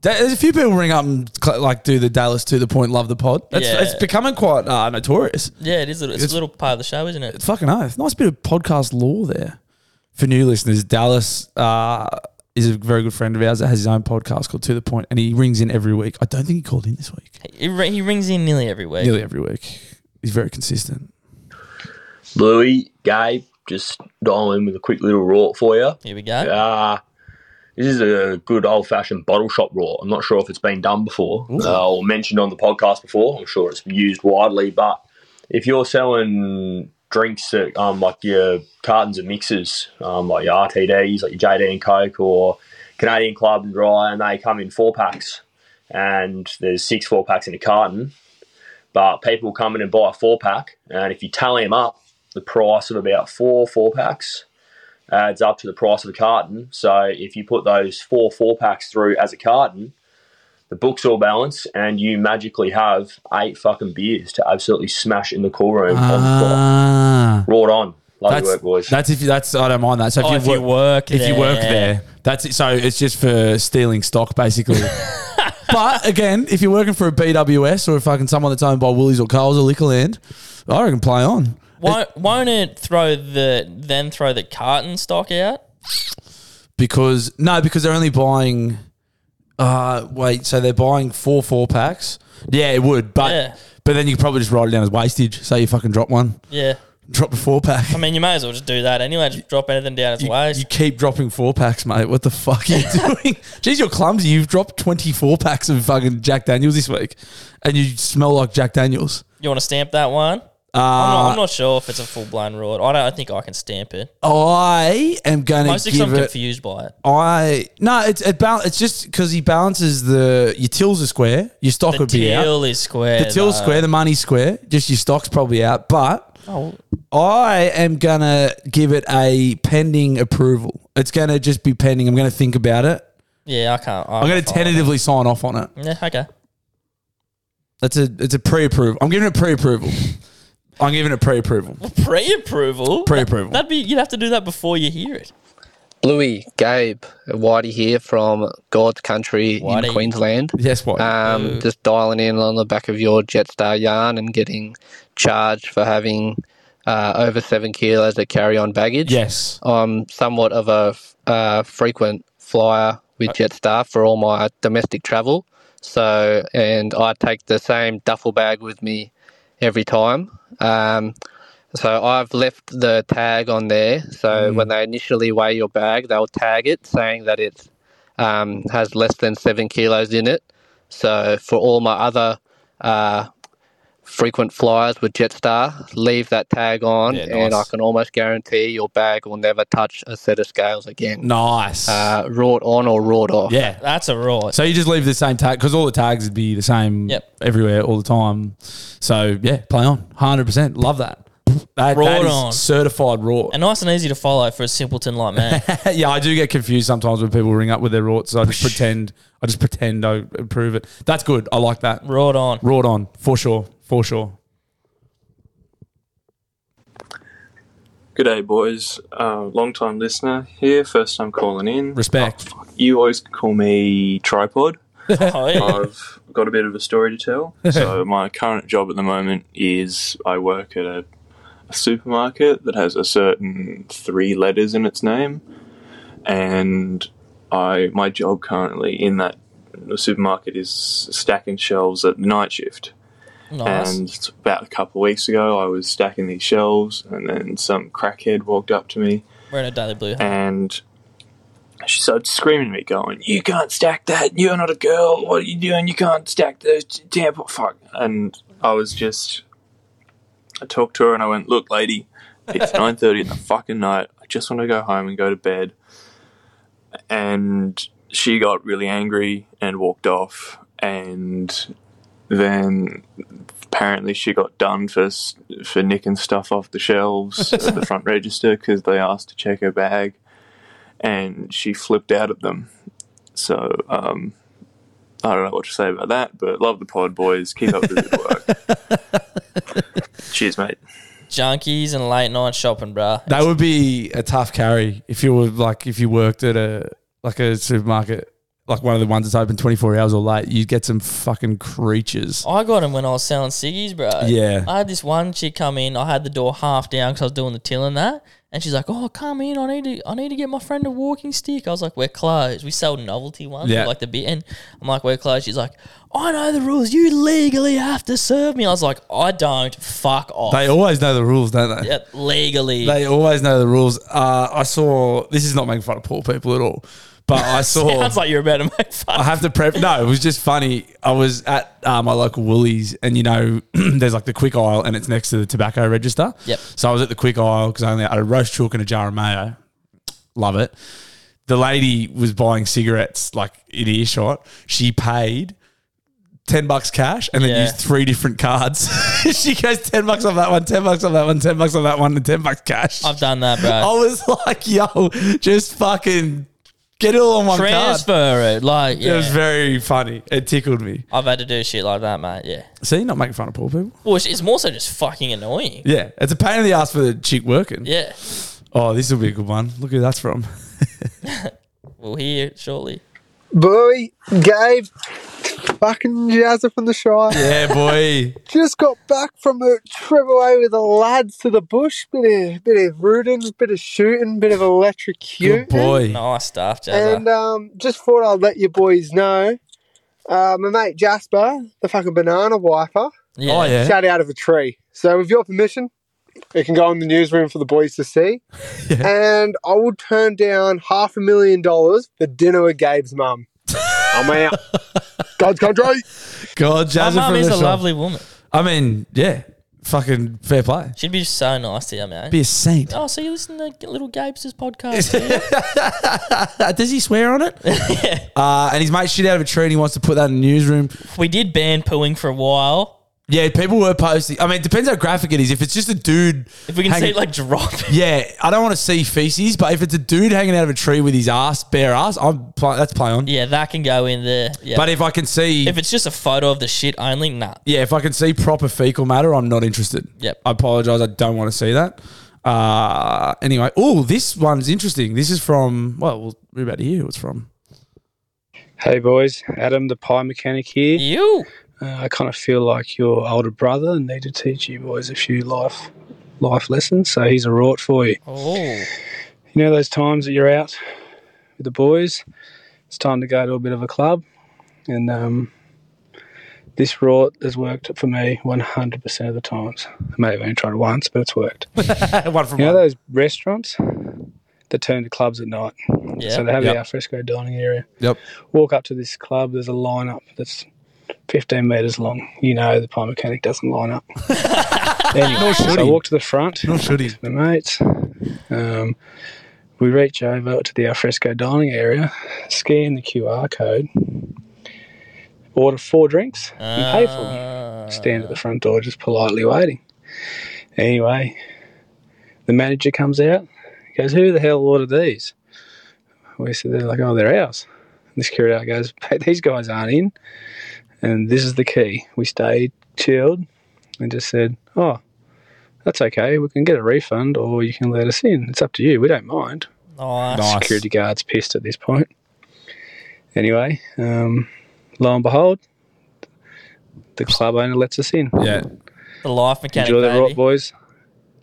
Speaker 1: There- There's a few people ring up and cl- like do the Dallas to the point, love the pod. It's,
Speaker 2: Yeah.
Speaker 1: it's becoming quite uh, notorious.
Speaker 2: Yeah, it is. A, it's, a little part of the show, isn't it?
Speaker 1: Fucking oath. Nice bit of podcast lore there. For new listeners, Dallas uh, is a very good friend of ours that has his own podcast called To the Point, and he rings in every week. I don't think he called in this week.
Speaker 2: He, ri- he rings in nearly every week.
Speaker 1: Nearly every week. He's very consistent.
Speaker 9: Louis, Gabe, just dial in with a quick little rort for you.
Speaker 2: Here we go.
Speaker 9: Uh, this is a good old fashioned bottle shop rort. I'm not sure if it's been done before uh, or mentioned on the podcast before. I'm sure it's used widely, but if you're selling drinks that um, like your cartons of mixers, um, like your RTDs, like your JD and Coke or Canadian Club and Dry, and they come in four packs, and there's six four packs in a carton, but people come in and buy a four pack, and if you tally them up, the price of about four four packs adds up to the price of a carton. So if you put those four four packs through as a carton, the books all balance, and you magically have eight fucking beers to absolutely smash in the cool room on the spot.
Speaker 1: Ah.
Speaker 9: Wrought on. Love
Speaker 1: That's,
Speaker 9: your work, boys.
Speaker 1: that's if you, that's I don't mind that. So if,
Speaker 2: Oh,
Speaker 1: you,
Speaker 2: if
Speaker 1: work,
Speaker 2: you work
Speaker 1: if you work
Speaker 2: there.
Speaker 1: there, that's it. So it's just for stealing stock basically. but again, if you're working for a BWS or a fucking someone that's owned by Woolies or Coles or Liquorland, I reckon play on.
Speaker 2: Won't, won't it throw the then throw the carton stock out?
Speaker 1: because no, because they're only buying. Uh, wait, so they're buying four four packs. Yeah, it would, but
Speaker 2: Yeah.
Speaker 1: but then you could probably just write it down as wastage. Say you fucking drop one,
Speaker 2: Yeah.
Speaker 1: drop a four pack.
Speaker 2: I mean, you may as well just do that anyway. Just drop anything down its
Speaker 1: you,
Speaker 2: waist.
Speaker 1: you keep dropping four packs, mate. What the fuck are you doing? Jeez, you're clumsy. You've dropped twenty four packs of fucking Jack Daniels this week, and you smell like Jack Daniels.
Speaker 2: You want to stamp that one? I'm,
Speaker 1: Uh,
Speaker 2: not, I'm not sure if it's a full blown rod. I don't think I can stamp it.
Speaker 1: I am gonna
Speaker 2: Mostly because
Speaker 1: give
Speaker 2: I'm
Speaker 1: it.
Speaker 2: confused by it.
Speaker 1: I no, it's it bal- It's just because he balances the your tills are square, your stock
Speaker 2: The
Speaker 1: would be out.
Speaker 2: teal is square.
Speaker 1: The till's
Speaker 2: though.
Speaker 1: square, the money's square. Just your stock's probably out. But
Speaker 2: Oh,
Speaker 1: I am going to give it a pending approval. It's going to just be pending. I'm going to think about it.
Speaker 2: yeah, I can't.
Speaker 1: I'm going to tentatively sign off on it.
Speaker 2: Yeah, okay.
Speaker 1: That's a it's a pre-approval. I'm giving it pre-approval. I'm giving it pre-approval.
Speaker 2: Pre-approval.
Speaker 1: Pre-approval.
Speaker 2: That'd be. You'd have to do that before you hear it.
Speaker 11: Bluey, Gabe, Whitey here from God's country
Speaker 2: Whitey.
Speaker 11: in Queensland.
Speaker 1: Yes, what?
Speaker 11: Um, just dialing in on the back of your Jetstar yarn and getting charged for having uh, over seven kilos of carry-on baggage.
Speaker 1: yes.
Speaker 11: I'm somewhat of a f- uh, frequent flyer
Speaker 1: Uh,
Speaker 11: with Jetstar for all my domestic travel. So, and I take the same duffel bag with me every time. Um, so I've left the tag on there. So when they initially weigh your bag, they'll tag it saying that it um, has less than seven kilos in it. So for all my other uh, frequent flyers with Jetstar, leave that tag on, and I can almost guarantee your bag will never touch a set of scales again.
Speaker 1: Nice.
Speaker 11: Uh, wrought on or wrought off.
Speaker 1: yeah.
Speaker 2: That's a rod.
Speaker 1: So you just leave the same tag because all the tags would be the same
Speaker 2: Yep.
Speaker 1: everywhere all the time. So yeah, play on, hundred percent. Love that. That,
Speaker 2: Raw
Speaker 1: that is
Speaker 2: on.
Speaker 1: certified raw.
Speaker 2: and nice and easy to follow for a simpleton like me.
Speaker 1: yeah, I do get confused sometimes when people ring up with their rorts. So I just pretend. I just pretend I approve it. That's good. I like that.
Speaker 2: Rod on.
Speaker 1: Rort on for sure. For sure.
Speaker 12: G'day, boys. Uh, Long time listener here, first time calling in.
Speaker 1: Respect.
Speaker 12: You always call me Tripod.
Speaker 2: Oh, yeah.
Speaker 12: I've got a bit of a story to tell. So, my current job at the moment is I work at a, a supermarket that has a certain three letters in its name, and I my job currently in that supermarket is stacking shelves at night shift.
Speaker 2: nice.
Speaker 12: And about a couple of weeks ago, I was stacking these shelves, and then some crackhead walked up to me
Speaker 2: We're in a daily blue. hat.
Speaker 12: and she started screaming at me, going, "You can't stack that! You're not a girl! What are you doing? You can't stack those tampons!" Fuck! And I was just, I talked to her and I went, "Look, lady, it's nine thirty in the fucking night. I just want to go home and go to bed." And she got really angry and walked off. And then apparently she got done for s- for nicking stuff off the shelves at the front register because they asked to check her bag, and she flipped out at them. So um, I don't know what to say about that, but love the pod, boys. Keep up the good work. Cheers, mate.
Speaker 2: Junkies and late night shopping, bruh.
Speaker 1: That would be a tough carry if you were like if you worked at a like a supermarket, like one of the ones that's open twenty four hours or late. You'd get some fucking creatures.
Speaker 2: I got him when I was selling ciggies, bro.
Speaker 1: Yeah.
Speaker 2: I had this one chick come in. I had the door half down because I was doing the till and that. And she's like, "Oh, come in! I need to, I need to get my friend a walking stick." I was like, "We're closed. We sell novelty ones,
Speaker 1: Yeah.
Speaker 2: like the bit." And I'm like, "We're closed." She's like, "I know the rules. You legally have to serve me." I was like, "I don't. Fuck off."
Speaker 1: They always know the rules, don't they?
Speaker 2: Yeah, legally.
Speaker 1: They always know the rules. Uh, I saw this is not making fun of poor people at all, but I saw.
Speaker 2: Sounds like you're about to make fun.
Speaker 1: I have to prep. No, it was just funny. I was at uh, my local Woolies, and you know, there's like the quick aisle, and it's next to the tobacco register.
Speaker 2: Yep.
Speaker 1: So I was at the quick aisle because I only had a roast chalk and a jar of mayo. Love it. The lady was buying cigarettes, like in earshot. She paid. 10 bucks cash and then
Speaker 2: Yeah.
Speaker 1: used three different cards. she goes 10 bucks on that one, 10 bucks on that one, 10 bucks on that one, and 10 bucks cash.
Speaker 2: I've done that, bro.
Speaker 1: I was like, yo, just fucking get it all on one card.
Speaker 2: Transfer it, like yeah.
Speaker 1: It was very funny. It tickled me.
Speaker 2: I've had to do shit like that, mate. Yeah.
Speaker 1: See, not making fun of poor people.
Speaker 2: Well, it's- it's more so just fucking annoying.
Speaker 1: Yeah, it's a pain in the ass for the chick working.
Speaker 2: Yeah.
Speaker 1: Oh, this will be a good one. Look who that's from.
Speaker 2: We'll hear it shortly.
Speaker 13: Boy, Gabe, fucking Jazza from the Shire.
Speaker 1: Yeah, boy.
Speaker 13: Just got back from a trip away with the lads to the bush. Bit of, bit of rooting, bit of shooting, bit of electrocuting.
Speaker 1: good boy. uh,
Speaker 2: Nice stuff, Jazza.
Speaker 13: And um, just thought I'd let you boys know. Uh, my mate Jasper, the fucking banana wiper,
Speaker 2: yeah.
Speaker 1: Oh yeah.
Speaker 13: shot out of a tree. So, with your permission, it can go in the newsroom for the boys to see. And I will turn down half a million dollars for dinner with Gabe's mum. I'm out. God's country.
Speaker 1: God, Jazza
Speaker 2: My mum
Speaker 1: from
Speaker 2: is
Speaker 1: the
Speaker 2: a
Speaker 1: shop.
Speaker 2: lovely woman.
Speaker 1: I mean, yeah. Fucking fair play.
Speaker 2: She'd be so nice to you, man.
Speaker 1: Be a saint.
Speaker 2: oh, so you listen to Little Gabe's podcast?
Speaker 1: Uh, does he swear on it? uh, and his mate shit out of a tree and he wants to put that in the newsroom.
Speaker 2: we did ban pooing for a while.
Speaker 1: Yeah, people were posting. I mean, it depends how graphic it is. If it's just a dude.
Speaker 2: If we can
Speaker 1: hanging-
Speaker 2: see it like drop,
Speaker 1: Yeah, I don't want to see feces, but if it's a dude hanging out of a tree with his ass, bare ass, I'm pl- that's play on.
Speaker 2: yeah, that can go in there. Yeah.
Speaker 1: But if I can see,
Speaker 2: if it's just a photo of the shit only, nah.
Speaker 1: yeah, if I can see proper fecal matter, I'm not interested.
Speaker 2: Yep.
Speaker 1: I apologize. I don't want to see that. Uh, anyway, oh, this one's interesting. This is from, well, we'll- we're about to hear who it's from.
Speaker 14: Hey boys, Adam the pie mechanic here.
Speaker 2: You
Speaker 14: Uh, I kind of feel like your older brother and need to teach you boys a few life life lessons. So he's a rort for you.
Speaker 2: oh
Speaker 14: You know those times that you're out with the boys. It's time to go to a bit of a club, and um, this rort has worked for me 100% of the times. I may have only tried it once, but it's worked.
Speaker 1: one from
Speaker 14: You know those restaurants that turn to clubs at night?
Speaker 2: yeah.
Speaker 14: So they have
Speaker 1: Yep.
Speaker 14: the alfresco dining area.
Speaker 1: Yep.
Speaker 14: Walk up to this club, there's a line up that's 15 metres long. You know the pie mechanic doesn't line up. anyway, so I
Speaker 1: he.
Speaker 14: walk to the front,
Speaker 1: Nor should he.
Speaker 14: my mates. Um, we reach over to the alfresco dining area, scan the QR code, order four drinks, and pay for them
Speaker 2: Uh,
Speaker 14: stand at the front door just politely waiting. Anyway, the manager comes out, goes, Who the hell ordered these? We said, They're like, Oh, they're ours. And this security guard goes, "But These guys aren't in. And this is the key. We stayed chilled and just said, Oh, That's okay. We can get a refund or you can let us in. It's up to you. We don't mind.
Speaker 2: Nice.
Speaker 14: Security guard's pissed at this point. Anyway, um, lo and behold, the club owner lets us in.
Speaker 1: Yeah.
Speaker 2: The life mechanic.
Speaker 14: Enjoy the
Speaker 2: baby.
Speaker 14: rot, boys.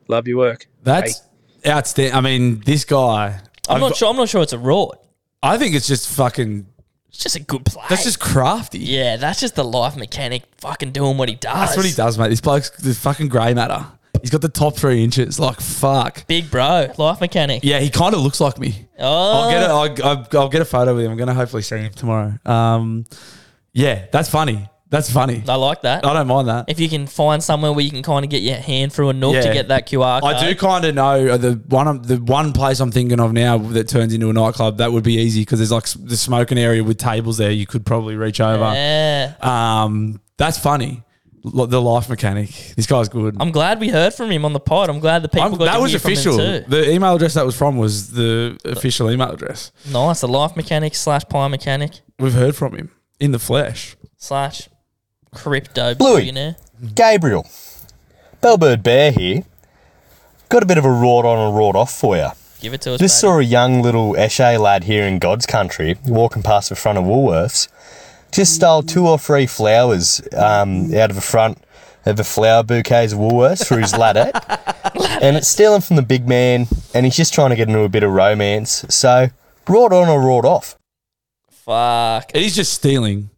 Speaker 14: Love your work.
Speaker 1: That's outstanding. I mean, this guy.
Speaker 2: I'm not sure. I'm not sure it's a rot.
Speaker 1: I think it's just fucking.
Speaker 2: It's just a good play.
Speaker 1: That's just crafty.
Speaker 2: yeah, that's just the life mechanic fucking doing what he does.
Speaker 1: That's what he does, mate. This bloke's the fucking grey matter. He's got the top three inches. Like fuck.
Speaker 2: Big bro, life mechanic.
Speaker 1: Yeah, he kind of looks like me.
Speaker 2: Oh,
Speaker 1: I'll get a, I'll, I'll, I'll get a photo with him. I'm gonna hopefully see him tomorrow. Um, yeah, that's funny. That's funny.
Speaker 2: I like that.
Speaker 1: I don't mind that.
Speaker 2: if you can find somewhere where you can kind of get your hand through a nook to
Speaker 1: Yeah.
Speaker 2: get that QR code.
Speaker 1: I do kind of know uh, the one I'm- the one place I'm thinking of now that turns into a nightclub that would be easy because there's like s- the smoking area with tables there you could probably reach over.
Speaker 2: Yeah.
Speaker 1: Um, that's funny. L- the life mechanic. This guy's good.
Speaker 2: I'm glad we heard from him on the pod. I'm glad the people
Speaker 1: I'm-
Speaker 2: got
Speaker 1: that
Speaker 2: to
Speaker 1: was
Speaker 2: hear
Speaker 1: official.
Speaker 2: From him too.
Speaker 1: The email address that was from was the official email address.
Speaker 2: Nice, the life mechanic slash pie mechanic
Speaker 1: We've heard from him in the flesh.
Speaker 2: slash crypto
Speaker 15: Bluey.
Speaker 2: billionaire.
Speaker 15: Gabriel, Bellbird Bear here. Got a bit of a rort on and rort off for you.
Speaker 2: Give it to us.
Speaker 15: Just
Speaker 2: baby.
Speaker 15: saw a young little Eshe lad here in God's country walking past the front of Woolworths. Just stole two or three flowers um, out of the front of the flower bouquets of Woolworths for his ladette. and it's stealing from the big man, and he's just trying to get into a bit of romance. So, rort on or rort off.
Speaker 2: Fuck.
Speaker 1: He's just stealing.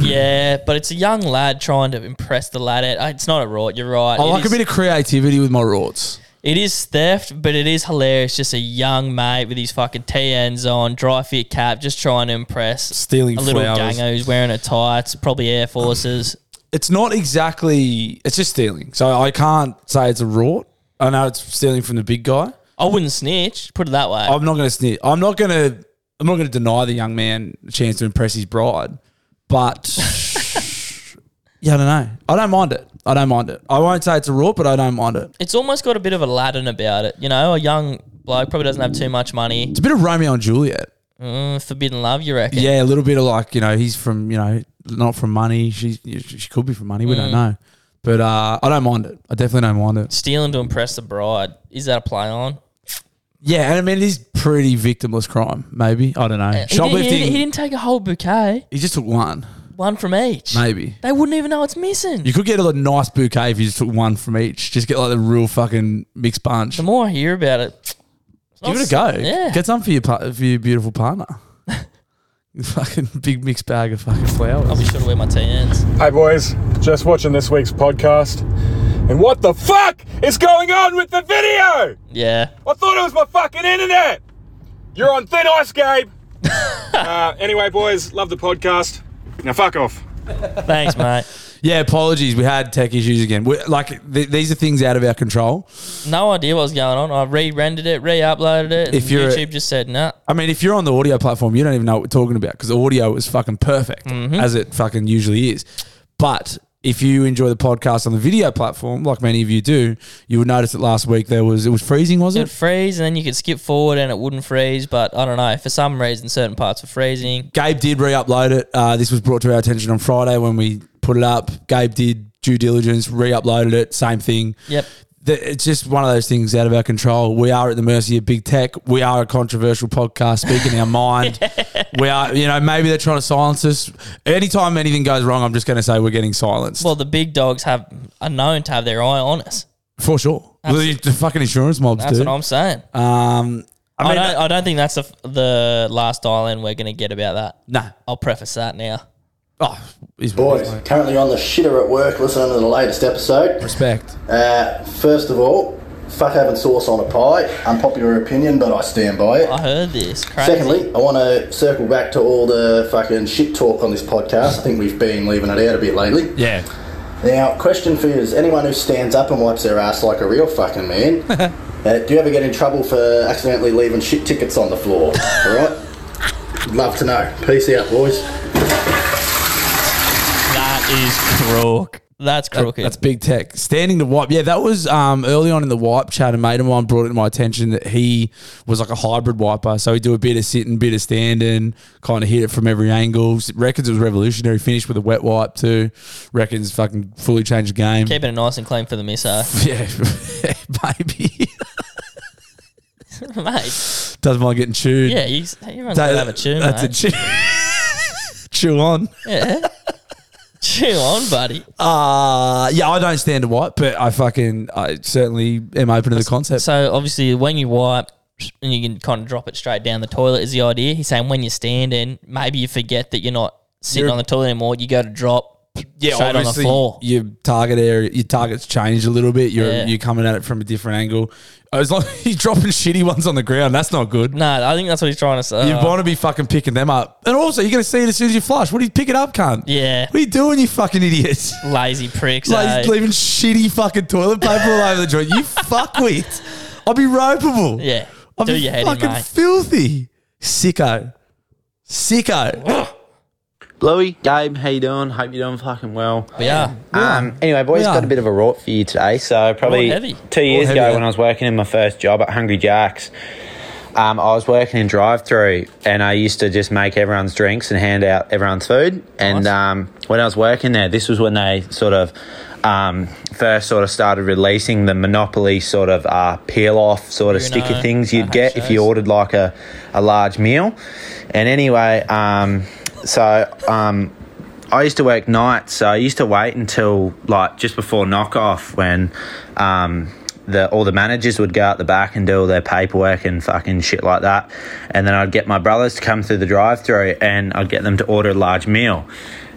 Speaker 2: Yeah, but it's a young lad trying to impress the lad. At, it's not a rot. You're right.
Speaker 1: I
Speaker 2: It
Speaker 1: like
Speaker 2: is-
Speaker 1: a bit of creativity with my rorts.
Speaker 2: It is theft, but it is hilarious. Just a young mate with his fucking TNs on, dry fit cap, just trying to impress.
Speaker 1: Stealing
Speaker 2: a little
Speaker 1: flowers.
Speaker 2: gango who's wearing a tights, probably Air Forces.
Speaker 1: It's not exactly. It's just stealing. So I can't say it's a rort. I know it's stealing from the big guy.
Speaker 2: I wouldn't snitch. Put it that way.
Speaker 1: I'm not going to snitch. I'm not going to. I'm not going to deny the young man a chance to impress his bride, but yeah, I don't know. I don't mind it. I don't mind it. I won't say it's a rort, but I don't mind it.
Speaker 2: It's almost got a bit of Aladdin about it. You know, a young bloke probably doesn't have too much money.
Speaker 1: It's a bit of Romeo and Juliet.
Speaker 2: Mm, forbidden love, you reckon?
Speaker 1: Yeah, a little bit of like you know he's from you know not from money. She she could be from money. We
Speaker 2: Mm.
Speaker 1: don't know, but uh, I don't mind it. I definitely don't mind it.
Speaker 2: Stealing to impress the bride. Is that a play on?
Speaker 1: Yeah, and I mean it is pretty victimless crime. Maybe I don't know.
Speaker 2: He didn't-
Speaker 1: Shoplifting.
Speaker 2: He, didn't- he didn't take a whole bouquet,
Speaker 1: he just took one,
Speaker 2: one from each.
Speaker 1: maybe.
Speaker 2: They wouldn't even know it's missing.
Speaker 1: You could get a lot- nice bouquet if you just took one from each. Just get like the real fucking mixed bunch.
Speaker 2: The more I hear about it, it's
Speaker 1: Give
Speaker 2: not
Speaker 1: it a go.
Speaker 2: so- Yeah.
Speaker 1: Get some for your par- for your beautiful partner. fucking big mixed bag of fucking flowers.
Speaker 2: I'll be sure to wear my TNs.
Speaker 16: Hi, boys. Just watching this week's podcast. And what the fuck is going on with the video?
Speaker 2: Yeah.
Speaker 16: I thought it was my fucking internet. You're on thin ice, Gabe. uh, anyway, boys, love the podcast. Now, fuck off.
Speaker 2: Thanks, mate.
Speaker 1: Yeah, apologies. We had tech issues again. We're, like th- these are things out of our control.
Speaker 2: No idea what was going on. I re-rendered it, re-uploaded it. And
Speaker 1: If you're-
Speaker 2: YouTube just said no.
Speaker 1: I mean, if you're on the audio platform, you don't even know what we're talking about because the audio is fucking perfect
Speaker 2: Mm-hmm.
Speaker 1: as it fucking usually is. But if you enjoy the podcast on the video platform, like many of you do, you would notice that last week there was it was freezing, was
Speaker 2: It would
Speaker 1: it?
Speaker 2: freeze, and then you could skip forward, and it wouldn't freeze. But I don't know. For some reason, certain parts were freezing.
Speaker 1: Gabe did re-upload it. Uh, this was brought to our attention on Friday when we put it up. Gabe did due diligence, re-uploaded it, same thing.
Speaker 2: Yep.
Speaker 1: The- It's just one of those things out of our control. We are at the mercy of big tech. We are a controversial podcast, speaking our mind. We are, you know, maybe they're trying to silence us. Anytime anything goes wrong, I'm just going to say we're getting silenced
Speaker 2: Well, the big dogs have are known to have their eye on us.
Speaker 1: for sure. Well, The, the fucking insurance mobs
Speaker 2: That's
Speaker 1: do.
Speaker 2: what I'm saying.
Speaker 1: Um,
Speaker 2: I,
Speaker 1: I mean,
Speaker 2: don't, I don't think that's the, f- the last island we're going to get about that.
Speaker 1: Nah.
Speaker 2: I'll preface that now.
Speaker 1: Oh,
Speaker 17: Boys, currently on the shitter at work listening to the latest episode.
Speaker 1: Respect.
Speaker 17: Uh, first of all, fuck having sauce on a pie. Unpopular opinion, but I stand by it.
Speaker 2: I heard this. Crazy.
Speaker 17: Secondly, I want to circle back to all the fucking shit talk on this podcast. I think we've been leaving it out a bit lately.
Speaker 1: Yeah.
Speaker 17: Now, question for you is anyone who stands up and wipes their ass like a real fucking man, uh, do you ever get in trouble for accidentally leaving shit tickets on the floor? all right? Love to know. Peace out, boys.
Speaker 2: that is crook. That's crooked.
Speaker 1: That's big tech. Standing to wipe. Yeah, that was um, early on in the wipe chat. A mate of mine brought it to my attention that he was like a hybrid wiper. So he'd do a bit of sitting, bit of standing, kind of hit it from every angle. S- Reckons it was revolutionary. Finished with a wet wipe too. Reckons fucking fully changed the game.
Speaker 2: Keeping it nice and clean for the eh? missile.
Speaker 1: Yeah, maybe.
Speaker 2: Mate.
Speaker 1: Doesn't mind getting chewed.
Speaker 2: Yeah, you, everyone's got to have a chew,
Speaker 1: That's
Speaker 2: mate.
Speaker 1: a chew. chew on.
Speaker 2: Yeah. Chew on, buddy.
Speaker 1: Uh, yeah, I don't stand to wipe, but I fucking, I certainly am open to the concept.
Speaker 2: So obviously, when you wipe and you can kind of drop it straight down the toilet is the idea. He's saying when you're standing, maybe you forget that you're not sitting
Speaker 1: You're-
Speaker 2: on the toilet anymore. You go to drop straight on the
Speaker 1: obviously
Speaker 2: floor.
Speaker 1: Your target area, your targets change a little bit. You're
Speaker 2: Yeah.
Speaker 1: you're coming at it from a different angle. As long as you're dropping shitty ones on the ground, that's not good.
Speaker 2: No, I think that's what he's trying to say.
Speaker 1: you want to be fucking picking them up, and also you're going to see it as soon as you flush. What do you pick it up, cunt?
Speaker 2: Yeah.
Speaker 1: What are you doing, you fucking idiots?
Speaker 2: Lazy pricks.
Speaker 1: Like
Speaker 2: eh?
Speaker 1: leaving shitty fucking toilet paper all over the joint. You fuckwit. I'll be ropeable.
Speaker 2: Yeah.
Speaker 1: I'll
Speaker 2: Do
Speaker 1: be
Speaker 2: your head in,
Speaker 1: fucking
Speaker 2: mate.
Speaker 1: filthy. Sicko. Sicko.
Speaker 18: Bluey, Gabe, how you doing? Hope you're doing fucking well.
Speaker 2: We are.
Speaker 18: Um, anyway, boys,
Speaker 2: We are.
Speaker 18: got a bit of a rort for you today. So probably
Speaker 2: Rort heavy.
Speaker 18: two
Speaker 2: Rort
Speaker 18: years
Speaker 2: heavy,
Speaker 18: ago,
Speaker 2: yeah.
Speaker 18: when I was working in my first job at Hungry Jack's, um, I was working in drive-through, and I used to just make everyone's drinks and hand out everyone's food. And um, when I was working there, this was when they sort of um, first sort of started releasing the monopoly sort of uh, peel-off sort of
Speaker 19: Bruno,
Speaker 18: sticker things you'd
Speaker 19: uh,
Speaker 18: get if you
Speaker 19: shows.
Speaker 18: ordered like a, a large meal. And anyway, um, so um, I used to work nights, so I used to wait until like just before knockoff when um, the all the managers would go out the back and do all their paperwork and fucking shit like that, and then I'd get my brothers to come through the drive-through and I'd get them to order a large meal.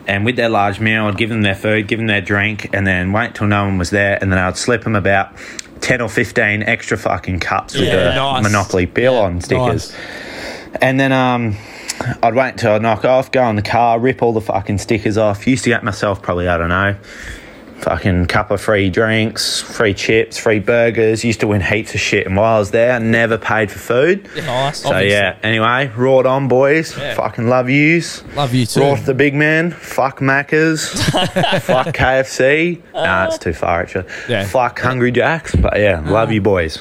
Speaker 18: And with their large meal, I'd give them their food, give them their drink, and then wait till no one was there, and then I'd slip them about ten or fifteen extra fucking cups with
Speaker 19: Yeah,
Speaker 18: the
Speaker 19: nice.
Speaker 18: Monopoly bill on stickers. And then um, I'd wait until I knock off, go in the car, rip all the fucking stickers off. Used to get myself probably, I don't know, fucking cup of free drinks, free chips, free burgers. Used to win heaps of shit. And while I was there, never paid for food.
Speaker 2: Nice.
Speaker 18: So yeah. Anyway, roared on, boys.
Speaker 2: Yeah.
Speaker 18: Fucking love yous.
Speaker 1: Love you too.
Speaker 18: Roth the big man. Fuck Macca's. fuck KFC. Nah, it's too far actually. Yeah. Fuck Hungry Jacks. But yeah, love you boys.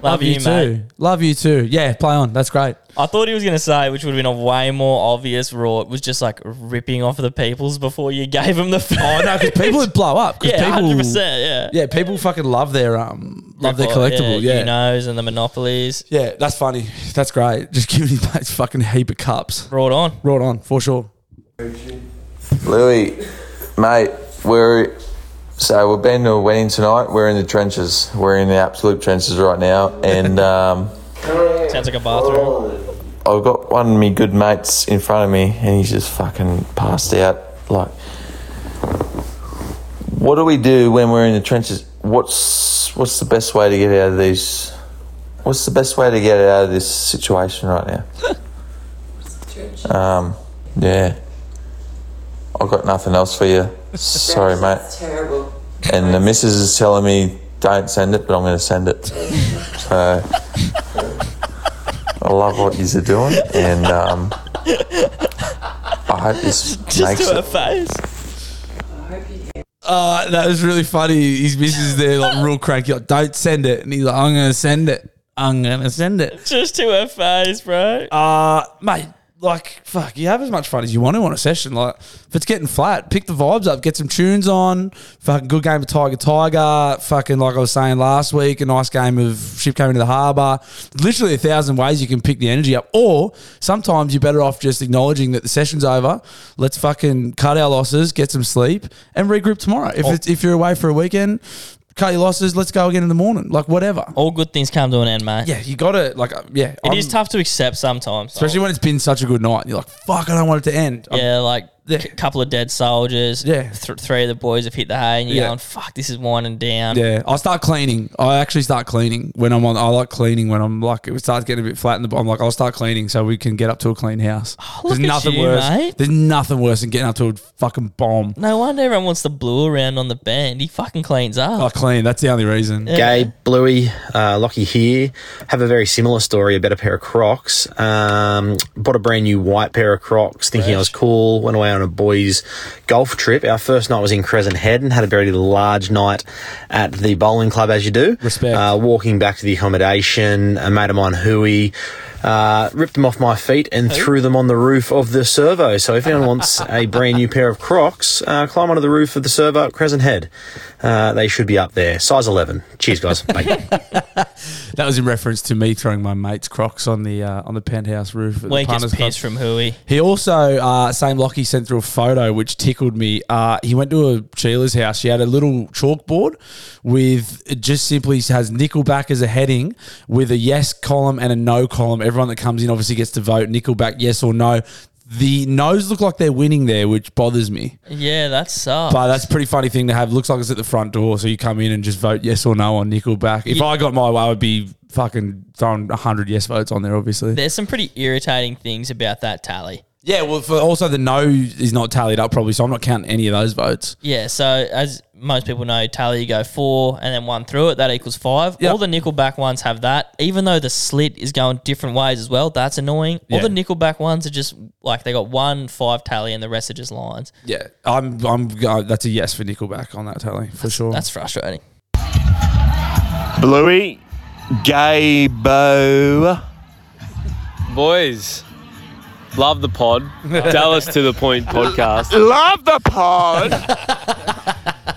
Speaker 2: Love you,
Speaker 1: too.
Speaker 2: mate.
Speaker 1: Love you too. Yeah, play on. That's great.
Speaker 2: I thought he was going to say, which would have been a way more obvious rort, was just like ripping off the peoples before you gave them the food.
Speaker 1: Oh no, because people would blow up. 'cause
Speaker 2: Yeah,
Speaker 1: people,
Speaker 2: 100%, yeah.
Speaker 1: yeah. People fucking love their um, love their
Speaker 2: Report,
Speaker 1: collectible. Yeah,
Speaker 2: Unos and the Monopolies.
Speaker 1: yeah, that's funny. That's great. Just give me that fucking heap of cups.
Speaker 2: Brought on,
Speaker 1: brought on for sure.
Speaker 20: Louis, mate, we're so we've been to a wedding tonight. We're in the trenches. We're in the absolute trenches right now, and um,
Speaker 2: Sounds like a bathroom.
Speaker 20: I've got one of my good mates in front of me, and he's just fucking passed out. Like, what do we do when we're in the trenches? What's what's the best way to get out of these? What's the best way to get out of this situation right now? Um, yeah. I've got nothing else for you. Sorry, mate.
Speaker 21: terrible.
Speaker 20: And the missus is telling me don't send it, but I'm going to send it. So I love what yous are doing, and um, I hope this
Speaker 2: Just
Speaker 20: makes
Speaker 2: to her
Speaker 20: it.
Speaker 2: face.
Speaker 1: Uh, that was really funny. His missus there, like real cranky, like don't send it, and he's like, I'm gonna send it. I'm gonna send it.
Speaker 2: Just to her face, bro.
Speaker 1: Uh, mate, like, fuck, you have as much fun as you want to on a session. Like, if it's getting flat, pick the vibes up, get some tunes on. Fucking good game of Tiger Tiger. Fucking, like I was saying last week, a nice game of Ship Came into the Harbour. Literally a thousand ways you can pick the energy up. Or sometimes you're better off just acknowledging that the session's over. Let's fucking cut our losses, get some sleep, and regroup tomorrow. If, it's, if you're away for a weekend, cut your losses, let's go again in the morning. Like, whatever.
Speaker 2: All good things come to an end, mate.
Speaker 1: Yeah, you got to, like, uh, yeah.
Speaker 2: It is
Speaker 1: I'm-
Speaker 2: tough to accept sometimes.
Speaker 1: Especially when it's been such a good night, and you're like, "Fuck, I don't want it to end." I'm-
Speaker 2: Yeah, like a couple of dead soldiers. Yeah, th- three of the boys have hit the hay, and you're
Speaker 1: Yeah.
Speaker 2: going, "Fuck, this is winding down."
Speaker 1: yeah. I start cleaning. I actually start cleaning when I'm on. I like cleaning when I'm like it starts getting a bit flat in the. bo- I'm like, I'll start cleaning so we can get up to a clean house.
Speaker 2: Oh, look at you,
Speaker 1: worse.
Speaker 2: mate.
Speaker 1: There's nothing worse than getting up to a fucking bomb.
Speaker 2: No wonder everyone wants to blue around on the band. He fucking cleans up.
Speaker 1: I Oh, clean. That's the only reason.
Speaker 19: Gabe, Bluey, uh, Lockie here have a very similar story about a pair of Crocs. Um, bought a brand new white pair of Crocs, thinking I was cool. Went away away on a boys' golf trip. Our first night was in Crescent Head and had a very large night at the bowling club, as you do. Respect. Uh, walking back to the accommodation, a mate of mine, Huey, uh, ripped them off my feet and threw them on the roof of the servo. So if anyone wants a brand new pair of Crocs, uh, climb onto the roof of the servo at Crescent Head. Uh, they should be up there, size 11. Cheers, guys. Bye.
Speaker 1: That was in reference to me throwing my mate's Crocs on the uh, on the penthouse roof. At the
Speaker 2: Wank is
Speaker 1: Punters Club.
Speaker 2: pissed from Hui.
Speaker 1: He also, uh, same Lockie sent through a photo which tickled me. Uh, he went to a Sheila's house. She had a little chalkboard with it just simply has Nickelback as a heading with a yes column and a no column. Everyone that comes in obviously gets to vote Nickelback yes or no. The no's look like they're winning there, which bothers me.
Speaker 2: Yeah, that sucks.
Speaker 1: But that's a pretty funny thing to have. Looks like it's at the front door, so you come in and just vote yes or no on Nickelback. If
Speaker 2: Yeah.
Speaker 1: I got my way, I would be fucking throwing hundred yes votes on there, obviously.
Speaker 2: There's some pretty irritating things about that tally.
Speaker 1: Yeah, well, for also the no is not tallied up probably, so I'm not counting any of those votes.
Speaker 2: Yeah, so as most people know, tally you go four and then one through it, that equals five. All the nickelback ones have that, even though the slit is going different ways as well. That's annoying. All
Speaker 1: Yeah.
Speaker 2: the nickelback ones are just like they got one five tally and the rest are just lines.
Speaker 1: Yeah, I'm. I'm. Uh, that's a yes for Nickelback on that tally for sure. That's
Speaker 2: frustrating.
Speaker 22: Bluey, Gabo.
Speaker 8: Boys, love the pod. Dallas to the point podcast.
Speaker 23: Love the pod.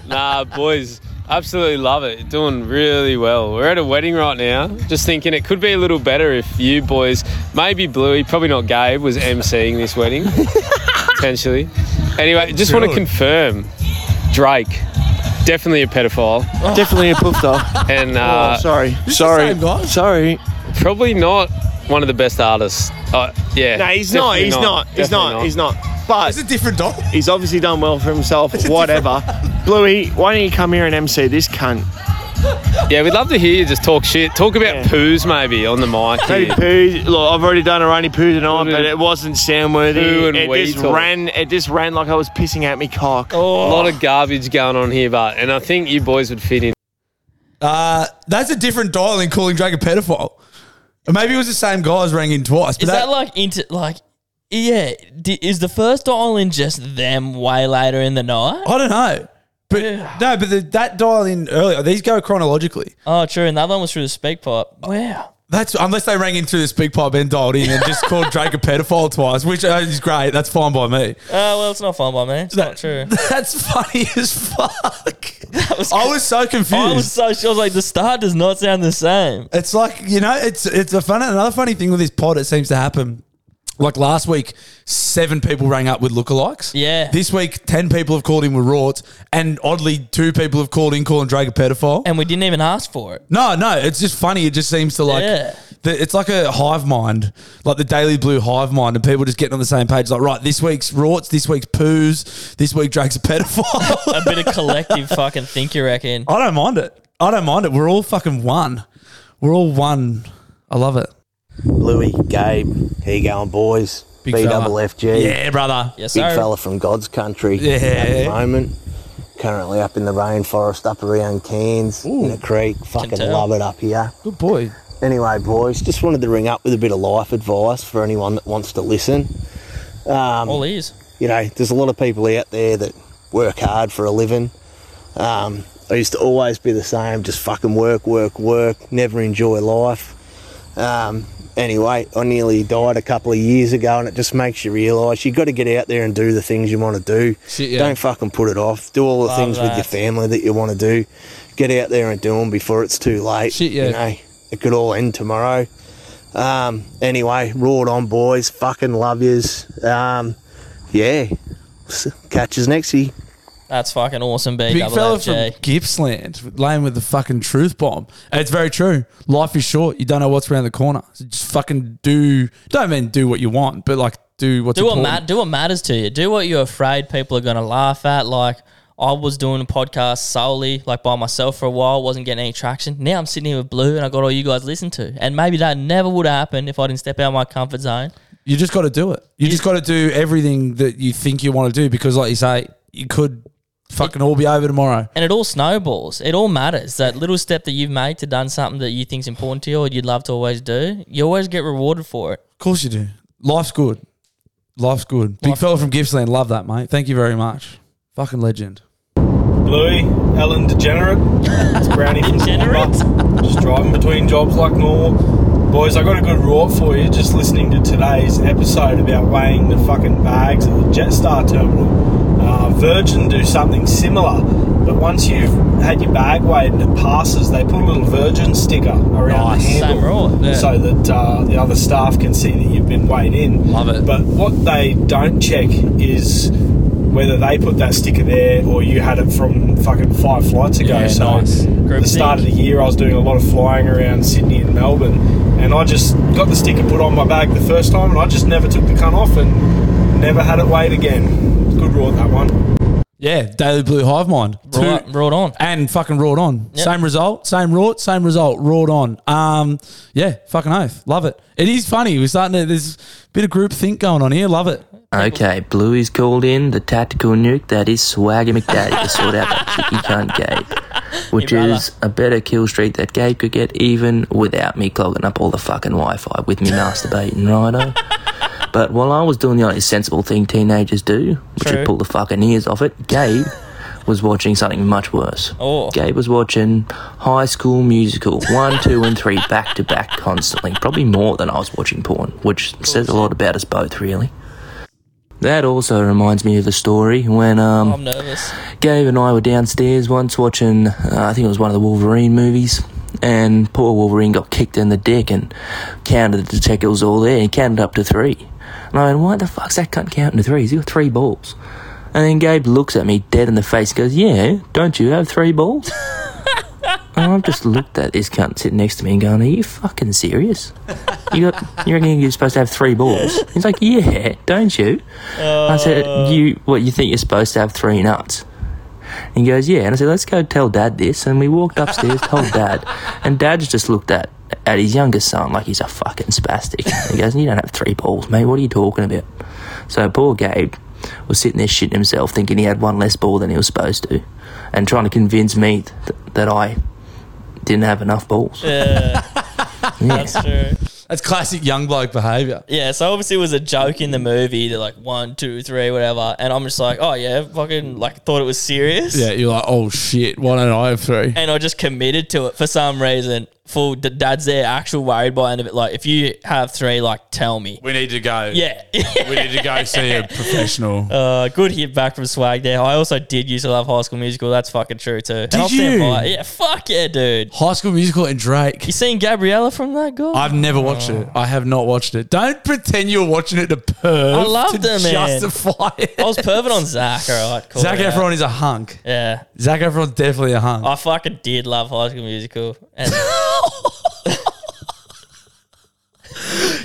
Speaker 8: Nah, boys, absolutely love it. Doing really well. We're at a wedding right now. Just thinking it could be a little better if you boys, maybe Bluey, probably not Gabe, was emceeing this wedding potentially. Anyway, just want to
Speaker 22: Good.
Speaker 8: confirm, Drake. Definitely a pedophile.
Speaker 22: Definitely a poofter.
Speaker 8: And uh,
Speaker 22: Oh, sorry. This the Sorry. same guy?
Speaker 8: sorry. Probably not one of the best artists. Uh, yeah.
Speaker 22: No, he's not.
Speaker 8: definitely
Speaker 22: He's not. He's
Speaker 8: Definitely
Speaker 22: not. He's not. But it's a different dog. He's obviously done well for himself. Whatever. Bluey, why don't you come here and MC this cunt?
Speaker 8: Yeah, we'd love to hear you just talk shit. Talk about poos maybe on the mic.
Speaker 22: Tony
Speaker 8: here.
Speaker 22: Poo, look, I've already done a runny poo tonight, but it wasn't sound worthy.
Speaker 8: Poo and
Speaker 22: It
Speaker 8: wee
Speaker 22: just
Speaker 8: talk. Oh.
Speaker 22: ran. It just ran like I was pissing out me cock.
Speaker 8: A lot of garbage going on here, but and I think you boys would fit in.
Speaker 1: Uh, that's a different dial than calling Drake a pedophile. Or maybe it was the same guys rang in twice. But
Speaker 2: Is that, like into like yeah? D- is the first dial in just them way later in the night?
Speaker 1: I don't know, but no, but the, that dial in earlier. These go chronologically.
Speaker 2: Oh, true. And the other one was through the speak pipe. Wow.
Speaker 1: That's unless they rang in through the speak pipe and dialed in and just called Drake a pedophile twice, which uh, is great. That's fine by me.
Speaker 2: Oh, well, it's not fun by me. It's not true.
Speaker 1: That's funny as fuck. I was so confused.
Speaker 2: I was so sure. I was like, the star does not sound the same.
Speaker 1: It's like you know, it's it's a fun another funny thing with this pod. It seems to happen. Like last week, seven people rang up with lookalikes.
Speaker 2: Yeah.
Speaker 1: This week, ten people have called in with rorts, and oddly, two people have called in calling Drake a pedophile.
Speaker 2: And we didn't even ask for it.
Speaker 1: No, no, it's just funny. It just seems to like
Speaker 2: Yeah.
Speaker 1: the, it's like a hive mind, like the Daily Blue hive mind, and people just getting on the same page. Like, right, this week's rorts, this week's poos, this week Drake's a pedophile.
Speaker 2: A bit of collective fucking think, you reckon?
Speaker 1: I don't mind it. I don't mind it. We're all fucking one. We're all one. I love it.
Speaker 24: Bluey, Gabe, how you going, boys?
Speaker 1: Big
Speaker 24: BWFG.
Speaker 1: fella. Yeah, brother. Yes,
Speaker 24: Big
Speaker 1: sir.
Speaker 24: fella from God's country.
Speaker 1: Yeah.
Speaker 24: At the moment, currently up in the rainforest, up around Cairns, in the creek. Fucking
Speaker 1: tell.
Speaker 24: love it up here.
Speaker 1: Good boy.
Speaker 24: Anyway, boys, just wanted to ring up with a bit of life advice for anyone that wants to listen. Um,
Speaker 2: All ears.
Speaker 24: You know, there's a lot of people out there that work hard for a living. Um, I used to always be the same, just fucking work, work, work, never enjoy life. Um, anyway, I nearly died a couple of years ago, and it just makes you realise you've got to get out there and do the things you want to do.
Speaker 1: yeah.
Speaker 24: Don't fucking put it off. Do all the
Speaker 1: Love
Speaker 24: things with your
Speaker 1: that.
Speaker 24: family that you want to do. Get out there and do them before it's too late.
Speaker 1: yeah.
Speaker 24: You know, it could all end tomorrow. Um, anyway, roared on, boys. Fucking love yous. Um, yeah. S- Catch us next year.
Speaker 2: That's fucking awesome, B.
Speaker 1: Big
Speaker 2: double
Speaker 1: fella
Speaker 2: FG.
Speaker 1: from Gippsland, laying with the fucking truth bomb. And it's very true. Life is short. You don't know what's around the corner. So just fucking do. Don't mean do what you want, but like do what's
Speaker 2: do what
Speaker 1: important.
Speaker 2: mat- do what matters to you. Do what you're afraid people are gonna laugh at. Like I was doing a podcast solely like by myself for a while, wasn't getting any traction. Now I'm sitting here with Blue, and I got all you guys to listen to. And maybe that never would happen if I didn't step out of my comfort zone.
Speaker 1: You just got to do it. You just got to do everything that you think you want to do because, like you say, you could fucking all be over tomorrow.
Speaker 2: And it all snowballs. It all matters. That little step that you've made to done something that you think's important to you or you'd love to always do, you always get rewarded for it.
Speaker 1: Of course you do. Life's good. Life's good. Big fella from Gippsland. Love that, mate. Thank you very much. Fucking legend.
Speaker 4: Bluey, Ellen Degenerate. It's Brownie from Degenerate. Just driving between jobs like normal. Boys, I got a good rort for you just listening to today's episode about weighing the fucking bags at the Jetstar terminal. Uh, Virgin do something similar, but once you've had your bag weighed and it passes, they put a little Virgin sticker around
Speaker 2: Nice.
Speaker 4: the handle
Speaker 2: Same rule, yeah.
Speaker 4: so that uh, the other staff can see that you've been weighed in. Love it. But what they don't check is whether they put that sticker there or you had it from fucking five flights ago.
Speaker 2: Yeah,
Speaker 4: so
Speaker 2: nice.
Speaker 4: at the start of the year, I was doing a lot of flying around Sydney and Melbourne, and I just got the sticker put on my bag the first time, and I just never took the cunt off and never had it weighed again. Good rule that one.
Speaker 1: Yeah, Daily Blue Hive Mind.
Speaker 4: Right,
Speaker 1: roared on. And fucking roared on.
Speaker 4: Yep.
Speaker 1: Same result, same rort, same result, roared on. Um, yeah, fucking oath. Love it. It is funny. We're starting to, there's a bit of group think going on here. Love it.
Speaker 23: Okay, Bluey's called in the tactical nuke that is Swagger McDaddy to sort out that cheeky cunt Gabe, which
Speaker 25: Your brother.
Speaker 23: is a better kill streak that Gabe could get even without me clogging up all the fucking Wi-Fi with me masturbating, righto? But while I was doing the only sensible thing teenagers do, which
Speaker 2: True.
Speaker 23: is pull the fucking ears off it, Gabe was watching something much worse.
Speaker 2: Oh.
Speaker 23: Gabe was watching High School Musical 1, 2, and 3 back to back constantly, probably more than I was watching porn, which says a lot about us both, really. That also reminds me of the story when um,
Speaker 2: I'm nervous.
Speaker 23: Gabe and I were downstairs once watching, uh, I think it was one of the Wolverine movies, and poor Wolverine got kicked in the dick and counted the check it was all there. He counted up to three. And I went, why the fuck's that cunt counting to three? He's got three balls. And then Gabe looks at me dead in the face and goes, yeah, don't you have three balls? And I've just looked at this cunt sitting next to me and going, Are you fucking serious? You got you reckon you're supposed to have three balls? He's like, Yeah, don't you? I said, You what you think you're supposed to have three nuts? And he goes, Yeah. And I said, Let's go tell dad this and we walked upstairs, told dad and dad's just looked at at his youngest son like he's a fucking spastic. And he goes, You don't have three balls, mate, what are you talking about? So poor Gabe was sitting there shitting himself thinking he had one less ball than he was supposed to and trying to convince me th- that I didn't have enough balls.
Speaker 2: Yeah. That's true.
Speaker 1: That's classic young bloke behaviour.
Speaker 2: Yeah, so obviously it was a joke in the movie, to like one, two, three, whatever. And I'm just like, oh yeah, fucking like thought it was serious.
Speaker 1: Yeah, you're like, oh shit, why don't I have three?
Speaker 2: And I just committed to it for some reason. Full the dad's there, actual worried by end of it. Like, if you have three, like tell me.
Speaker 1: We need to go.
Speaker 2: Yeah.
Speaker 1: we need to go see a professional.
Speaker 2: Uh, good hit back from Swag there. I also did used to love High School Musical. That's fucking true too. And
Speaker 1: Did
Speaker 2: I'll stand
Speaker 1: you?
Speaker 2: by it. Yeah, fuck yeah, dude.
Speaker 1: High School Musical and Drake.
Speaker 2: You seen Gabriella from that girl?
Speaker 1: I've never watched it. I have not watched it. Don't pretend you're watching it to perv.
Speaker 2: I loved
Speaker 1: to
Speaker 2: it, man.
Speaker 1: Justify it.
Speaker 2: I was perving on Zach. All right, cool.
Speaker 1: Zac
Speaker 2: yeah.
Speaker 1: Efron is a hunk.
Speaker 2: Yeah.
Speaker 1: Zac Efron's definitely a hunk.
Speaker 2: I fucking did love High School Musical. And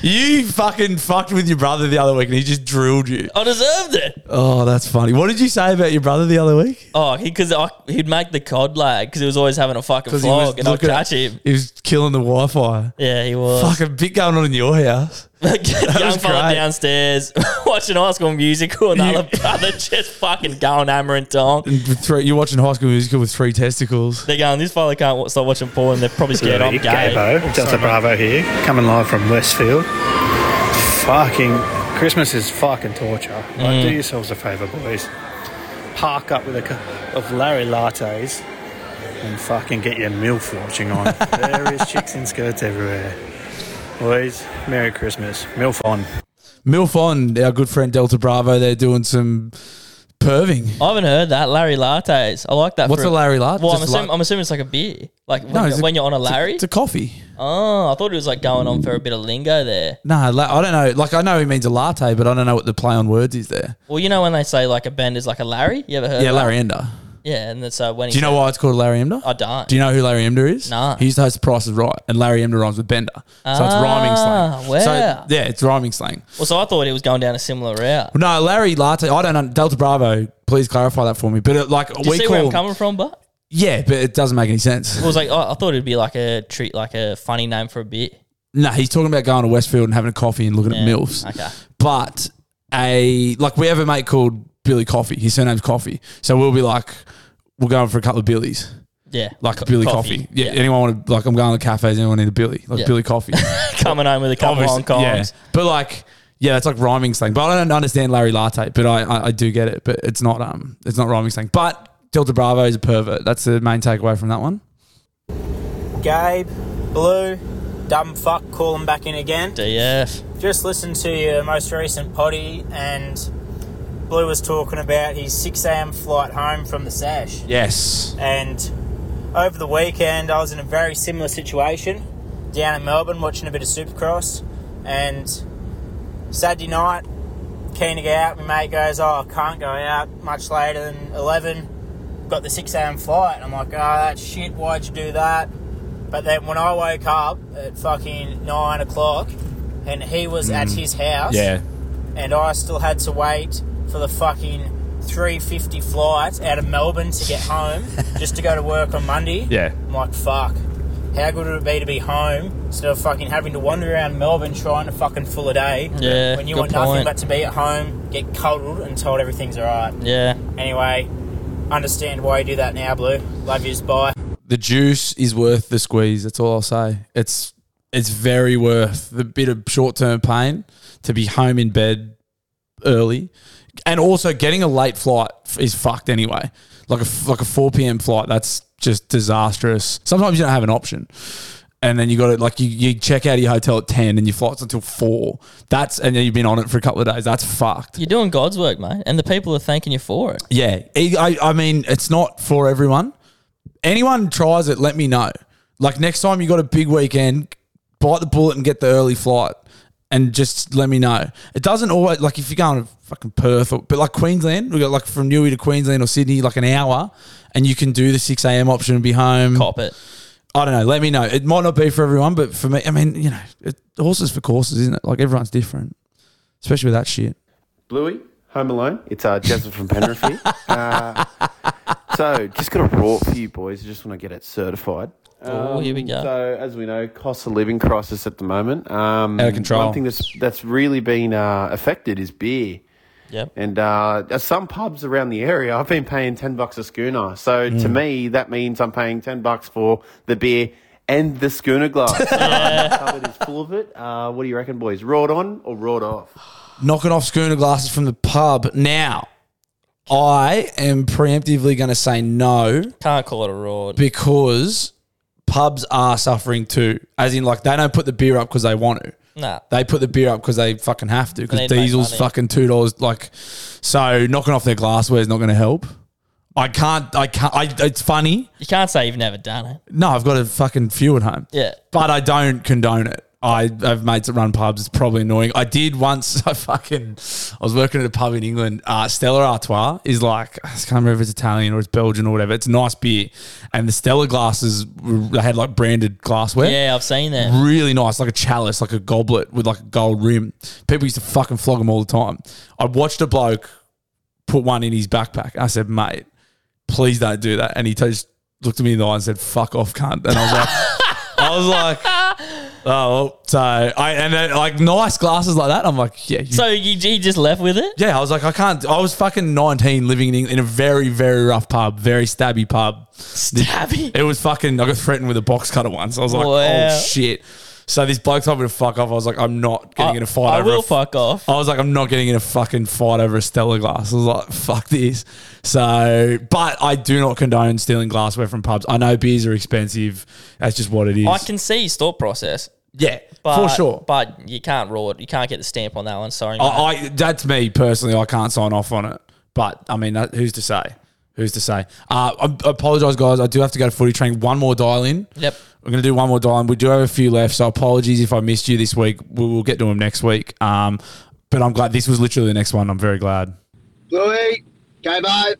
Speaker 1: You fucking fucked with your brother the other week and he just drilled you.
Speaker 2: I deserved it.
Speaker 1: Oh, that's funny. What did you say about your brother the other week?
Speaker 2: Oh, because he, would make the cod lag because he was always having a fucking
Speaker 1: 'Cause he was
Speaker 2: flog, and I'd
Speaker 1: looking at-
Speaker 2: catch him.
Speaker 1: He was killing the Wi Fi.
Speaker 2: Yeah, he was.
Speaker 1: Fucking bit going on in your house.
Speaker 2: Young fella downstairs watching High School Musical, and the other brother just fucking going hammer and tong.
Speaker 1: And with three, you're watching High School Musical with three testicles.
Speaker 2: They're going, this fella can't wa- stop watching porn. They're probably scared I'm gay.
Speaker 26: Gabo,
Speaker 2: Oh,
Speaker 26: Delta
Speaker 2: sorry, mate.
Speaker 26: Bravo here, coming live from Westfield. Fucking Christmas is fucking torture. Like,
Speaker 2: Mm.
Speaker 26: do yourselves a favour, boys. Park up with a cup of Larry lattes and fucking get your milf watching on. there is chicks in skirts everywhere. Boys, Merry Christmas. Milf on.
Speaker 1: MILF on, our good friend Delta Bravo, they're doing some perving.
Speaker 2: I haven't heard that Larry lattes. I like that.
Speaker 1: What's
Speaker 2: for-
Speaker 1: a Larry latte?
Speaker 2: Well, I'm
Speaker 1: Just
Speaker 2: assuming,
Speaker 1: la-
Speaker 2: I'm assuming it's like a beer. Like when,
Speaker 1: No,
Speaker 2: you're,
Speaker 1: it's a-
Speaker 2: when you're on a
Speaker 1: it's a-
Speaker 2: Larry.
Speaker 1: it's a coffee.
Speaker 2: Oh, I thought it was like going on for a bit of lingo there.
Speaker 1: Nah, la- I don't know. Like, I know he means a latte, but I don't know what the play on words is there.
Speaker 2: Well, you know when they say like a bend is like a Larry. You ever heard?
Speaker 1: yeah,
Speaker 2: that?
Speaker 1: Larry Ender.
Speaker 2: Yeah, and so when
Speaker 1: Do
Speaker 2: he
Speaker 1: you know
Speaker 2: said-
Speaker 1: why it's called Larry Emder?
Speaker 2: I don't.
Speaker 1: Do you know who Larry Emder is?
Speaker 2: Nah.
Speaker 1: He used to host The Price is Right, and Larry Emder rhymes with Bender. So it's rhyming
Speaker 2: Ah,
Speaker 1: slang.
Speaker 2: wow.
Speaker 1: So, yeah, it's rhyming slang.
Speaker 2: Well, so I thought he was going down a similar route.
Speaker 1: No, Larry Latte, I don't know. Delta Bravo, please clarify that for me. But it, like,
Speaker 2: Do you
Speaker 1: we
Speaker 2: see
Speaker 1: call.
Speaker 2: where I'm coming from, but
Speaker 1: yeah, but it doesn't make any sense.
Speaker 2: it was like oh, I thought it'd be like a treat, like a funny name for a bit.
Speaker 1: No, he's talking about going to Westfield and having a coffee and looking at
Speaker 2: Yeah,
Speaker 1: MILFs.
Speaker 2: okay.
Speaker 1: But a like we have a mate called Billy Coffee. His surname's Coffee. So we'll be like, we're going for a couple of Billies.
Speaker 2: Yeah.
Speaker 1: Like
Speaker 2: Co-
Speaker 1: Billy
Speaker 2: coffee.
Speaker 1: Coffee. Yeah, Anyone want to like I'm going to cafes, anyone need a Billy? Like
Speaker 2: Yeah.
Speaker 1: Billy Coffee.
Speaker 2: Coming home with a couple of Hong Kongs.
Speaker 1: Obviously, But like Yeah, that's like rhyming slang. But I don't understand Larry Latte, but I, I, I do get it. But it's not um it's not rhyming slang. But Delta Bravo is a pervert. That's the main takeaway from that one.
Speaker 27: Gabe, Blue, dumb fuck, call them back in again.
Speaker 2: DF.
Speaker 27: Just listened to your most recent potty, and Blue was talking about his 6 a.m. flight home from the sash.
Speaker 1: Yes.
Speaker 27: And over the weekend, I was in a very similar situation down in Melbourne watching a bit of Supercross. And Saturday night, keen to go out. My mate goes, Oh, I can't go out much later than 11. Got the 6 a.m. flight. And I'm like, Oh, that's shit. Why'd you do that? But then when I woke up at fucking 9 o'clock and he was at
Speaker 1: Mm.
Speaker 27: his house
Speaker 1: Yeah.
Speaker 27: and I still had to wait for the fucking 350 flight out of Melbourne to get home just to go to work on Monday.
Speaker 1: Yeah.
Speaker 27: I'm like, fuck. How good would it be to be home instead of fucking having to wander around Melbourne trying to fucking fill a day
Speaker 2: Yeah,
Speaker 27: when you
Speaker 2: good
Speaker 27: want nothing
Speaker 2: point.
Speaker 27: but to be at home, get coddled and told everything's alright.
Speaker 2: Yeah.
Speaker 27: Anyway, understand why you do that now, Blue. Love yous, bye.
Speaker 1: The juice is worth the squeeze. That's all I'll say. It's it's very worth the bit of short term pain to be home in bed early, and also getting a late flight f- is fucked anyway. Like a f- like a four p.m. flight, that's just disastrous. Sometimes you don't have an option, and then you got to like you, you check out of your hotel at ten, and your flight's until four. That's and then you've been on it for a couple of days. That's fucked.
Speaker 2: You're doing God's work, mate, and the people are thanking you for it.
Speaker 1: Yeah, E, I, I- I mean, it's not for everyone. Anyone tries it, let me know. Like next time you got a big weekend, bite the bullet and get the early flight, and just let me know. It doesn't always like if you're going to fucking Perth, or, but like Queensland, we got like from Newey to Queensland or Sydney, like an hour, and you can do the six a.m. option and be home. Cop
Speaker 2: it.
Speaker 1: I don't know. Let me know. It might not be for everyone, but for me, I mean, you know, it, horses for courses, isn't it? Like everyone's different, especially with that shit.
Speaker 28: Bluey, Home Alone. It's uh, Joseph from Penrith here. Uh, so, just got a rort for you boys. I just want to get it certified. Um,
Speaker 2: Oh, here we go.
Speaker 28: So, as we know, cost of living crisis at the moment. Um,
Speaker 2: Out of control.
Speaker 28: One thing that's that's really been uh, affected is beer.
Speaker 2: Yep.
Speaker 28: And uh, at some pubs around the area, I've been paying ten bucks a schooner. So
Speaker 2: Mm.
Speaker 28: to me, that means I'm paying ten bucks for the beer and the schooner glass. The cupboard is full of it. Uh, what do you reckon, boys? Roared on or roared off?
Speaker 1: knocking off schooner glasses from the pub. Now, I am preemptively going to say no
Speaker 2: Can't call it a roar.
Speaker 1: because pubs are suffering too. As in, like, they don't put the beer up because they want to.
Speaker 2: Nah.
Speaker 1: They put the beer up because they fucking have
Speaker 2: They
Speaker 1: to because
Speaker 2: need to make
Speaker 1: diesel's
Speaker 2: money.
Speaker 1: fucking $2. Like, so knocking off their glassware is not going to help. I can't, I can't, I, it's funny.
Speaker 2: You can't say you've never done it.
Speaker 1: No, I've got a fucking few at home.
Speaker 2: Yeah.
Speaker 1: But I don't condone it. I, I've mates that run pubs. It's probably annoying. I did once. I fucking I was working at a pub in England. Uh, Stella Artois is like I just can't remember if it's Italian or it's Belgian or whatever. It's a nice beer, and the Stella glasses were- they had like branded glassware.
Speaker 2: Yeah, I've seen that.
Speaker 1: Really nice, like a chalice, like a goblet with like a gold rim. People used to fucking flog them all the time. I watched a bloke put one in his backpack. I said, mate, please don't do that. And he just looked at me in the eye and said, fuck off, cunt. And I was like, I was like, oh, well, so I, and then like nice glasses like that. I'm like, yeah. You,
Speaker 2: So you, you just left with it?
Speaker 1: yeah, I was like, I can't. I was fucking 19 living in, England in a very, very rough pub, very stabby pub.
Speaker 2: Stabby?
Speaker 1: It was fucking, I got threatened with a box cutter once. I was like,
Speaker 2: Wow.
Speaker 1: oh shit. So this bloke told me to fuck off. I was like, I'm not getting in a fight.
Speaker 2: I
Speaker 1: over a
Speaker 2: will
Speaker 1: f-
Speaker 2: fuck off.
Speaker 1: I was like, I'm not getting in a fucking fight over a Stella glass. I was like, fuck this. So, but I do not condone stealing glassware from pubs. I know beers are expensive. That's just what it is.
Speaker 2: I can see his thought process.
Speaker 1: Yeah,
Speaker 2: but,
Speaker 1: for sure.
Speaker 2: But you can't rule it. You can't get the stamp on that one. Sorry,
Speaker 1: I,
Speaker 2: mate.
Speaker 1: I that's me personally. I can't sign off on it. But I mean, that, who's to say? Who's to say? Uh, I, I apologize, guys. I do have to go to footy train. One more dial in.
Speaker 2: Yep.
Speaker 1: We're going to do one more dial in. We do have a few left, so apologies if I missed you this week. We will get to them next week. Um, but I'm glad this was literally the next one. I'm very glad.
Speaker 29: Bluey, Gabe O,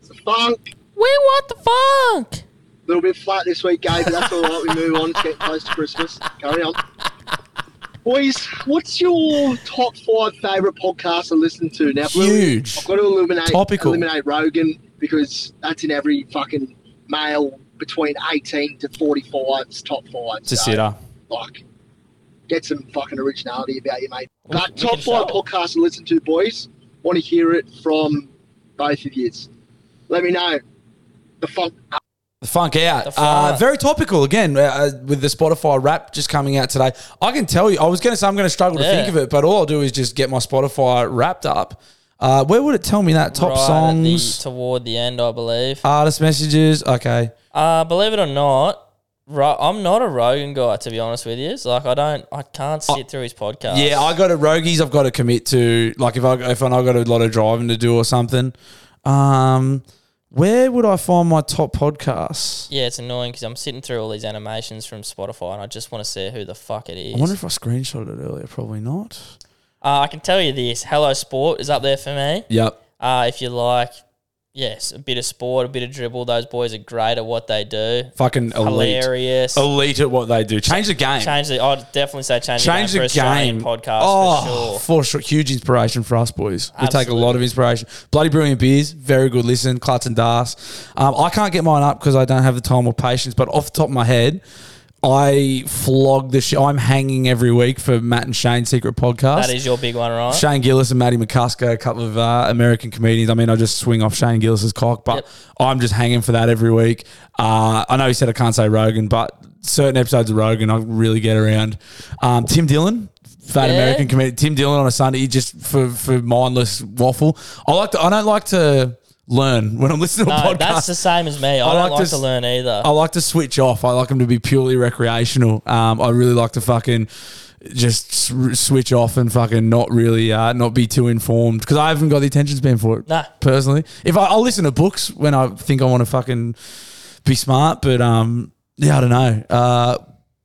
Speaker 29: it's a funk.
Speaker 2: We want the funk.
Speaker 29: A little bit flat this week, Gabe, but that's all right. We move on. It's getting close to Christmas. Carry on. Boys, what's your top five favourite podcast to listen to? Now, Bluey,
Speaker 1: Huge.
Speaker 29: I've got to eliminate,
Speaker 1: Topical.
Speaker 29: eliminate Rogan because that's in every fucking male between 18 to 45's top five.
Speaker 1: It's a sitter.
Speaker 29: Like, get some fucking originality about you, mate.
Speaker 1: We-
Speaker 29: But
Speaker 1: we
Speaker 29: top
Speaker 1: can show
Speaker 29: five podcasts to listen to, boys. Want to hear it from both of you. Let me know. The funk
Speaker 1: The funk out.
Speaker 2: The funk.
Speaker 1: Uh, very topical again uh, uh, with the Spotify rap just coming out today. I can tell you, I was going to say I'm going to struggle to
Speaker 2: Yeah.
Speaker 1: think of it, but all I'll do is just get my Spotify wrapped up. Uh, where would it tell me that top
Speaker 2: Right at
Speaker 1: songs,
Speaker 2: the, toward the end, I believe.
Speaker 1: artist messages? Okay,
Speaker 2: Uh, believe it or not, Ro- I'm not a Rogan guy to be honest with you. It's like I don't, I can't sit through his podcast.
Speaker 1: yeah, I got a rogies. I've got to commit to like if I if I got a lot of driving to do or something. Um, where would I find my top podcasts?
Speaker 2: yeah, it's annoying because I'm sitting through all these animations from Spotify, and I just want to see who the fuck it is.
Speaker 1: I wonder if I screenshotted it earlier. Probably not.
Speaker 2: Uh, I can tell you this: Hello Sport is up there for me.
Speaker 1: Yep.
Speaker 2: Uh, if you like, yes, a bit of sport, a bit of dribble. Those boys are great at what they do.
Speaker 1: Fucking elite.
Speaker 2: hilarious.
Speaker 1: Elite at what they do. Change the game.
Speaker 2: Change the. I'd definitely say change,
Speaker 1: Change
Speaker 2: the game
Speaker 1: the
Speaker 2: for Australian
Speaker 1: game.
Speaker 2: podcast
Speaker 1: oh,
Speaker 2: for sure.
Speaker 1: for sure. Huge inspiration for us boys. We take a lot of inspiration. Bloody Brilliant Beers, very good listen. Klutz and Das. Um, I can't get mine up because I don't have the time or patience, but off the top of my head, I flog the shit. I'm hanging every week for Matt and Shane's secret podcast.
Speaker 2: That is your big one, right?
Speaker 1: Shane Gillis and Maddie McCusker, a couple of uh, American comedians. I mean, I just swing off Shane Gillis's cock, but I'm just hanging for that every week. Uh, I know he said I can't say Rogan, but certain episodes of Rogan I really get around. Um, Tim Dillon. Fat
Speaker 2: Yeah.
Speaker 1: American comedian Tim Dillon on a Sunday just for for mindless waffle. I like to, I don't like to learn when I'm listening to a
Speaker 2: No,
Speaker 1: podcast.
Speaker 2: that's the same as me. I, don't like, to,
Speaker 1: s-
Speaker 2: learn either.
Speaker 1: I like to switch off. I like them to be purely recreational. Um, I really like to fucking just s- switch off and fucking not really uh, not be too informed because I haven't got the attention span for it.
Speaker 2: Nah.
Speaker 1: personally, if I, I'll listen to books when I think I want to fucking be smart, but um, yeah, I don't know. Uh,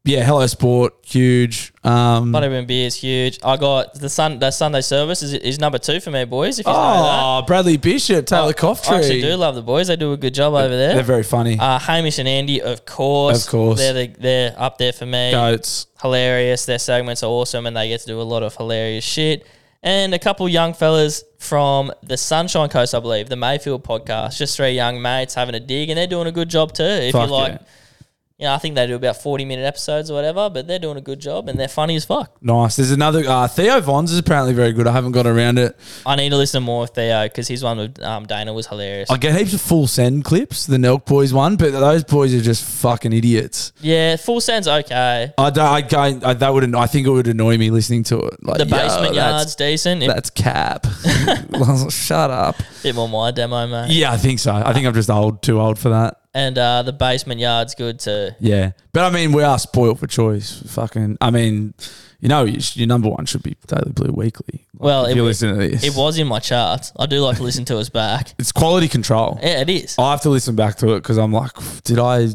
Speaker 1: yeah, hello sport, huge. Um,
Speaker 2: Bloody Brilliant Beer is huge. I got the sun. The Sunday service is, is number two for me, boys. If you know
Speaker 1: oh, Bradley Bishop, Taylor
Speaker 2: that. I actually do
Speaker 1: Coftree.
Speaker 2: love the boys. They do a good job over there.
Speaker 1: They're very funny.
Speaker 2: Uh, Hamish and Andy, of course.
Speaker 1: Of course.
Speaker 2: They're, the, they're up there for me.
Speaker 1: Goats.
Speaker 2: Hilarious. Their segments are awesome and they get to do a lot of hilarious shit. And a couple young fellas from the Sunshine Coast, I believe, the Mayfield podcast. Just three young mates having a dig and they're doing a good job too. If
Speaker 1: Fuck
Speaker 2: you like,
Speaker 1: yeah.
Speaker 2: you know, I think they do about 40 minute episodes or whatever, but they're doing a good job and they're funny as fuck.
Speaker 1: Nice. There's another uh, Theo Vons is apparently very good. I haven't got around it.
Speaker 2: I need to listen more with Theo because his one with um, Dana was hilarious.
Speaker 1: I get heaps of full send clips, the Nelk boys one, but those boys are just fucking idiots.
Speaker 2: yeah, full sounds okay.
Speaker 1: I don't, I, can't- I that would I think it would annoy me listening to it. Like
Speaker 2: The
Speaker 1: yo,
Speaker 2: basement
Speaker 1: that's-
Speaker 2: yard's decent. It-
Speaker 1: That's cap. Shut up.
Speaker 2: Bit more my demo, mate.
Speaker 1: Yeah, I think so. I think I'm just old, too old for that.
Speaker 2: And uh, the basement yard's good too.
Speaker 1: Yeah, but I mean, we are spoiled for choice. Fucking, I mean, you know, you sh- your number one should be Daily Blue Weekly. Like,
Speaker 2: Well,
Speaker 1: if
Speaker 2: it,
Speaker 1: you
Speaker 2: wa-
Speaker 1: listen to this,
Speaker 2: it was in my charts. I do like to listen to us back.
Speaker 1: it's quality control.
Speaker 2: Yeah, it is.
Speaker 1: I have to listen back to it because I'm like, did I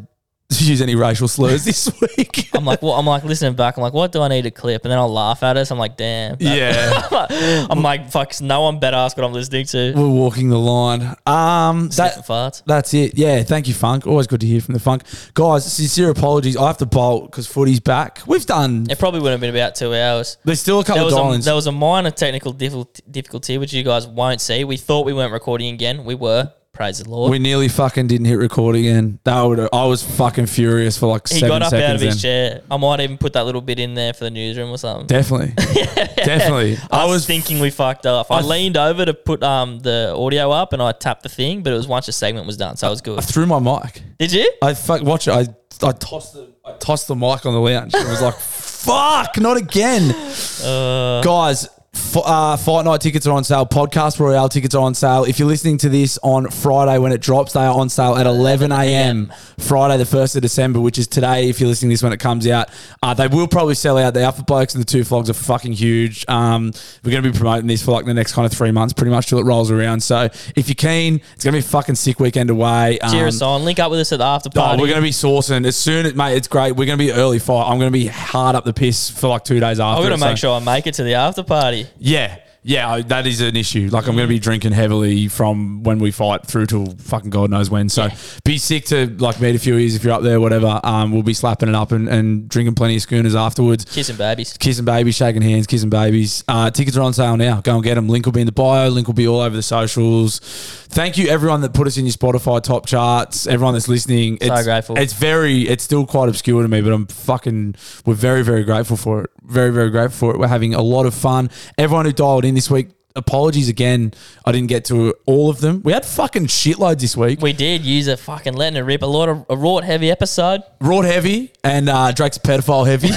Speaker 1: use any racial slurs this week?
Speaker 2: I'm like, well, I'm like listening back. I'm like, what do I need to clip? And then I'll laugh at us. I'm like, damn. that-
Speaker 1: Yeah.
Speaker 2: I'm like, fuck. No one better ask what I'm listening to.
Speaker 1: We're walking the line. Um, that, that's it. Yeah, thank you, Funk. Always good to hear from the Funk guys. Sincere apologies. I have to bolt because footy's back. We've done.
Speaker 2: It probably would have been about two hours.
Speaker 1: There's still a couple
Speaker 2: there was
Speaker 1: of
Speaker 2: a,
Speaker 1: dial-ins.
Speaker 2: there was a minor technical difficult- difficulty which you guys won't see. We thought we weren't recording again. We were. Praise the Lord.
Speaker 1: We nearly fucking didn't hit record again. That would. I was fucking furious for like
Speaker 2: he
Speaker 1: seven
Speaker 2: got up
Speaker 1: seconds.
Speaker 2: out of his
Speaker 1: in.
Speaker 2: chair. I might even put that little bit in there for the newsroom or something.
Speaker 1: Definitely. Definitely.
Speaker 2: I, was thinking we fucked up. I, leaned over to put um the audio up and I tapped the thing, but it was once the segment was done, so it was good.
Speaker 1: I threw my mic.
Speaker 2: Did you?
Speaker 1: I fuck watch it. I I tossed the I tossed the mic on the lounge. and was like, fuck, not again, Uh, guys. F- uh, Fight night tickets are on sale. Podcast Royale tickets are on sale. If you're listening to this on Friday when it drops, they are on sale at 11 a.m. Friday, the 1st of December, which is today. If you're listening to this when it comes out, uh, they will probably sell out. The Alpha Blokes and the Two Flogs are fucking huge. Um, we're going to be promoting this for like the next kind of three months, pretty much till it rolls around. So if you're keen, it's going to be a fucking sick weekend away. Um,
Speaker 2: Cheer us on. Link up with us at the after party.
Speaker 1: Oh, we're gonna be sourcing as soon as mate. It's great. We're gonna be early fight. I'm gonna be hard up the piss for like two days after.
Speaker 2: I'm gonna
Speaker 1: it, so-
Speaker 2: make sure I make it to the after party.
Speaker 1: Yeah, yeah, I- that is an issue. Like I'm gonna be drinking heavily from when we fight through till fucking God knows when. So be sick to like meet a few years if you're up there, whatever. Um, we'll be slapping it up and, and drinking plenty of schooners afterwards.
Speaker 2: Kissing babies.
Speaker 1: Kissing babies, shaking hands, kissing babies. Uh, tickets are on sale now. Go and get them. Link will be in the bio. Link will be all over the socials. Thank you, everyone that put us in your Spotify top charts. Everyone that's listening.
Speaker 2: So
Speaker 1: It's,
Speaker 2: grateful.
Speaker 1: It's very, it's still quite obscure to me, but I'm fucking, we're very, very grateful for it. Very, very grateful for it. We're having a lot of fun. Everyone who dialed in this week, apologies again. I didn't get to all of them. We had fucking shitloads this week.
Speaker 2: We did use a fucking letting it rip. A lot of a wrought heavy episode.
Speaker 1: Wrought heavy and uh, Drake's a pedophile heavy.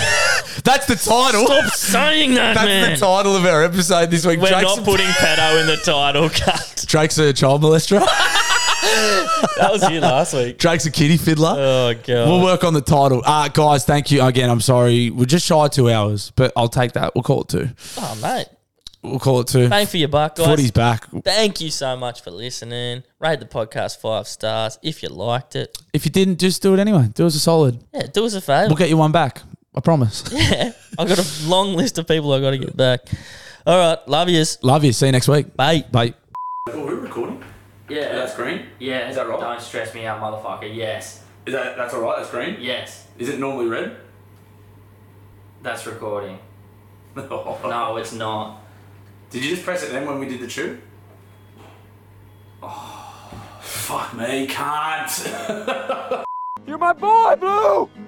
Speaker 1: That's the title.
Speaker 2: Stop saying that,
Speaker 1: That's
Speaker 2: man.
Speaker 1: the title of our episode this week.
Speaker 2: We're
Speaker 1: Drake's
Speaker 2: not putting pedo in the title. Cut.
Speaker 1: Drake's a child molester.
Speaker 2: that was you last week.
Speaker 1: Drake's a kitty fiddler.
Speaker 2: Oh god.
Speaker 1: We'll work on the title. Uh, guys, thank you again. I'm sorry. We're just shy of two hours, but I'll take that. We'll call it two.
Speaker 2: Oh mate.
Speaker 1: We'll call it two.
Speaker 2: Bang for your buck, guys.
Speaker 1: Footy's back.
Speaker 2: Thank you so much for listening. Rate the podcast five stars if you liked it.
Speaker 1: If you didn't, just do it anyway. Do us a solid.
Speaker 2: Yeah, do us a favor.
Speaker 1: We'll get you one back. I promise.
Speaker 2: Yeah, I've got a long list of people I got to get back. All right, love yous.
Speaker 1: Love you. See you next week.
Speaker 2: Bye.
Speaker 1: Bye.
Speaker 2: Are we recording? Yeah. That's green. Yeah. Is that right? Don't stress me out, motherfucker. Yes.
Speaker 1: Is that that's all right? That's green.
Speaker 2: Yes.
Speaker 1: Is it normally red?
Speaker 2: That's recording. no, it's not.
Speaker 1: Did you just press it then when we did the chew? Oh, fuck me, can't.
Speaker 16: You're my boy, Blue!